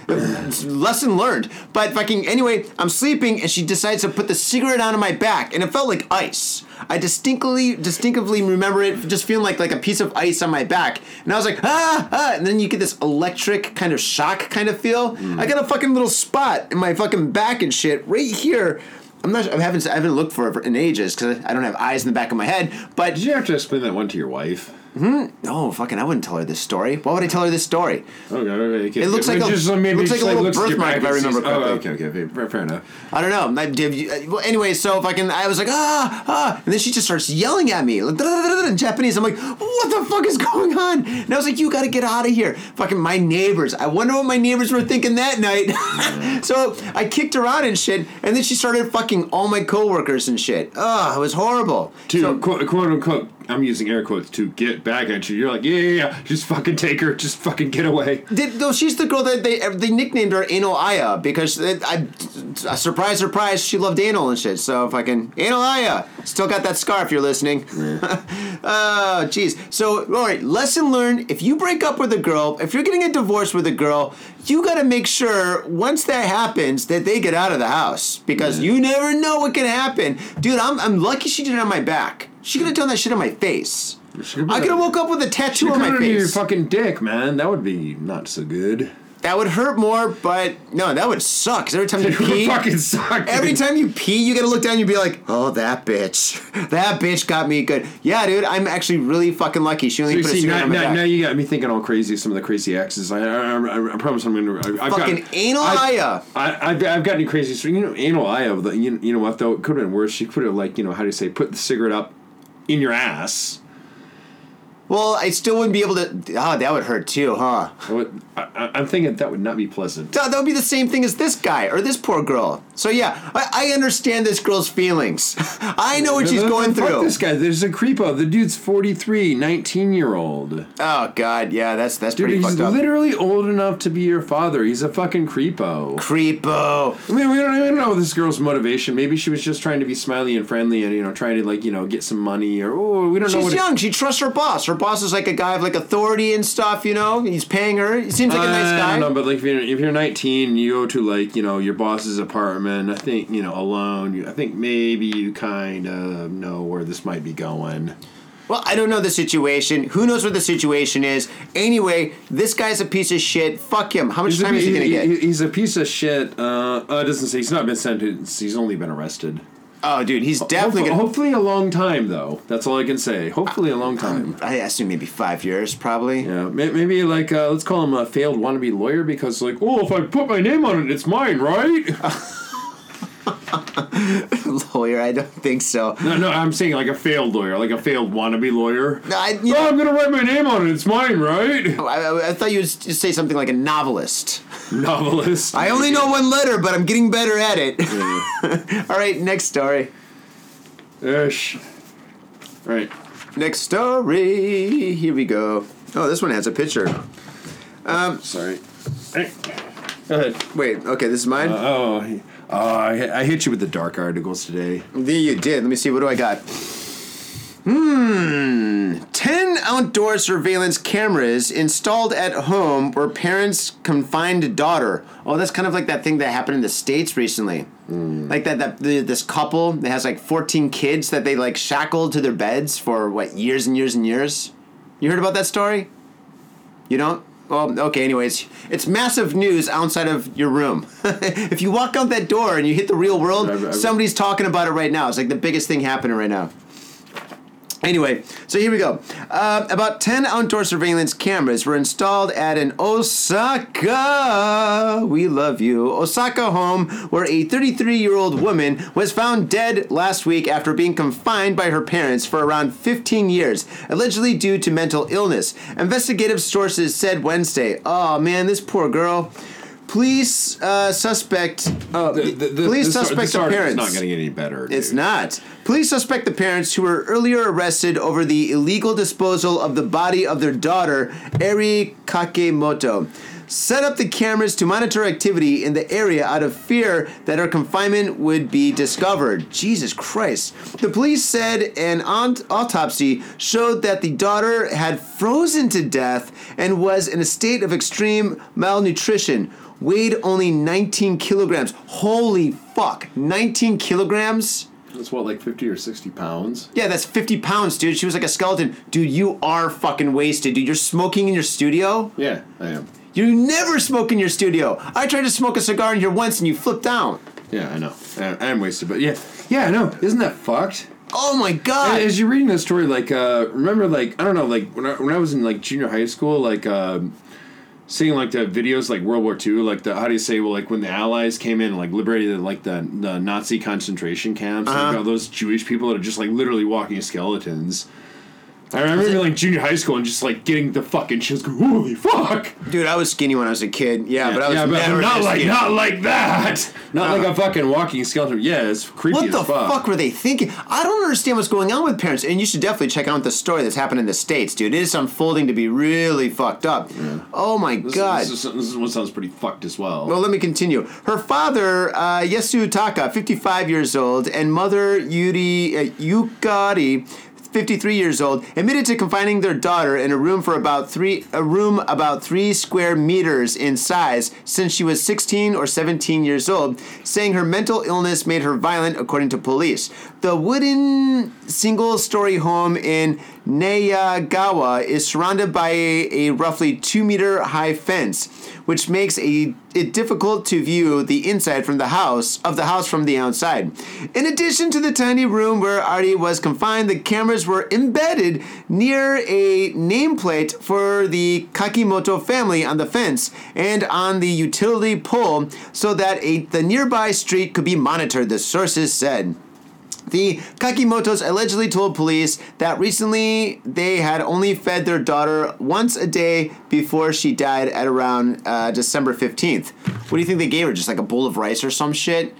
[SPEAKER 1] lesson learned. But fucking anyway, I'm sleeping and she decides to put the cigarette onto my back, and it felt like ice. I distinctly, distinctively remember it just feeling like like a piece of ice on my back, and I was like ah ah, and then you get this electric kind of shock kind of feel. I got a fucking little spot in my fucking back and shit right here. I'm not. I haven't. I haven't looked for it in ages because I don't have eyes in the back of my head. But
[SPEAKER 2] Did you have to explain that one to your wife?
[SPEAKER 1] No, fucking, I wouldn't tell her this story. Why would I tell her this story?
[SPEAKER 2] Okay, okay,
[SPEAKER 1] It looks like a-
[SPEAKER 2] just, maybe
[SPEAKER 1] looks like
[SPEAKER 2] just
[SPEAKER 1] a little
[SPEAKER 2] looks different.
[SPEAKER 1] birthmark,
[SPEAKER 2] I
[SPEAKER 1] if
[SPEAKER 2] can
[SPEAKER 1] I
[SPEAKER 2] see-
[SPEAKER 1] remember
[SPEAKER 2] Oh,
[SPEAKER 1] correctly.
[SPEAKER 2] okay, okay, fair, fair enough.
[SPEAKER 1] I don't know. I, did you, uh, well, anyway, so fucking, I was like, ah, ah, and then she just starts yelling at me like, "Da-da-da-da-da," in Japanese. I'm like, what the fuck is going on? And I was like, you gotta get out of here. Fucking my neighbors. I wonder what my neighbors were thinking that night. so I kicked her out and shit, and then she started fucking all my coworkers and shit. Ugh, it was horrible.
[SPEAKER 2] To
[SPEAKER 1] So-
[SPEAKER 2] quote, quote unquote, I'm using air quotes to get back at you. You're like, yeah, yeah, yeah, just fucking take her, just fucking get away.
[SPEAKER 1] Did, no, she's the girl that they they nicknamed her Anal Aya because it, I, uh, surprise, surprise, she loved anal and shit. So fucking Anal Aya, still got that scar if you're listening. oh, jeez. So all right, lesson learned: if you break up with a girl, if you're getting a divorce with a girl, you got to make sure once that happens that they get out of the house because you never know what can happen. Dude, I'm I'm lucky she did it on my back. She could have done that shit on my face.
[SPEAKER 2] should've
[SPEAKER 1] I
[SPEAKER 2] been-
[SPEAKER 1] could have woke up with a tattoo on my
[SPEAKER 2] Cut her to your
[SPEAKER 1] face.
[SPEAKER 2] fucking dick, man. That would be not so good.
[SPEAKER 1] That would hurt more, but no, that would suck. 'cause every time you
[SPEAKER 2] It would
[SPEAKER 1] pee,
[SPEAKER 2] fucking suck.
[SPEAKER 1] every
[SPEAKER 2] dude.
[SPEAKER 1] time you pee, you gotta look down. You'd be like, "Oh, that bitch, that bitch got me good." Yeah, dude, I'm actually really fucking lucky. She only
[SPEAKER 2] You
[SPEAKER 1] put a
[SPEAKER 2] see,
[SPEAKER 1] cigarette
[SPEAKER 2] now,
[SPEAKER 1] on my
[SPEAKER 2] now,
[SPEAKER 1] back.
[SPEAKER 2] now you got me thinking all crazy. Some of the crazy exes. I, I, I, I promise I'm gonna. I, I've
[SPEAKER 1] Fucking
[SPEAKER 2] got,
[SPEAKER 1] anal Aya.
[SPEAKER 2] I, I've, I've gotten crazy. So you know, anal Aya. the- You, you know what though? It could have been worse. She could have like you know how do you say? Put the cigarette up in your ass.
[SPEAKER 1] Well, I still wouldn't be able to. Oh, that would hurt too, huh?
[SPEAKER 2] I would- I, I, I'm thinking that would not be pleasant.
[SPEAKER 1] That that would be the same thing as this guy or this poor girl. So yeah, I, I understand this girl's feelings. I know what she's
[SPEAKER 2] Fuck
[SPEAKER 1] going through.
[SPEAKER 2] this guy. There's a creepo. The dude's 43, 19 year old.
[SPEAKER 1] Oh god, yeah, that's that's
[SPEAKER 2] Dude,
[SPEAKER 1] pretty
[SPEAKER 2] he's
[SPEAKER 1] fucked up.
[SPEAKER 2] literally old enough to be your father. He's a fucking creepo.
[SPEAKER 1] Creepo.
[SPEAKER 2] I mean, we don't even know this girl's motivation. Maybe she was just trying to be smiley and friendly, and you know, trying to like you know get some money or oh, we don't know.
[SPEAKER 1] She's
[SPEAKER 2] what it-
[SPEAKER 1] young. She trusts her boss. Her boss is like a guy of like authority and stuff. You know, he's paying her. He seems like a nice
[SPEAKER 2] I
[SPEAKER 1] guy.
[SPEAKER 2] don't know, but like if you're if you're 19, you go to like you know your boss's apartment. I think you know alone. You, I think maybe you kind of know where this might be going.
[SPEAKER 1] Well, I don't know the situation. Who knows what the situation is? Anyway, this guy's a piece of shit. Fuck him. How much time
[SPEAKER 2] a,
[SPEAKER 1] is he gonna get?
[SPEAKER 2] he- He's a piece of shit. Uh, uh, it doesn't say he's not been sentenced. He's only been arrested.
[SPEAKER 1] oh, dude, he's definitely
[SPEAKER 2] Hopefully,
[SPEAKER 1] gonna.
[SPEAKER 2] hopefully a long time though. That's all I can say. Hopefully a long time.
[SPEAKER 1] I assume maybe five years, probably.
[SPEAKER 2] Yeah, may- maybe like uh, let's call him a failed wannabe lawyer because like, oh, if I put my name on it, it's mine, right?
[SPEAKER 1] Lawyer, I don't think so.
[SPEAKER 2] no, no, I'm saying like a failed lawyer, like a failed wannabe lawyer.
[SPEAKER 1] I, you
[SPEAKER 2] oh,
[SPEAKER 1] know,
[SPEAKER 2] I'm gonna write my name on it. It's mine, right?
[SPEAKER 1] I, I- I thought you would s- just say something like a novelist.
[SPEAKER 2] Novelist.
[SPEAKER 1] I only know one letter, but I'm getting better at it. All right, next story.
[SPEAKER 2] Ish. Right.
[SPEAKER 1] Next story. Here we go. Oh, this one has a picture.
[SPEAKER 2] Sorry. Hey. Go ahead.
[SPEAKER 1] Wait, okay, this is mine.
[SPEAKER 2] Oh, he- oh, I, hit- I hit you with the dark articles today.
[SPEAKER 1] Yeah, you did. Let me see. What do I got? Hmm. Ten outdoor surveillance cameras installed at home where parents confined daughter. Oh, that's kind of like that thing that happened in the states recently.
[SPEAKER 2] Hmm.
[SPEAKER 1] Like that, that the, this couple that has like 14 kids that they like shackled to their beds for what years and years and years. You heard about that story? You don't? Well, okay, anyways, it's massive news outside of your room. if you walk out that door and you hit the real world,
[SPEAKER 2] I've- I've-
[SPEAKER 1] somebody's talking about it right now. It's like the biggest thing happening right now. Anyway, so here we go. Uh, about 10 outdoor surveillance cameras were installed at an Osaka, we love you, Osaka home where a 33 year old woman was found dead last week after being confined by her parents for around 15 years, allegedly due to mental illness. Investigative sources said Wednesday, oh man, this poor girl. Police uh, suspect. Uh, police
[SPEAKER 2] this ar-
[SPEAKER 1] suspect
[SPEAKER 2] this article's
[SPEAKER 1] appearance.
[SPEAKER 2] not gonna get any better.
[SPEAKER 1] It's
[SPEAKER 2] dude.
[SPEAKER 1] not. Police suspect the parents who were earlier arrested over the illegal disposal of the body of their daughter, Eri Kakemoto. Set up the cameras to monitor activity in the area out of fear that her confinement would be discovered. Jesus Christ. The police said an aut- autopsy showed that the daughter had frozen to death and was in a state of extreme malnutrition weighed only 19 kilograms. Holy fuck, 19 kilograms?
[SPEAKER 2] That's what, like 50 or 60 pounds?
[SPEAKER 1] Yeah, that's 50 pounds, dude. She was like a skeleton. Dude, you are fucking wasted, dude. You're smoking in your studio?
[SPEAKER 2] Yeah, I am.
[SPEAKER 1] You never smoke in your studio. I tried to smoke a cigar in here once and you flipped out.
[SPEAKER 2] Yeah, I know. I, I am wasted, but yeah. Yeah, I know. Isn't that fucked?
[SPEAKER 1] Oh my god!
[SPEAKER 2] And as you're reading this story, like uh, remember, like I don't know, like when I, when I was in like junior high school, like um, seeing like the videos like World War II, like the how do you say, well, like when the Allies came in, and, like liberated like the, the Nazi concentration camps, like all those Jewish people that are just like literally walking as skeletons. I remember in, like junior high school and just like getting the fucking shit. Holy fuck!
[SPEAKER 1] Dude, I was skinny when I was a kid. Yeah, but I was
[SPEAKER 2] yeah, but
[SPEAKER 1] never
[SPEAKER 2] not
[SPEAKER 1] this
[SPEAKER 2] like
[SPEAKER 1] skinny.
[SPEAKER 2] not like that. Not like a fucking walking skeleton. Yeah, it's creepy
[SPEAKER 1] What
[SPEAKER 2] as
[SPEAKER 1] the
[SPEAKER 2] fuck.
[SPEAKER 1] fuck. were they thinking? I don't understand what's going on with parents, and you should definitely check out the story that's happened in the states, dude. It is unfolding to be really fucked up. Oh my
[SPEAKER 2] This,
[SPEAKER 1] god.
[SPEAKER 2] This is, this is what sounds pretty fucked as
[SPEAKER 1] Well, let me continue. Her father, uh, Yesu Taka, 55 years old, and mother, Yuri, uh, Yukari, 53 years old, admitted to confining their daughter in a room for about three a room about three square meters in size since she was 16 or 17 years old, saying her mental illness made her violent, according to police. The wooden single-story home in Neyagawa is surrounded by a, a roughly two-meter-high fence, which makes a it difficult to view the inside from the house of the house from the outside. In addition to the tiny room where Artie was confined, the cameras were embedded near a nameplate for the Kakimoto family on the fence and on the utility pole so that a, the nearby street could be monitored, the sources said. The Kakimotos allegedly told police that recently they had only fed their daughter once a day before she died at around uh, December 15th. What do you think they gave her? Just like a bowl of rice or some shit?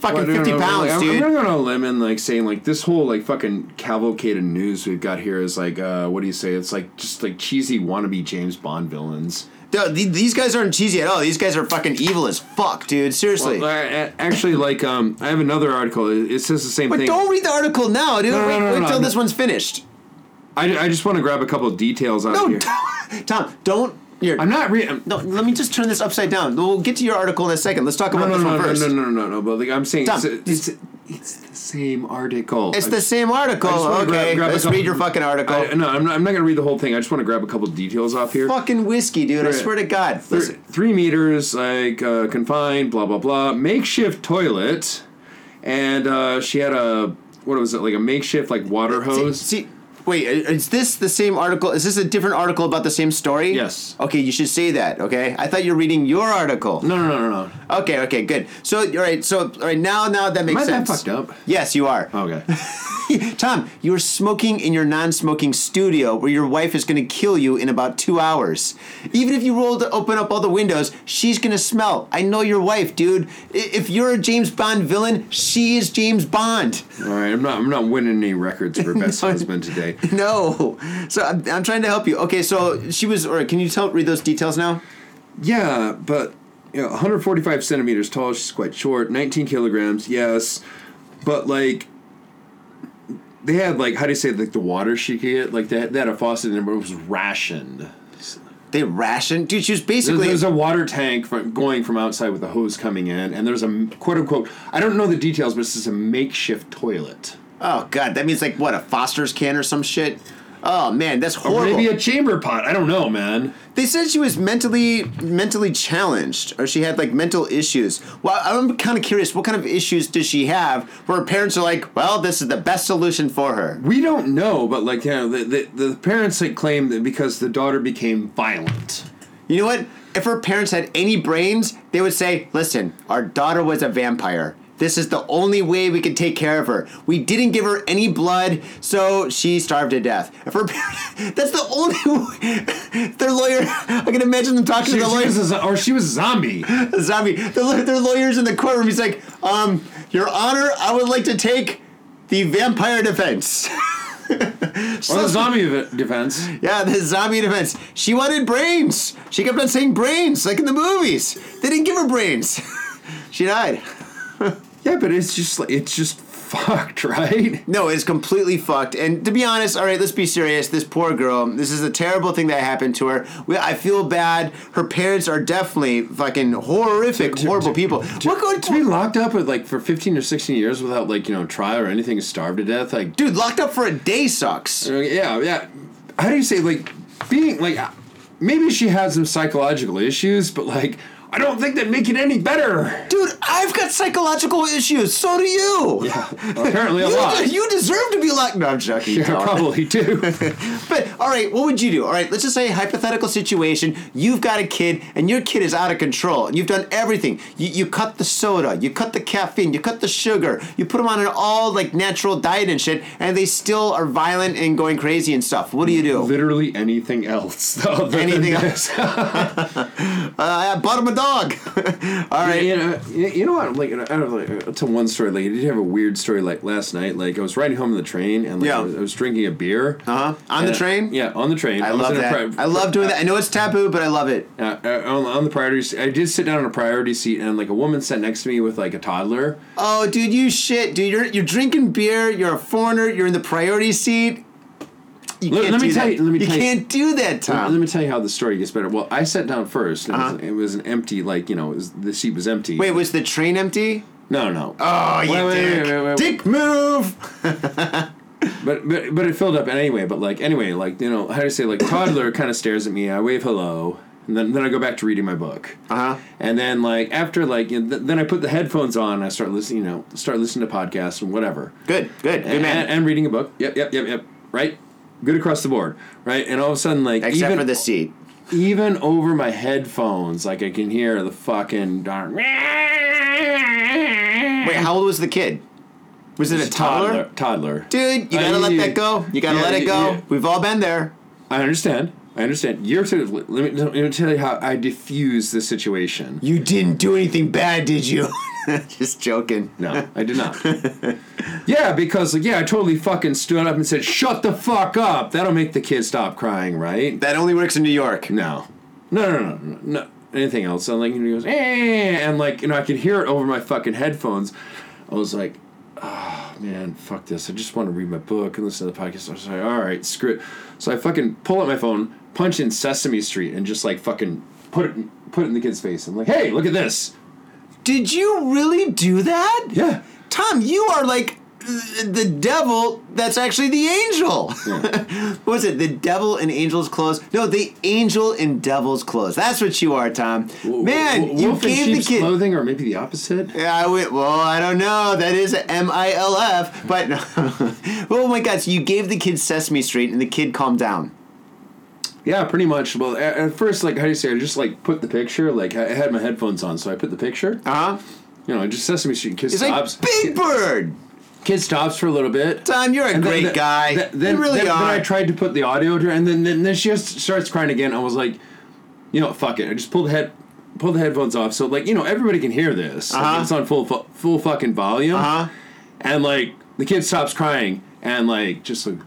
[SPEAKER 1] Fucking
[SPEAKER 2] Well, I don't
[SPEAKER 1] 50
[SPEAKER 2] know,
[SPEAKER 1] pounds,
[SPEAKER 2] like, I'm-
[SPEAKER 1] dude.
[SPEAKER 2] I'm going on a limb and like saying like this whole like fucking cavalcade of news we've got here is like uh what do you say? It's like just like cheesy wannabe James Bond villains.
[SPEAKER 1] Dude, th- these guys aren't cheesy at all. These guys are fucking evil as fuck, dude. Seriously.
[SPEAKER 2] Well, I- I- actually, like um, I have another article. It, it says the same
[SPEAKER 1] but
[SPEAKER 2] thing.
[SPEAKER 1] don't read the article now, dude.
[SPEAKER 2] no,
[SPEAKER 1] wait
[SPEAKER 2] no, no,
[SPEAKER 1] wait
[SPEAKER 2] no,
[SPEAKER 1] till
[SPEAKER 2] no.
[SPEAKER 1] this one's finished.
[SPEAKER 2] I, I just want to grab a couple of details out
[SPEAKER 1] No,
[SPEAKER 2] here.
[SPEAKER 1] Tom, don't. Here,
[SPEAKER 2] I'm not reading.
[SPEAKER 1] No, let me just turn this upside down. We'll get to your article in a second. Let's talk
[SPEAKER 2] No,
[SPEAKER 1] about
[SPEAKER 2] no,
[SPEAKER 1] this
[SPEAKER 2] no,
[SPEAKER 1] one
[SPEAKER 2] no,
[SPEAKER 1] first.
[SPEAKER 2] no, no, no, no. But like I'm saying,
[SPEAKER 1] Tom,
[SPEAKER 2] it's, it's it's the same article.
[SPEAKER 1] It's
[SPEAKER 2] I
[SPEAKER 1] the
[SPEAKER 2] just-
[SPEAKER 1] same article.
[SPEAKER 2] I just wanna
[SPEAKER 1] Okay,
[SPEAKER 2] grab- grab a
[SPEAKER 1] let's
[SPEAKER 2] couple-
[SPEAKER 1] read your fucking article.
[SPEAKER 2] I, no, I'm not, I'm not going to read the whole thing. I just want to grab a couple of details off here.
[SPEAKER 1] fucking whiskey, dude. I
[SPEAKER 2] Right.
[SPEAKER 1] swear to God.
[SPEAKER 2] Thir-
[SPEAKER 1] Listen,
[SPEAKER 2] three meters, like uh, confined, blah blah blah. Makeshift toilet, and uh, she had a what was it like a makeshift like water
[SPEAKER 1] see,
[SPEAKER 2] hose?
[SPEAKER 1] see, wait, i- is this the same article? Is this a different article about the same story?
[SPEAKER 2] Yes.
[SPEAKER 1] Okay, you should say that. Okay, I thought you were reading your article.
[SPEAKER 2] No, no, no, no, no.
[SPEAKER 1] Okay, okay, good. So, all right, so all right now, now that makes
[SPEAKER 2] I that
[SPEAKER 1] sense.
[SPEAKER 2] fucked up?
[SPEAKER 1] Yes, you are.
[SPEAKER 2] Okay.
[SPEAKER 1] Tom, you are smoking in your non-smoking studio where your wife is going to kill you in about 2 hours. Even if you roll to open up all the windows, she's going to smell. I know your wife, dude. I- If you're a James Bond villain, she is James Bond.
[SPEAKER 2] All right. I'm not. I'm not winning any records for best husband today.
[SPEAKER 1] No. So I'm, I'm trying to help you. Okay, so she was all right, can you tell read those details now?
[SPEAKER 2] Yeah, but you know, 145 centimeters tall. She's quite short. 19 kilograms. Yes, but like. They had like how do you say like the water she could get like they had, they had a faucet in it but it was rationed.
[SPEAKER 1] They ration. Dude, she was
[SPEAKER 2] There-
[SPEAKER 1] basically
[SPEAKER 2] There's a water tank from going from outside with a hose coming in, and there's a quote unquote. I don't know the details, but this is a makeshift toilet,
[SPEAKER 1] Oh god, that means like what, a Foster's can or some shit? Oh man, that's
[SPEAKER 2] or
[SPEAKER 1] horrible.
[SPEAKER 2] maybe a chamber pot. I don't know, man.
[SPEAKER 1] They said she was mentally mentally challenged, or she had like mental issues. Well, I'm kind of curious, what kind of issues does she have? Where her parents are like, "Well, this is the best solution for her."
[SPEAKER 2] We don't know, but like you know, the the, the parents like claim that because the daughter became violent.
[SPEAKER 1] You know what? If her parents had any brains, they would say, "Listen, our daughter was a vampire. This is the only way we can take care of her. We didn't give her any blood, so she starved to death." If her parents, that's the only. way. their lawyer, I can imagine them talking
[SPEAKER 2] She,
[SPEAKER 1] to
[SPEAKER 2] she
[SPEAKER 1] the lawyer.
[SPEAKER 2] was a, zo- or she was a zombie.
[SPEAKER 1] a zombie. The, law- their lawyer's in the courtroom. He's like, um, Your Honor, I would like to take the vampire defense.
[SPEAKER 2] or the zombie ev- defense.
[SPEAKER 1] yeah, the zombie defense. She wanted brains. She kept on saying brains, like in the movies. They didn't give her brains. she died.
[SPEAKER 2] Yeah, but it's just like it's just fucked, right?
[SPEAKER 1] No, it's completely fucked. And to be honest, all right, let's be serious. This poor girl, this is a terrible thing that happened to her. We, I feel bad. Her parents are definitely fucking horrific, horrible people. what going
[SPEAKER 2] To be locked up with like for fifteen or sixteen years without like you know trial or anything, starved to death, like
[SPEAKER 1] Dude, locked up for a day sucks.
[SPEAKER 2] Yeah, yeah. uh, How do you say like being like maybe she had some psychological issues, but like I don't think that make it any better.
[SPEAKER 1] Dude, I've got psychological issues. So do you.
[SPEAKER 2] Apparently a
[SPEAKER 1] You,
[SPEAKER 2] lot.
[SPEAKER 1] you deserve to be locked. No, I'm joking. you
[SPEAKER 2] Yeah,
[SPEAKER 1] don't.
[SPEAKER 2] probably do.
[SPEAKER 1] But all right, what would you do? All right, let's just say a hypothetical situation. You've got a kid, and your kid is out of control, and you've done everything. You, you cut the soda, you cut the caffeine, you cut the sugar, you put them on an all like natural diet and shit, and they still are violent and going crazy and stuff. What do you do?
[SPEAKER 2] Literally anything else. Other than
[SPEAKER 1] Anything
[SPEAKER 2] this.
[SPEAKER 1] Uh, I bought him a dog. all right.
[SPEAKER 2] You know, you you know what? Like, I don't know, like, to one story. Like, did you have a weird story? Like last night, like I was riding home on the train, and like,
[SPEAKER 1] Yeah.
[SPEAKER 2] I, was, I was drinking a beer.
[SPEAKER 1] Uh-huh. On the
[SPEAKER 2] And-
[SPEAKER 1] train?
[SPEAKER 2] Yeah, on the train.
[SPEAKER 1] I
[SPEAKER 2] was
[SPEAKER 1] love
[SPEAKER 2] in a
[SPEAKER 1] that.
[SPEAKER 2] pri-
[SPEAKER 1] I love doing that. I know it's taboo, but I love it.
[SPEAKER 2] Uh, uh, on, on the priority, seat- I did sit down on a priority seat, and like a woman sat next to me with like a toddler.
[SPEAKER 1] Oh, dude, you shit, dude. You're you're drinking beer. You're a foreigner. You're in the priority seat. You
[SPEAKER 2] Let-
[SPEAKER 1] can't
[SPEAKER 2] let me
[SPEAKER 1] do
[SPEAKER 2] tell
[SPEAKER 1] that.
[SPEAKER 2] you- let me tell you-
[SPEAKER 1] can't do that,
[SPEAKER 2] Let
[SPEAKER 1] Tom.
[SPEAKER 2] me tell you how the story gets better. Well, I sat down first. And it, was, it was an empty, like you know, it was, the seat was empty.
[SPEAKER 1] Uh-huh. Wait, was the train empty?
[SPEAKER 2] no, no.
[SPEAKER 1] Oh, you
[SPEAKER 2] Wait, wait,
[SPEAKER 1] dick.
[SPEAKER 2] wait, wait, wait.
[SPEAKER 1] Dick move.
[SPEAKER 2] But but but it filled up anyway. But like anyway, like you know, how do I say? Like toddler kind of stares at me. I wave hello, and then then I go back to reading my book.
[SPEAKER 1] Uh-huh.
[SPEAKER 2] And then like after like you know, th- then I put the headphones on. and I start listening. You know, start listening to podcasts and whatever.
[SPEAKER 1] Good, good, good
[SPEAKER 2] and,
[SPEAKER 1] man.
[SPEAKER 2] And, and reading a book. Yep, yep, yep, yep. Right. Good across the board. Right. And all of a sudden, like
[SPEAKER 1] Except
[SPEAKER 2] even
[SPEAKER 1] for the seat.
[SPEAKER 2] even over my headphones, like I can hear the fucking darn.
[SPEAKER 1] Wait, how old was the kid? Was it a toddler?
[SPEAKER 2] Toddler. Toddler.
[SPEAKER 1] Dude, you
[SPEAKER 2] Uh,
[SPEAKER 1] gotta let
[SPEAKER 2] you-
[SPEAKER 1] that go. You gotta
[SPEAKER 2] yeah,
[SPEAKER 1] let it
[SPEAKER 2] you-
[SPEAKER 1] go.
[SPEAKER 2] you-
[SPEAKER 1] We've all been there.
[SPEAKER 2] I understand. I understand. You're sort of, let me, let me tell you how I diffuse the situation.
[SPEAKER 1] You didn't do anything bad, did you? Just joking.
[SPEAKER 2] No, I did not. yeah, because like, yeah, I totally fucking stood up and said, "Shut the fuck up." That'll make the kid stop crying, right?
[SPEAKER 1] That only works in New York.
[SPEAKER 2] No, no, no, no, no. no. Anything else? And like, he goes, eh, and like, you know, I could hear it over my fucking headphones. I was like, oh man, fuck this. I just want to read my book and listen to the podcast. I was like, all right, screw it. So I fucking pull out my phone, punch in Sesame Street, and just like fucking put it put it in the kid's face. I'm like, hey, look at this.
[SPEAKER 1] Did you really do that?
[SPEAKER 2] Yeah.
[SPEAKER 1] Tom, you are like th- the devil that's actually the angel. what was it? The devil in angel's clothes? No, the angel in devil's clothes. That's what you are, Tom. Man,
[SPEAKER 2] W-
[SPEAKER 1] you
[SPEAKER 2] wolf in
[SPEAKER 1] gave the
[SPEAKER 2] sheep's
[SPEAKER 1] kid.
[SPEAKER 2] clothing, or maybe the opposite.
[SPEAKER 1] Yeah, I went, well, I don't know. That is M I L F. But no. oh my God, so you gave the kid Sesame Street and the kid calmed down.
[SPEAKER 2] Yeah, pretty much. Well, at, at first, like, how do you say? I just like put the picture. Like, I I had my headphones on, so I put the picture.
[SPEAKER 1] Uh huh.
[SPEAKER 2] You know, just Sesame Street. Kid
[SPEAKER 1] It's
[SPEAKER 2] stops.
[SPEAKER 1] like Big Bird.
[SPEAKER 2] Kid stops for a little bit.
[SPEAKER 1] Tom, you're a
[SPEAKER 2] And then-
[SPEAKER 1] great
[SPEAKER 2] then-
[SPEAKER 1] guy.
[SPEAKER 2] Then, then,
[SPEAKER 1] you really
[SPEAKER 2] then,
[SPEAKER 1] are.
[SPEAKER 2] then I tried to put the audio to, and then, then then she just starts crying again. I was like, you know, what, fuck it. I just pulled the head, pulled the headphones off, so like you know everybody can hear this. Like,
[SPEAKER 1] Uh-huh.
[SPEAKER 2] it's on full fu- full fucking volume.
[SPEAKER 1] Uh-huh.
[SPEAKER 2] And like the kid stops crying, and like just like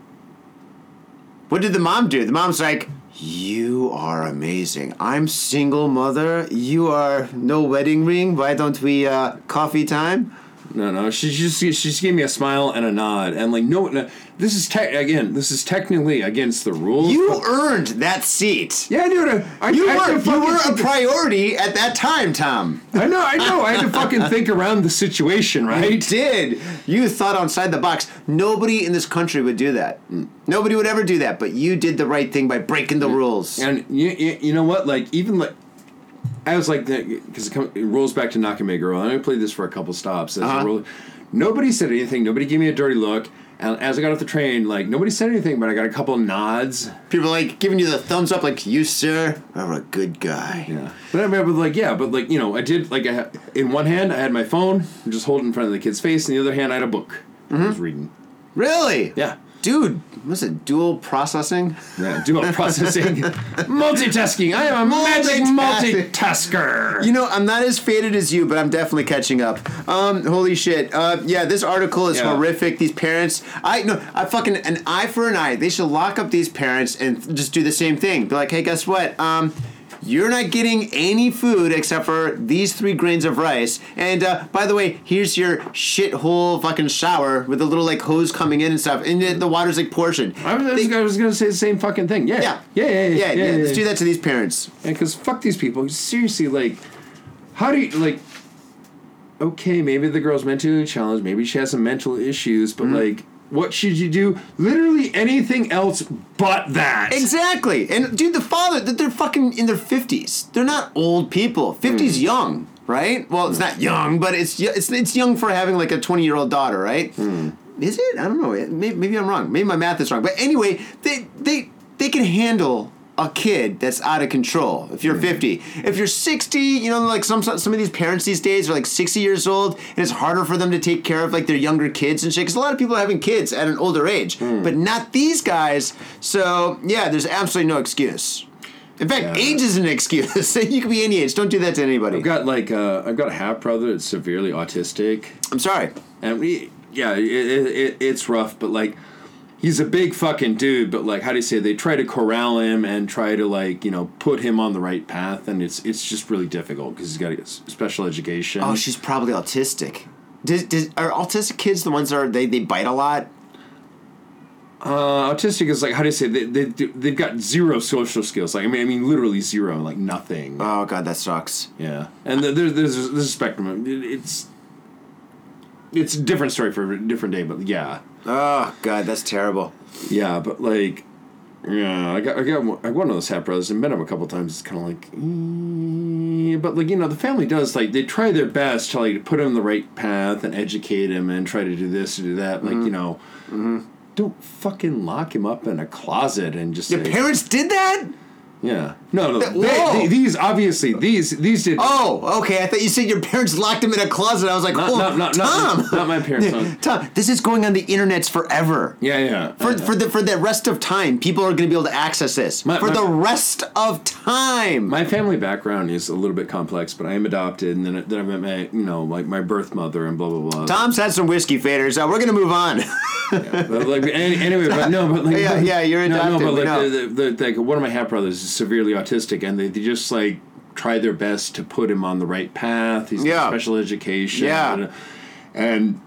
[SPEAKER 1] What did the mom do? The mom's like, You are amazing. I'm single mother. You are no wedding ring. Why don't we uh, coffee time?
[SPEAKER 2] No, no. She just she just gave me a smile and a nod, and like no, no this is tech again. This is technically against the rules.
[SPEAKER 1] You earned that seat.
[SPEAKER 2] yeah, dude. I,
[SPEAKER 1] You
[SPEAKER 2] I had to
[SPEAKER 1] were you
[SPEAKER 2] fucking
[SPEAKER 1] were a
[SPEAKER 2] think-
[SPEAKER 1] priority at that time, Tom.
[SPEAKER 2] I know, I know. I had to fucking think around the situation,
[SPEAKER 1] You
[SPEAKER 2] right?
[SPEAKER 1] did. You thought outside the box. Nobody in this country would do that. Mm. Nobody would ever do that. But you did the right thing by breaking the rules.
[SPEAKER 2] And you, you, you know what? Like even like. I was like, because it, come- it rolls back to Nakameguro, and I played this for a couple stops. As it
[SPEAKER 1] Uh-huh.
[SPEAKER 2] rolled- nobody said anything. Nobody gave me a dirty look. And as I got off the train, like nobody said anything, but I got a couple nods.
[SPEAKER 1] People like giving you the thumbs up, like you, sir, are a good guy.
[SPEAKER 2] Yeah. But I remember, like, yeah, but like, you know, I did like, I ha- in one hand I had my phone, just holding it in front of the kid's face, and the other hand I had a book I was reading.
[SPEAKER 1] Really?
[SPEAKER 2] Mm-hmm. Yeah.
[SPEAKER 1] Dude, was it dual processing?
[SPEAKER 2] Yeah. Dual processing, multitasking. I am a magic
[SPEAKER 1] Multitasking.
[SPEAKER 2] multitasker.
[SPEAKER 1] You know, I'm not as faded as you, but I'm definitely catching up. Um, holy shit. Uh, yeah, this article is
[SPEAKER 2] Yeah.
[SPEAKER 1] horrific. These parents, I no, I fucking an eye for an eye. They should lock up these parents and just do the same thing. Be like, hey, guess what? Um, you're not getting any food except for these three grains of rice. And uh, by the way, here's your shithole fucking shower with a little like hose coming in and stuff, and the, the water's like portioned.
[SPEAKER 2] I was, I was- I was gonna say the same fucking thing. Yeah.
[SPEAKER 1] Yeah.
[SPEAKER 2] Yeah. Yeah. Yeah.
[SPEAKER 1] yeah, yeah. Let's do that to these parents.
[SPEAKER 2] Because fuck these people. Seriously, like, how do you like?
[SPEAKER 1] Mm-hmm.
[SPEAKER 2] Okay, maybe the girl's mentally challenged. Maybe she has some mental issues, but like. What should you do? Literally anything else but that.
[SPEAKER 1] Exactly. And dude, the father, that they're fucking in their 50s. They're not old people. 50s young, right? Well, it's not young, but it's y- it's it's young for having like a 20-year-old daughter, right? Is it? I don't know. Maybe, maybe I'm wrong. Maybe my math is wrong. But anyway, they they they can handle a kid that's out of control. If you're 50, if you're 60, you know, like some some of these parents these days are like 60 years old, and it's harder for them to take care of like their younger kids and shit. Because a lot of people are having kids at an older age, but not these guys. So yeah, there's absolutely no excuse. In fact,
[SPEAKER 2] Yeah.
[SPEAKER 1] age is an excuse. you can be any age. Don't do that to anybody.
[SPEAKER 2] I've got like uh, I've got a half brother that's severely autistic,
[SPEAKER 1] I'm sorry.
[SPEAKER 2] and we yeah, it, it, it, it's rough, but like he's a big fucking dude, but like how do you say they try to corral him and try to like you know put him on the right path, and it's it's just really difficult because he's got a s- special education.
[SPEAKER 1] Oh, she's probably autistic. Does, does, are autistic kids the ones that are they, they bite a lot?
[SPEAKER 2] Uh, autistic is like how do you say they they do- they've got zero social skills. Like I mean I mean literally zero, like nothing.
[SPEAKER 1] Oh god, that sucks.
[SPEAKER 2] Yeah, and th- there, there's there's a spectrum. It, it's it's a different story for a different day, but yeah,
[SPEAKER 1] Oh god, that's terrible.
[SPEAKER 2] yeah, but like. Yeah, I got, I got, one- I got one of those half brothers and met him a couple times. It's kind of like, eh, but like you know, the family does like they try their best to like put him in the right path and educate him and try to do this and do that.
[SPEAKER 1] Mm-hmm.
[SPEAKER 2] Like you know, don't fucking lock him up in a closet and just
[SPEAKER 1] Your
[SPEAKER 2] say-
[SPEAKER 1] parents did that?
[SPEAKER 2] Yeah. No, no.
[SPEAKER 1] Th-
[SPEAKER 2] They,
[SPEAKER 1] whoa!
[SPEAKER 2] they- these obviously these these did.
[SPEAKER 1] Oh, okay. I thought you said your parents locked him in a closet. I was like,
[SPEAKER 2] Not-
[SPEAKER 1] oh,
[SPEAKER 2] not- not- not-
[SPEAKER 1] Tom,
[SPEAKER 2] not my parents, no.
[SPEAKER 1] Tom, this is going on the internet's forever.
[SPEAKER 2] Yeah, yeah.
[SPEAKER 1] For, for the for the rest of time, people are going to be able to access this.
[SPEAKER 2] My-
[SPEAKER 1] for
[SPEAKER 2] my-
[SPEAKER 1] the rest of time.
[SPEAKER 2] my family background is a little bit complex, but I am adopted, and then then I met my you know like my birth mother and blah blah blah.
[SPEAKER 1] Tom's had some whiskey faders. Uh, we're going to move on.
[SPEAKER 2] But like any, anyway, but no, but like
[SPEAKER 1] Yeah, yeah, you're
[SPEAKER 2] No,
[SPEAKER 1] adopted,
[SPEAKER 2] no,
[SPEAKER 1] we
[SPEAKER 2] but
[SPEAKER 1] know.
[SPEAKER 2] like the, the, the, like one of my half brothers is severely autistic, and they, they just like try their best to put him on the right path. He's
[SPEAKER 1] Yeah.
[SPEAKER 2] got special education.
[SPEAKER 1] Yeah.
[SPEAKER 2] and, and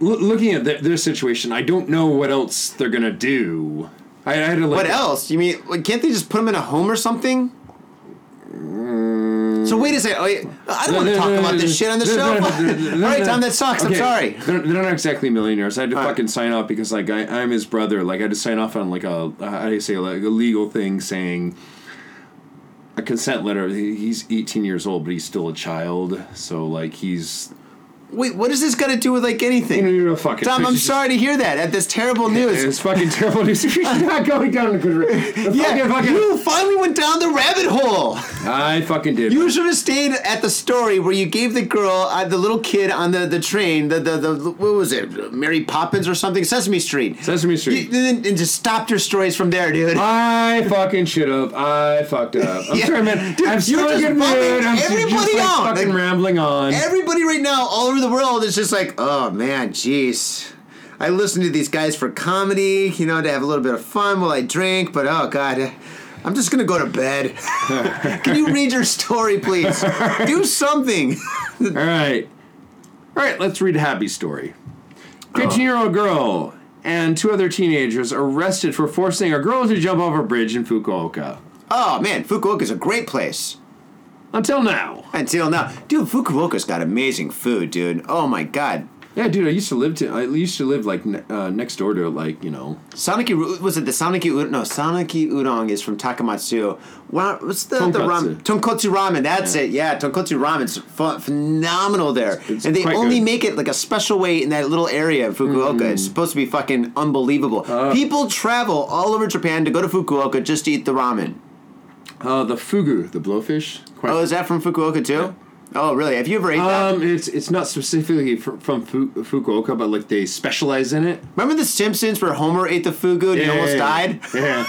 [SPEAKER 2] loo- looking at their, their situation, I don't know what else they're gonna do. I, I had to like
[SPEAKER 1] what else? You mean like, can't they just put him in a home or something?
[SPEAKER 2] Mm.
[SPEAKER 1] So wait a second. Oh, yeah. I don't want to
[SPEAKER 2] No,
[SPEAKER 1] talk
[SPEAKER 2] no, no,
[SPEAKER 1] about
[SPEAKER 2] no,
[SPEAKER 1] this
[SPEAKER 2] no,
[SPEAKER 1] shit on the
[SPEAKER 2] no,
[SPEAKER 1] show.
[SPEAKER 2] no, no, no, no,
[SPEAKER 1] All
[SPEAKER 2] no,
[SPEAKER 1] right,
[SPEAKER 2] no.
[SPEAKER 1] Tom, that sucks. I'm
[SPEAKER 2] Okay,
[SPEAKER 1] sorry.
[SPEAKER 2] They're, they're not exactly millionaires. I had to fucking sign off because like I, I'm his brother. Like I had to sign off on like a how do you say like a legal thing saying a consent letter. He- He's 18 years old, but he's still a child. So like he's
[SPEAKER 1] Wait, what does this got to do with like anything?
[SPEAKER 2] you know, you're a fucking
[SPEAKER 1] Tom, I'm
[SPEAKER 2] it's just-
[SPEAKER 1] sorry to hear that at this terrible news.
[SPEAKER 2] It's fucking terrible news. You're not going down a good road.
[SPEAKER 1] Yeah,
[SPEAKER 2] Yeah, fucking, fucking,
[SPEAKER 1] you finally went down the rabbit hole.
[SPEAKER 2] I fucking did.
[SPEAKER 1] You should have stayed at the story where you gave the girl, uh, the little kid on the, the train, the, the the what was it, Mary Poppins or something, Sesame Street.
[SPEAKER 2] Sesame Street. Oh,
[SPEAKER 1] You- and, and just stopped your stories from there, dude.
[SPEAKER 2] I fucking should have. I fucked up. I'm
[SPEAKER 1] Yeah.
[SPEAKER 2] sorry, man.
[SPEAKER 1] Dude,
[SPEAKER 2] I'm
[SPEAKER 1] you're
[SPEAKER 2] still in
[SPEAKER 1] just
[SPEAKER 2] a good
[SPEAKER 1] bumming
[SPEAKER 2] mood. I'm
[SPEAKER 1] everybody
[SPEAKER 2] just like,
[SPEAKER 1] out.
[SPEAKER 2] fucking
[SPEAKER 1] Like,
[SPEAKER 2] rambling on.
[SPEAKER 1] Everybody right now, all over the world, is just like, oh man, jeez. I listen to these guys for comedy, you know, to have a little bit of fun while I drink, but oh god, I'm just gonna go to bed. Can you read your story, please? Do something.
[SPEAKER 2] All right. All right, let's read a happy story. 15 year old girl and two other teenagers arrested for forcing a girl to jump off a bridge in Fukuoka.
[SPEAKER 1] Oh man, Fukuoka's a great place.
[SPEAKER 2] Until now.
[SPEAKER 1] Until now, dude, Fukuoka's got amazing food, dude. Oh my god,
[SPEAKER 2] Yeah, dude, I used to live to I used to live like ne- uh, next door to like, you know,
[SPEAKER 1] Sanaki Ru- was it the Sanaki Udon? No, Sanaki Udon is from Takamatsu. Wow, what's the the ramen? Tonkotsu ramen. That's it. Yeah, Tonkotsu ramen's ph- phenomenal there,
[SPEAKER 2] it's
[SPEAKER 1] and they
[SPEAKER 2] quite
[SPEAKER 1] only
[SPEAKER 2] good. Mm-hmm.
[SPEAKER 1] make it like a special way in that little area of Fukuoka. It's supposed to be fucking unbelievable.
[SPEAKER 2] Uh.
[SPEAKER 1] People travel all over Japan to go to Fukuoka just to eat the ramen.
[SPEAKER 2] uh, the fugu, the blowfish. Quite
[SPEAKER 1] Oh, is that from Fukuoka too? Oh, really? Have you ever ate that?
[SPEAKER 2] um, it's it's not specifically fr- from Fu- Fukuoka, but like they specialize in it.
[SPEAKER 1] Remember the Simpsons where Homer ate the fugu and he almost died?
[SPEAKER 2] Yeah.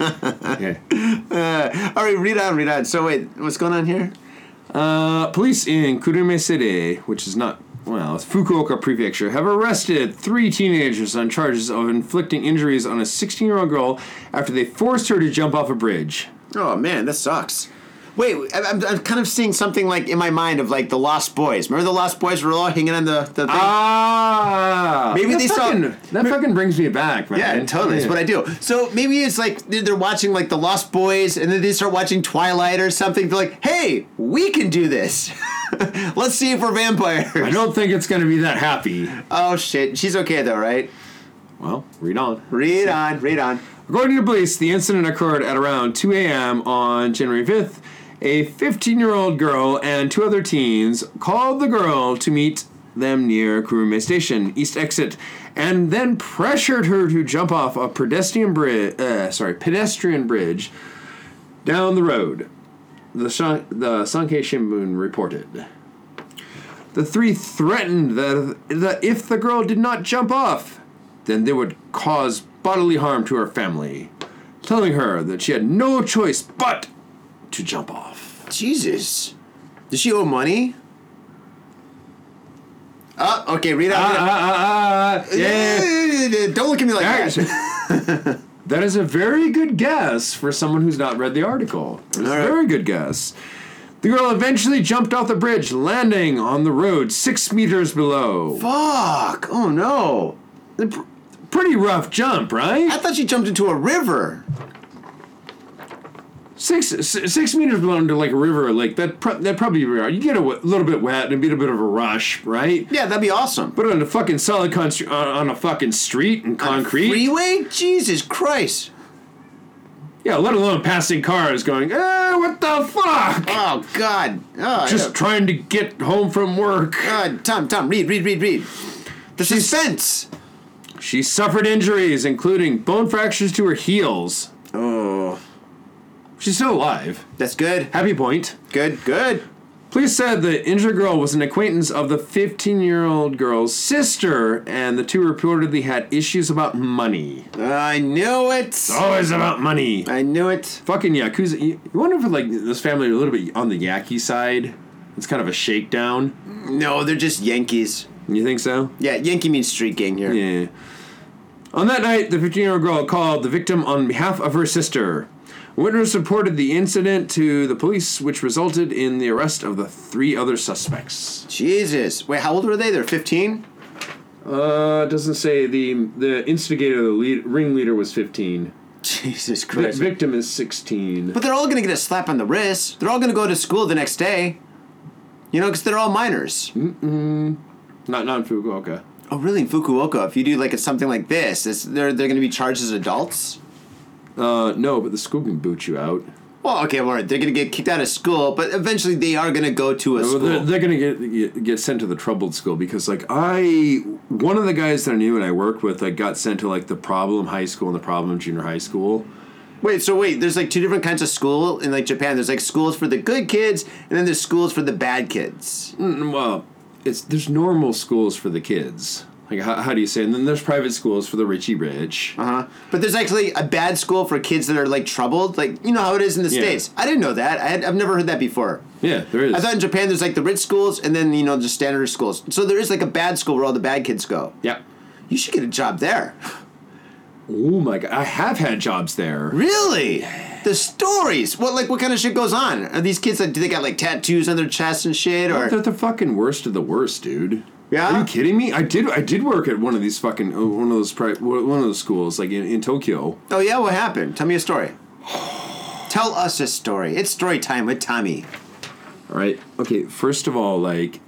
[SPEAKER 2] yeah.
[SPEAKER 1] All right, read on, read on. So wait, what's going on here?
[SPEAKER 2] Uh, police in Kurume City, which is not well, it's Fukuoka Prefecture, have arrested three teenagers on charges of inflicting injuries on a 16-year-old girl after they forced her to jump off a bridge.
[SPEAKER 1] Oh man, that sucks. Wait, I- I'm, I'm kind of seeing something like in my mind of like the Lost Boys. Remember the Lost Boys were all hanging on the, the thing?
[SPEAKER 2] Ah,
[SPEAKER 1] Maybe
[SPEAKER 2] that
[SPEAKER 1] they saw-
[SPEAKER 2] fucking, that fucking brings me back, man.
[SPEAKER 1] yeah, totally. That's what I do. So maybe it's like they're they're watching like the Lost Boys, and then they start watching Twilight or something. They're like, "Hey, we can do this. Let's see if we're vampires."
[SPEAKER 2] I don't think it's gonna be that happy.
[SPEAKER 1] Oh shit, she's okay though, right?
[SPEAKER 2] Well, read on.
[SPEAKER 1] Read on, read on.
[SPEAKER 2] According to police, the incident occurred at around 2 a.m. on January 5th. A 15 year old girl and two other teens called the girl to meet them near Kurume Station, East Exit, and then pressured her to jump off a pedestrian bridge, uh, sorry, pedestrian bridge down the road. The, Shon- the Sankei Shimbun reported. The three threatened that, that if the girl did not jump off, then they would cause bodily harm to her family, telling her that she had no choice but to jump off.
[SPEAKER 1] Jesus. Does she owe money? Oh, okay, read
[SPEAKER 2] Ah,
[SPEAKER 1] on. read on.
[SPEAKER 2] ah, ah, ah, yeah.
[SPEAKER 1] Don't look at me like that.
[SPEAKER 2] That- that is a very good guess for someone who's not read the article. It's a
[SPEAKER 1] All right.
[SPEAKER 2] very good guess. The girl eventually jumped off the bridge, landing on the road six meters below.
[SPEAKER 1] Fuck. Oh no.
[SPEAKER 2] Pretty rough jump, right?
[SPEAKER 1] I thought she jumped into a river.
[SPEAKER 2] Six s- six meters below into like a river, like that. Pro- that probably be all right. you get a w- little bit wet and a bit a bit of a rush, right?
[SPEAKER 1] Yeah, that'd be awesome.
[SPEAKER 2] But on a fucking solid constr- on, on a fucking street and concrete,
[SPEAKER 1] Freeway? Jesus Christ.
[SPEAKER 2] yeah. Let alone passing cars going, eh, what the fuck?
[SPEAKER 1] Oh God. Oh,
[SPEAKER 2] Just
[SPEAKER 1] yeah.
[SPEAKER 2] trying to get home from work.
[SPEAKER 1] God. Tom. Tom. Read. Read. Read. Read. The suspense.
[SPEAKER 2] She suffered injuries, including bone fractures to her heels.
[SPEAKER 1] Oh,
[SPEAKER 2] She's still alive.
[SPEAKER 1] that's good.
[SPEAKER 2] Happy point.
[SPEAKER 1] Good. Good.
[SPEAKER 2] Police said the injured girl was an acquaintance of the 15 year old girl's sister, and the two reportedly had issues about money.
[SPEAKER 1] I knew it.
[SPEAKER 2] Always about money.
[SPEAKER 1] I knew it.
[SPEAKER 2] Fucking Yakuza. You you wonder if like this family are a little bit on the Yaki side. It's kind of a shakedown.
[SPEAKER 1] No, they're just Yankees.
[SPEAKER 2] You think so?
[SPEAKER 1] Yeah, Yankee means street gang here.
[SPEAKER 2] Yeah. On that night, the 15 year old girl called the victim on behalf of her sister. Witness reported the incident to the police, which resulted in the arrest of the three other suspects.
[SPEAKER 1] Jesus. Wait, how old were they? They're 15?
[SPEAKER 2] Uh, doesn't say the the instigator, the lead, ringleader, was 15.
[SPEAKER 1] Jesus
[SPEAKER 2] The
[SPEAKER 1] Christ.
[SPEAKER 2] victim is 16.
[SPEAKER 1] But they're all gonna get a slap on the wrist. They're all gonna go to school the next day. You know, because they're all minors.
[SPEAKER 2] Not not in Fukuoka.
[SPEAKER 1] Oh, really? In Fukuoka, if you do like a, something like this, it's, they're they're gonna be charged as adults.
[SPEAKER 2] Uh, no, but the school can boot you out.
[SPEAKER 1] Well, okay, all right. They're gonna get kicked out of school, but eventually they are gonna go to a
[SPEAKER 2] Well,
[SPEAKER 1] school.
[SPEAKER 2] they're, they're gonna get, get get sent to the troubled school because like I one of the guys that I knew and I worked with like got sent to like the problem high school and the problem junior high school.
[SPEAKER 1] Wait, so wait, there's like two different kinds of school in like Japan. There's like schools for the good kids, and then there's schools for the bad kids.
[SPEAKER 2] Mm, Well, it's there's normal schools for the kids. Like how, how do you say? And then there's private schools for the richy rich.
[SPEAKER 1] Uh huh. But there's actually a bad school for kids that are like troubled. Like you know how it is in the
[SPEAKER 2] Yeah.
[SPEAKER 1] states. I didn't know that. I had, I've never heard that before.
[SPEAKER 2] Yeah, there is.
[SPEAKER 1] I thought in Japan there's like the rich schools and then you know just standard schools. So there is like a bad school where all the bad kids go.
[SPEAKER 2] yeah.
[SPEAKER 1] You should get a job there.
[SPEAKER 2] Oh my god, I have had jobs there.
[SPEAKER 1] Really? The stories. What like what kind of shit goes on? Are these kids that do they got like tattoos on their chest and shit or
[SPEAKER 2] They're the fucking worst of the worst, dude.
[SPEAKER 1] Yeah?
[SPEAKER 2] Are you kidding me? I did. I did work at one of these fucking oh, one of those pri- one of those schools like in, in Tokyo.
[SPEAKER 1] Oh yeah, what happened? Tell me a story. Tell us a story. It's story time with Tommy.
[SPEAKER 2] All right. Okay. First of all, like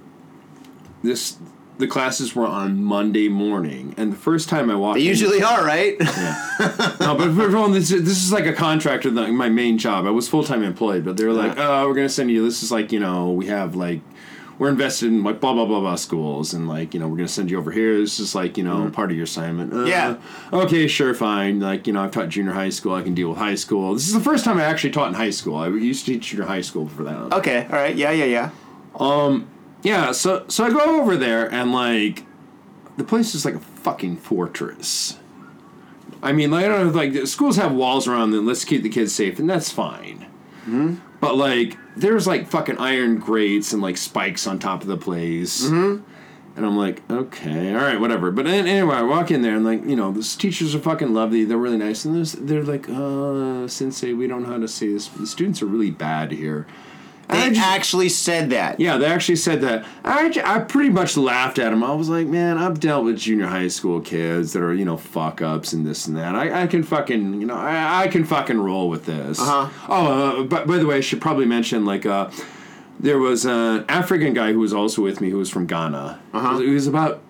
[SPEAKER 2] this, the classes were on Monday morning, and the first time I walked,
[SPEAKER 1] They
[SPEAKER 2] in-
[SPEAKER 1] usually are, right?
[SPEAKER 2] no, but for everyone, this is, this is like a contractor. Like my main job, I was full time employed, but they were like, "Oh, we're gonna send you." This is like you know, we have like we're invested in like blah blah blah blah schools, and like you know, we're gonna send you over here. This is like you know, part of your assignment. Uh,
[SPEAKER 1] Mm-hmm. Yeah.
[SPEAKER 2] Okay, sure, fine. Like you know, I've taught junior high school. I can deal with high school. This is the first time I actually taught in high school. I used to teach junior high school for that.
[SPEAKER 1] okay, all right. Yeah, yeah, yeah.
[SPEAKER 2] Yeah, so so I go over there and like the place is like a fucking fortress. I mean, like I don't know, like the schools have walls around them. Let's keep the kids safe, and that's fine. But like, there's like fucking iron grates and like spikes on top of the place. And I'm like, okay, all right, whatever. But an- anyway, I walk in there and like, you know, these teachers are fucking lovely. They're really nice, and there's, they're like, uh, sensei, we don't know how to say this. The students are really bad here. And I
[SPEAKER 1] They
[SPEAKER 2] just-
[SPEAKER 1] actually said that.
[SPEAKER 2] yeah, they actually said that. I, j- I pretty much laughed at him. I was like, man, I've dealt with junior high school kids that are, you know, fuck ups and this and that. I, I can fucking, you know, I, I can fucking roll with this.
[SPEAKER 1] Uh-huh.
[SPEAKER 2] Oh, uh, but by the way, I should probably mention, like, uh, there was an African guy who was also with me who was from Ghana. Uh-huh. He was about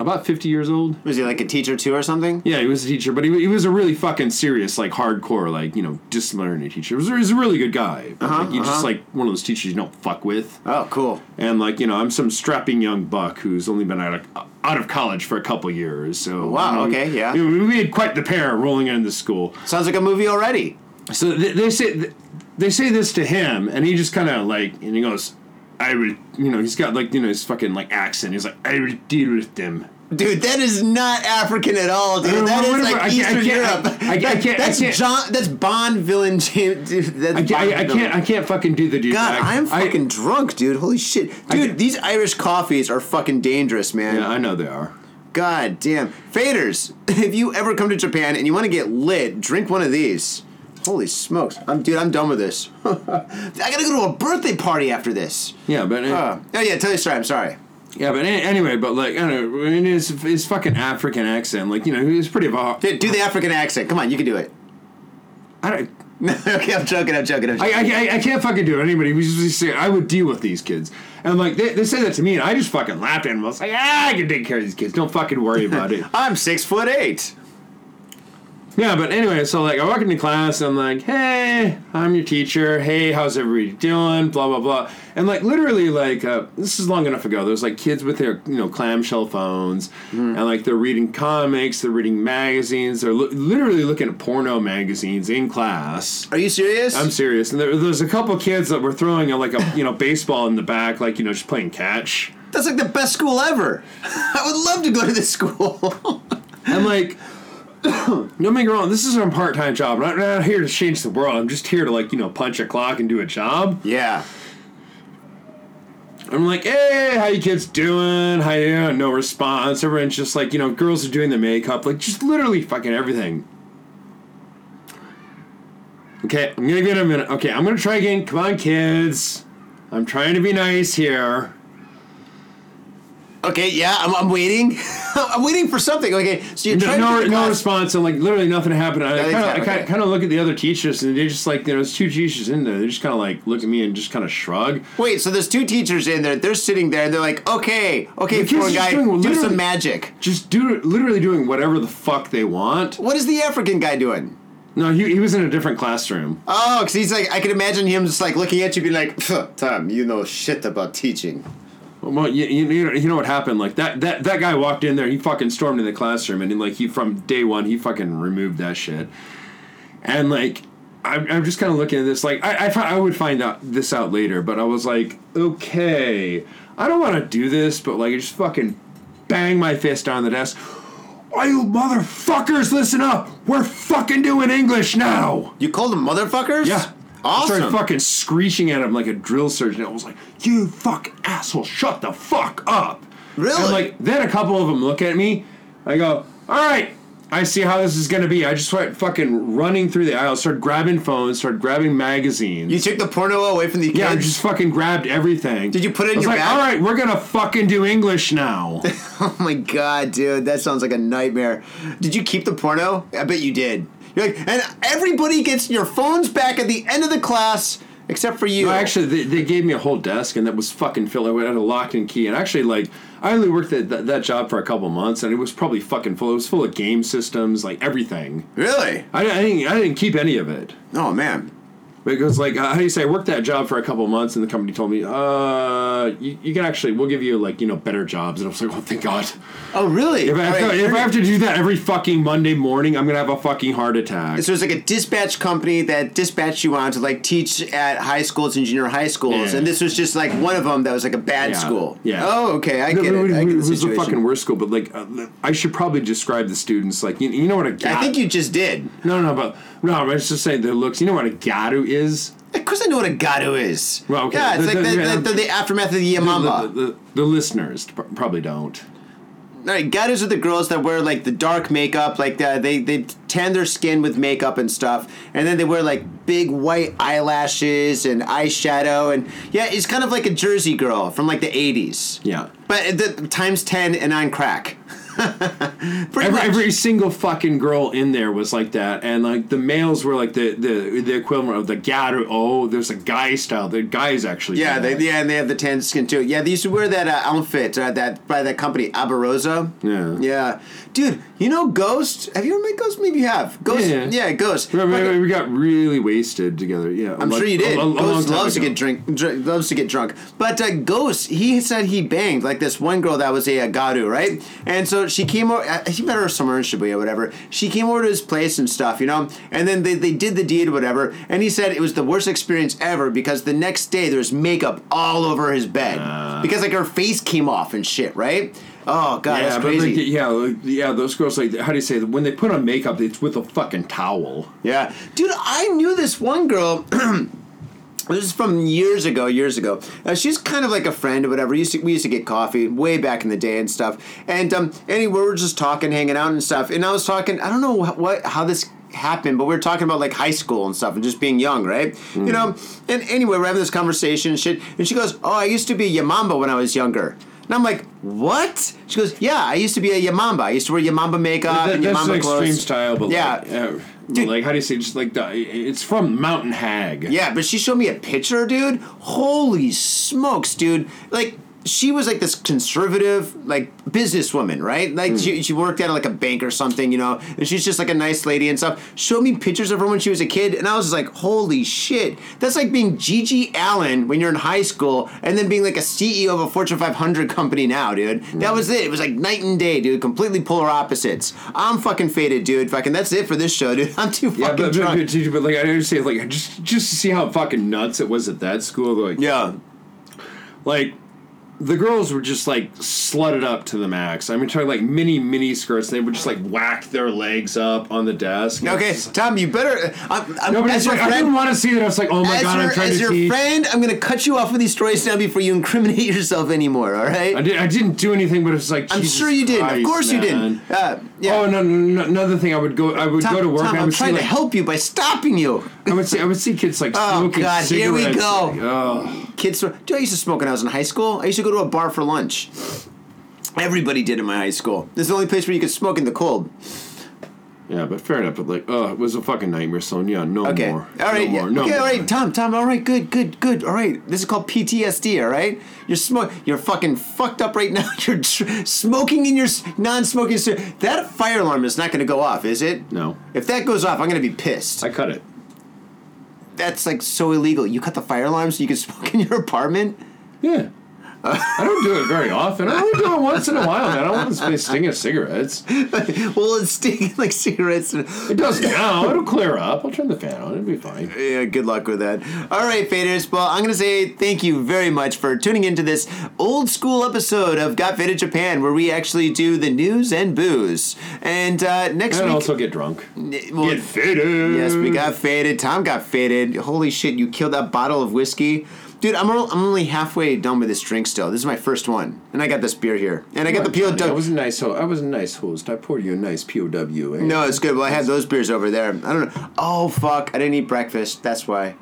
[SPEAKER 2] about 50 years old.
[SPEAKER 1] Was he like a teacher too or something?
[SPEAKER 2] Yeah, he was a teacher, but he, he was a really fucking serious, like hardcore, like you know, disciplinary teacher. He was, he was a really good guy. But, like, you just like one of those teachers you don't fuck with.
[SPEAKER 1] Oh, cool.
[SPEAKER 2] And like you know, I'm some strapping young buck who's only been out of, out of college for a couple years. So
[SPEAKER 1] Wow,
[SPEAKER 2] you know,
[SPEAKER 1] okay, yeah.
[SPEAKER 2] you know, we had quite the pair rolling into school.
[SPEAKER 1] Sounds like a movie already.
[SPEAKER 2] So th- they say th- they say this to him, and he just kind of like and he goes, "I will," you know, he's got like you know his fucking like accent. He's like, "I will deal with them."
[SPEAKER 1] Dude, that is not African at all, dude.
[SPEAKER 2] Uh,
[SPEAKER 1] That is
[SPEAKER 2] whatever. I
[SPEAKER 1] like
[SPEAKER 2] can't- I
[SPEAKER 1] Eastern
[SPEAKER 2] can't-
[SPEAKER 1] Europe.
[SPEAKER 2] I- I
[SPEAKER 1] That-
[SPEAKER 2] can't- I
[SPEAKER 1] That's
[SPEAKER 2] can't-
[SPEAKER 1] John. That's Bond villain James. Dude, that's
[SPEAKER 2] I can't,
[SPEAKER 1] Bond
[SPEAKER 2] I, I
[SPEAKER 1] villain.
[SPEAKER 2] can't. I can't fucking do the dude.
[SPEAKER 1] God, I,
[SPEAKER 2] I,
[SPEAKER 1] am
[SPEAKER 2] I-
[SPEAKER 1] fucking drunk, dude. Holy shit, dude.
[SPEAKER 2] I-
[SPEAKER 1] these Irish coffees are fucking dangerous, man.
[SPEAKER 2] yeah, I know they are.
[SPEAKER 1] God damn. Faders, if you ever come to Japan and you want to get lit, drink one of these. Holy smokes. I'm dude, I'm done with this. I gotta go to a birthday party after this.
[SPEAKER 2] Yeah, but
[SPEAKER 1] Uh, oh yeah, tell your story, I'm sorry.
[SPEAKER 2] yeah, but an- anyway, but like I don't know, and his his fucking African accent, like you know, he's pretty. Vo-
[SPEAKER 1] Dude, do the African accent. Come on, you can do it.
[SPEAKER 2] I don't.
[SPEAKER 1] okay, I'm joking, I'm joking, I'm
[SPEAKER 2] I,
[SPEAKER 1] joking.
[SPEAKER 2] I, I- I can't fucking do it. Anybody who's just saying I would deal with these kids, and like they, they say that to me, and I just fucking laughed at them. I was like, ah, I can take care of these kids. Don't fucking worry about it.
[SPEAKER 1] I'm six foot eight.
[SPEAKER 2] Yeah, but anyway, so like I walk into class, I'm like, hey, I'm your teacher. Hey, how's everybody doing? Blah blah blah. And like literally, like uh, this is long enough ago. There's like kids with their you know clamshell phones, and like they're reading comics, they're reading magazines, they're lo- literally looking at porno magazines in class.
[SPEAKER 1] Are you serious?
[SPEAKER 2] I'm serious. And there, there's a couple kids that were throwing a, like a you know baseball in the back, like you know just playing catch.
[SPEAKER 1] That's like the best school ever. I would love to go to this school.
[SPEAKER 2] I'm like, don't make me wrong. This is a part time job. I'm not, not here to change the world. I'm just here to like you know punch a clock and do a job.
[SPEAKER 1] yeah.
[SPEAKER 2] I'm like, hey, how you kids doing? How you doing? No response. Everyone's just like you know, girls are doing the makeup, like just literally fucking everything. Okay, I'm gonna give it a minute. Okay, I'm gonna try again. Come on, kids. I'm trying to be nice here.
[SPEAKER 1] Okay, yeah, I'm, I'm waiting. I'm waiting for something. Okay, so you're
[SPEAKER 2] No,
[SPEAKER 1] trying to
[SPEAKER 2] no,
[SPEAKER 1] get the
[SPEAKER 2] no
[SPEAKER 1] class-
[SPEAKER 2] response, and like literally nothing happened. I
[SPEAKER 1] Nothing's
[SPEAKER 2] kind of, I
[SPEAKER 1] happened,
[SPEAKER 2] kind
[SPEAKER 1] okay.
[SPEAKER 2] of, kind of look at the other teachers, and they just like, you know, there's two teachers in there. They just kind of like look at me and just kind of shrug.
[SPEAKER 1] Wait, so there's two teachers in there. They're sitting there, and they're like, "Okay, okay,
[SPEAKER 2] The kids
[SPEAKER 1] foreign guy,
[SPEAKER 2] just doing
[SPEAKER 1] do some
[SPEAKER 2] literally-
[SPEAKER 1] magic."
[SPEAKER 2] Just do literally doing whatever the fuck they want.
[SPEAKER 1] What is the African guy doing?
[SPEAKER 2] No, he, he was in a different classroom.
[SPEAKER 1] Oh, because he's like, I can imagine him just like looking at you, being like, "Pff, "Tom, you know shit about teaching."
[SPEAKER 2] Well, you, you, you know, you know what happened? Like that, that that guy walked in there. He fucking stormed in the classroom, and like he from day one, he fucking removed that shit. And like, I'm, I'm just kind of looking at this. Like, I I, fi- I would find out this out later, but I was like, okay, I don't want to do this, but like, I just fucking bang my fist on the desk. Why you motherfuckers, listen up! We're fucking doing English now.
[SPEAKER 1] You called them motherfuckers?
[SPEAKER 2] Yeah. I
[SPEAKER 1] awesome.
[SPEAKER 2] started fucking screeching at him like a drill sergeant. I was like, you fucking asshole, shut the fuck up.
[SPEAKER 1] Really?
[SPEAKER 2] And like, then a couple of them look at me. I go, all right, I see how this is going to be. I just started fucking running through the aisle, started grabbing phones, started grabbing magazines.
[SPEAKER 1] you took the porno away from the kids.
[SPEAKER 2] yeah, I just fucking grabbed everything.
[SPEAKER 1] Did you put it in
[SPEAKER 2] I was
[SPEAKER 1] your
[SPEAKER 2] like,
[SPEAKER 1] bag?
[SPEAKER 2] all right, we're going to fucking do English now.
[SPEAKER 1] oh my god, dude, that sounds like a nightmare. Did you keep the porno? I bet you did. You're like, and everybody gets your phones back at the end of the class except for you.
[SPEAKER 2] No, actually, they, they gave me a whole desk, and that was fucking filled. I had a locked in key, and actually, like, I only worked at that, that job for a couple months, and it was probably fucking full. It was full of game systems, like everything.
[SPEAKER 1] really?
[SPEAKER 2] I, I didn't, I didn't keep any of it
[SPEAKER 1] Oh man.
[SPEAKER 2] because, like, uh, how do you say? I worked that job for a couple months, and the company told me, uh, you, you can actually, we'll give you like, you know, better jobs, and I was like, oh, thank God.
[SPEAKER 1] Oh really?
[SPEAKER 2] If I, have
[SPEAKER 1] All right,
[SPEAKER 2] to, if I have to do that every fucking Monday morning, I'm gonna have a fucking heart attack.
[SPEAKER 1] So it's like a dispatch company that dispatched you on to like teach at high schools and junior high schools,
[SPEAKER 2] Yeah.
[SPEAKER 1] and this was just like one of them that was like a bad
[SPEAKER 2] Yeah.
[SPEAKER 1] school.
[SPEAKER 2] Yeah.
[SPEAKER 1] Oh, okay, I
[SPEAKER 2] No,
[SPEAKER 1] get
[SPEAKER 2] but
[SPEAKER 1] it.
[SPEAKER 2] It,
[SPEAKER 1] I
[SPEAKER 2] it
[SPEAKER 1] get the
[SPEAKER 2] was the
[SPEAKER 1] situation.
[SPEAKER 2] fucking worst school, but like, uh, I should probably describe the students. Like, you, you know what a
[SPEAKER 1] I
[SPEAKER 2] gap.
[SPEAKER 1] think you just did.
[SPEAKER 2] No, no, but no. I was just saying their looks. You know what a garu is?
[SPEAKER 1] Of course, I know what a gado is.
[SPEAKER 2] Well, okay.
[SPEAKER 1] Yeah, it's
[SPEAKER 2] The-
[SPEAKER 1] like
[SPEAKER 2] the-
[SPEAKER 1] the, the,
[SPEAKER 2] yeah.
[SPEAKER 1] the, the aftermath of the Yamama.
[SPEAKER 2] The, the, the listeners pr- probably don't.
[SPEAKER 1] All right, gatos are the girls that wear like the dark makeup, like uh, they they tan their skin with makeup and stuff, and then they wear like big white eyelashes and eyeshadow, and yeah, it's kind of like a Jersey girl from like the '80s.
[SPEAKER 2] Yeah.
[SPEAKER 1] but the, times ten and on crack. Pretty
[SPEAKER 2] every,
[SPEAKER 1] much.
[SPEAKER 2] every single fucking girl in there was like that, and like the males were like the the, the equivalent of the gator. Oh, there's a guy style. The guys actually.
[SPEAKER 1] yeah,
[SPEAKER 2] do
[SPEAKER 1] they,
[SPEAKER 2] that.
[SPEAKER 1] yeah, and they have the tan skin too. Yeah, they used to wear that uh, outfit uh, that by that company Abarosa.
[SPEAKER 2] Yeah.
[SPEAKER 1] yeah, dude. You know Ghost? Have you ever met Ghost? Maybe you have. Ghost.
[SPEAKER 2] Yeah.
[SPEAKER 1] Yeah, Ghost.
[SPEAKER 2] Remember,
[SPEAKER 1] Fucking-
[SPEAKER 2] remember, we got really wasted together. Yeah,
[SPEAKER 1] I'm sure you did. Ghost loves to get
[SPEAKER 2] drinking.
[SPEAKER 1] drink, dr- loves to get drunk. But uh, Ghost, he said he banged like this one girl that was a, uh Garu, right? And so she came over. Uh, he met her somewhere in Shibuya, whatever. She came over to his place and stuff, you know. And then they, they did the deed, whatever. And he said it was the worst experience ever because the next day there was makeup all over his bed because like her face came off and shit, right? Oh god,
[SPEAKER 2] Ah. Yeah,
[SPEAKER 1] that's
[SPEAKER 2] but
[SPEAKER 1] crazy.
[SPEAKER 2] like, yeah, like, yeah. Those girls, like, how do you say? that? When they put on makeup, it's with a fucking towel.
[SPEAKER 1] Yeah, dude, I knew this one girl. This is from years ago, years ago. Uh, she's kind of like a friend or whatever. We used, to, we used to get coffee way back in the day and stuff. And um, anyway, we were just talking, hanging out and stuff. And I was talking, I don't know what, what how this happened, but we were talking about like high school and stuff and just being young, right?
[SPEAKER 2] Hmm.
[SPEAKER 1] You know. And anyway, we're having this conversation and shit. And she goes, "Oh, I used to be Yamamba when I was younger." And I'm like, "What?" She goes, "Yeah, I used to be a Yamamba. I used to wear Yamamba makeup
[SPEAKER 2] That-
[SPEAKER 1] and
[SPEAKER 2] that's
[SPEAKER 1] Yamamba
[SPEAKER 2] an extreme
[SPEAKER 1] clothes."
[SPEAKER 2] style, but
[SPEAKER 1] yeah,
[SPEAKER 2] like, uh, like, how do you say? Just like the, it's from Mountain Hag.
[SPEAKER 1] Yeah, but she showed me a picture, dude. Holy smokes, dude. Like, she was like this conservative, like businesswoman, right?
[SPEAKER 2] Hmm.
[SPEAKER 1] Like she, she worked at like a bank or something, you know. And she's just like a nice lady and stuff. Showed me pictures of her when she was a kid, and I was just like, "Holy shit!" That's like being Gigi Allen when you're in high school, and then being like a CEO of a Fortune 500 company now, dude. That was it. It was like night and day, dude. Completely polar opposites. I'm fucking faded, dude. Fucking that's it for this show, dude. I'm too fucking
[SPEAKER 2] Yeah, but, but,
[SPEAKER 1] drunk.
[SPEAKER 2] but, but, but like I understand, like just just to see how fucking nuts it was at that school, like
[SPEAKER 1] yeah.
[SPEAKER 2] like the girls were just like slutted up to the max. I mean, talking like mini mini skirts. They would just like whack their legs up on the desk.
[SPEAKER 1] Okay,
[SPEAKER 2] It's-
[SPEAKER 1] Tom, you better. uh, I'm, I'm,
[SPEAKER 2] No, but
[SPEAKER 1] as
[SPEAKER 2] it's
[SPEAKER 1] your
[SPEAKER 2] like, I
[SPEAKER 1] friend,
[SPEAKER 2] didn't want to see that. I was like, oh my
[SPEAKER 1] as
[SPEAKER 2] god,
[SPEAKER 1] your,
[SPEAKER 2] I'm trying
[SPEAKER 1] as
[SPEAKER 2] to
[SPEAKER 1] your
[SPEAKER 2] teach.
[SPEAKER 1] friend, I'm gonna cut you off with these stories now before you incriminate yourself anymore. All right?
[SPEAKER 2] I, did, I didn't do anything, but it's like
[SPEAKER 1] I'm
[SPEAKER 2] Jesus
[SPEAKER 1] sure you did. Of
[SPEAKER 2] Christ,
[SPEAKER 1] course you
[SPEAKER 2] man.
[SPEAKER 1] didn't. Uh, yeah.
[SPEAKER 2] Oh no, no, no! Another thing, I would go. I would
[SPEAKER 1] Tom,
[SPEAKER 2] go to work.
[SPEAKER 1] Tom,
[SPEAKER 2] and I
[SPEAKER 1] I'm
[SPEAKER 2] would see,
[SPEAKER 1] trying
[SPEAKER 2] like,
[SPEAKER 1] to help you by stopping you.
[SPEAKER 2] I would see. I would see kids like
[SPEAKER 1] Oh,
[SPEAKER 2] smoking
[SPEAKER 1] God, here we
[SPEAKER 2] cigarettes.
[SPEAKER 1] go.
[SPEAKER 2] Like, oh.
[SPEAKER 1] Kids, were- dude, I used to smoke when I was in high school. I used to go to a bar for lunch. Everybody did in my high school. This is the only place where you could smoke in the cold.
[SPEAKER 2] Yeah, but fair enough. But like, oh, it was a fucking nightmare. So yeah, no
[SPEAKER 1] Okay.
[SPEAKER 2] more.
[SPEAKER 1] All right.
[SPEAKER 2] no
[SPEAKER 1] yeah.
[SPEAKER 2] more. No
[SPEAKER 1] okay.
[SPEAKER 2] more.
[SPEAKER 1] All right. Tom. Tom. All right. Good. Good. Good. All right. This is called PTSD. All right. You're smoke. You're fucking fucked up right now. You're tr- smoking in your s- non-smoking. St- that fire alarm is not going to go off, is it?
[SPEAKER 2] No.
[SPEAKER 1] If that goes off, I'm going to be pissed.
[SPEAKER 2] I cut it.
[SPEAKER 1] That's like so illegal. You cut the fire alarm so you can smoke in your apartment.
[SPEAKER 2] Yeah. I don't do it very often. I only do it once in a while, man. I don't want this place sting of cigarettes.
[SPEAKER 1] well, it's stinking like cigarettes. And-
[SPEAKER 2] It does now. It'll clear up. I'll turn the fan on. It'll be fine.
[SPEAKER 1] yeah, good luck with that. All right, faders. Well, I'm gonna say thank you very much for tuning into this old school episode of Got Faded Japan, where we actually do the news and booze. And uh, next
[SPEAKER 2] And
[SPEAKER 1] week,
[SPEAKER 2] also get drunk.
[SPEAKER 1] well,
[SPEAKER 2] Get faded.
[SPEAKER 1] yes, we got faded. Tom got faded. Holy shit, you killed that bottle of whiskey. Dude, I'm, al- I'm only halfway done with this drink still. This is my first one. And I got this beer here. And I got the
[SPEAKER 2] Johnny,
[SPEAKER 1] peeled
[SPEAKER 2] I
[SPEAKER 1] duck.
[SPEAKER 2] was a nice host. I was a nice host. I poured you a nice POW. Eh?
[SPEAKER 1] No, it's good. Well, I had those beers over there. I don't know. Oh fuck! I didn't eat breakfast. That's why.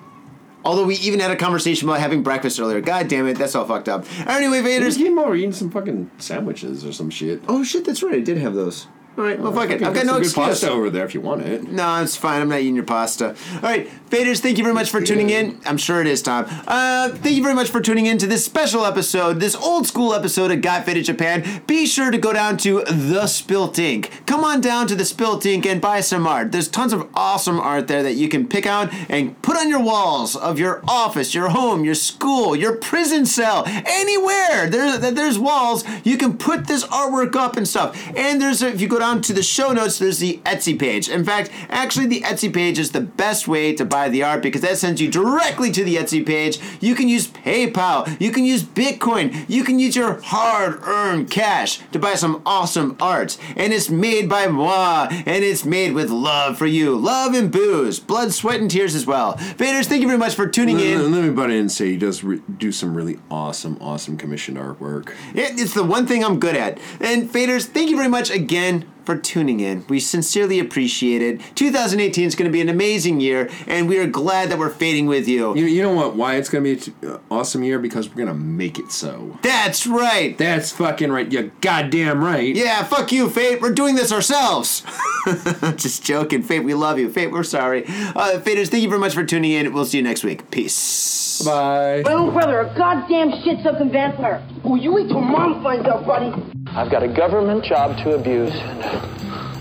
[SPEAKER 1] Although we even had a conversation about having breakfast earlier. God damn it, that's all fucked up. Anyway,
[SPEAKER 2] I
[SPEAKER 1] Vaders.
[SPEAKER 2] just came over eating some fucking sandwiches or some shit.
[SPEAKER 1] Oh shit, that's right. I did have those. All right, well fuck it.
[SPEAKER 2] Fucking
[SPEAKER 1] I've got
[SPEAKER 2] get
[SPEAKER 1] no
[SPEAKER 2] some Uh, good
[SPEAKER 1] excuse.
[SPEAKER 2] pasta over there if you want it.
[SPEAKER 1] No, it's fine. I'm not eating your pasta. All right, Vaders. Thank you very much for tuning in. I'm sure it is Tom. Uh, thank you very much for tuning in to this special episode, this old school episode of Got Faded Japan. Be sure to go down to the Spilt Ink. Come on down to the Spilt Ink and buy some art. There's tons of awesome art there that you can pick out and put on your walls of your office, your home, your school, your prison cell, anywhere. There, that there's walls. You can put this artwork up and stuff. And there's, a, if you go down to the show notes, there's the Etsy page. In fact, actually, the Etsy page is the best way to buy the art because that sends you directly to the Etsy page. You can use PayPal, you can use Bitcoin, you can use your hard earned cash to buy some awesome art. And it's made by moi, and it's made with love for you. Love and booze, blood, sweat, and tears as well. Vaders, thank you very much for tuning in.
[SPEAKER 2] Let, let me butt in and say he does re- do some really awesome, awesome commissioned artwork.
[SPEAKER 1] It- It's the one thing I'm good at. And Faders, thank you very much again for tuning in. We sincerely appreciate it. 2018 is going to be an amazing year, and we are glad that we're fading with you.
[SPEAKER 2] You, you know what? Why it's gonna be an awesome year because we're gonna make it so.
[SPEAKER 1] That's right.
[SPEAKER 2] That's fucking right. You're goddamn right.
[SPEAKER 1] Yeah, fuck you, Fate. We're doing this ourselves. Just joking, Fate. We love you, Fate. We're sorry, uh, Faders. Thank you very much for tuning in. We'll see you next week. Peace.
[SPEAKER 2] Bye.
[SPEAKER 4] My own brother, a goddamn shit-sucking vampire. Will you wait till mom finds out, buddy?
[SPEAKER 5] I've got a government job to abuse and a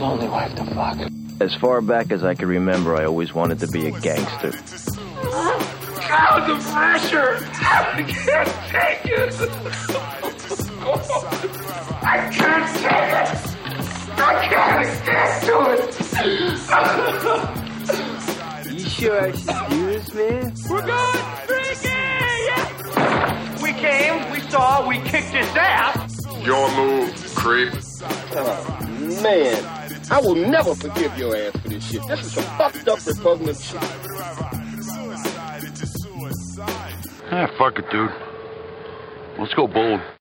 [SPEAKER 5] lonely wife to fuck.
[SPEAKER 6] As far back as I can remember, I always wanted to be a gangster.
[SPEAKER 7] God, the pressure! I can't take it! I can't take it! I can't, I can't do it!
[SPEAKER 8] You sure I should do this, man?
[SPEAKER 7] We're going freaky! We came, we saw, we kicked his ass!
[SPEAKER 9] Your move, creep.
[SPEAKER 8] Oh, man. I will never forgive your ass for this shit. This is some fucked up repugnant shit.
[SPEAKER 9] Ah, fuck it, dude. Let's go bold.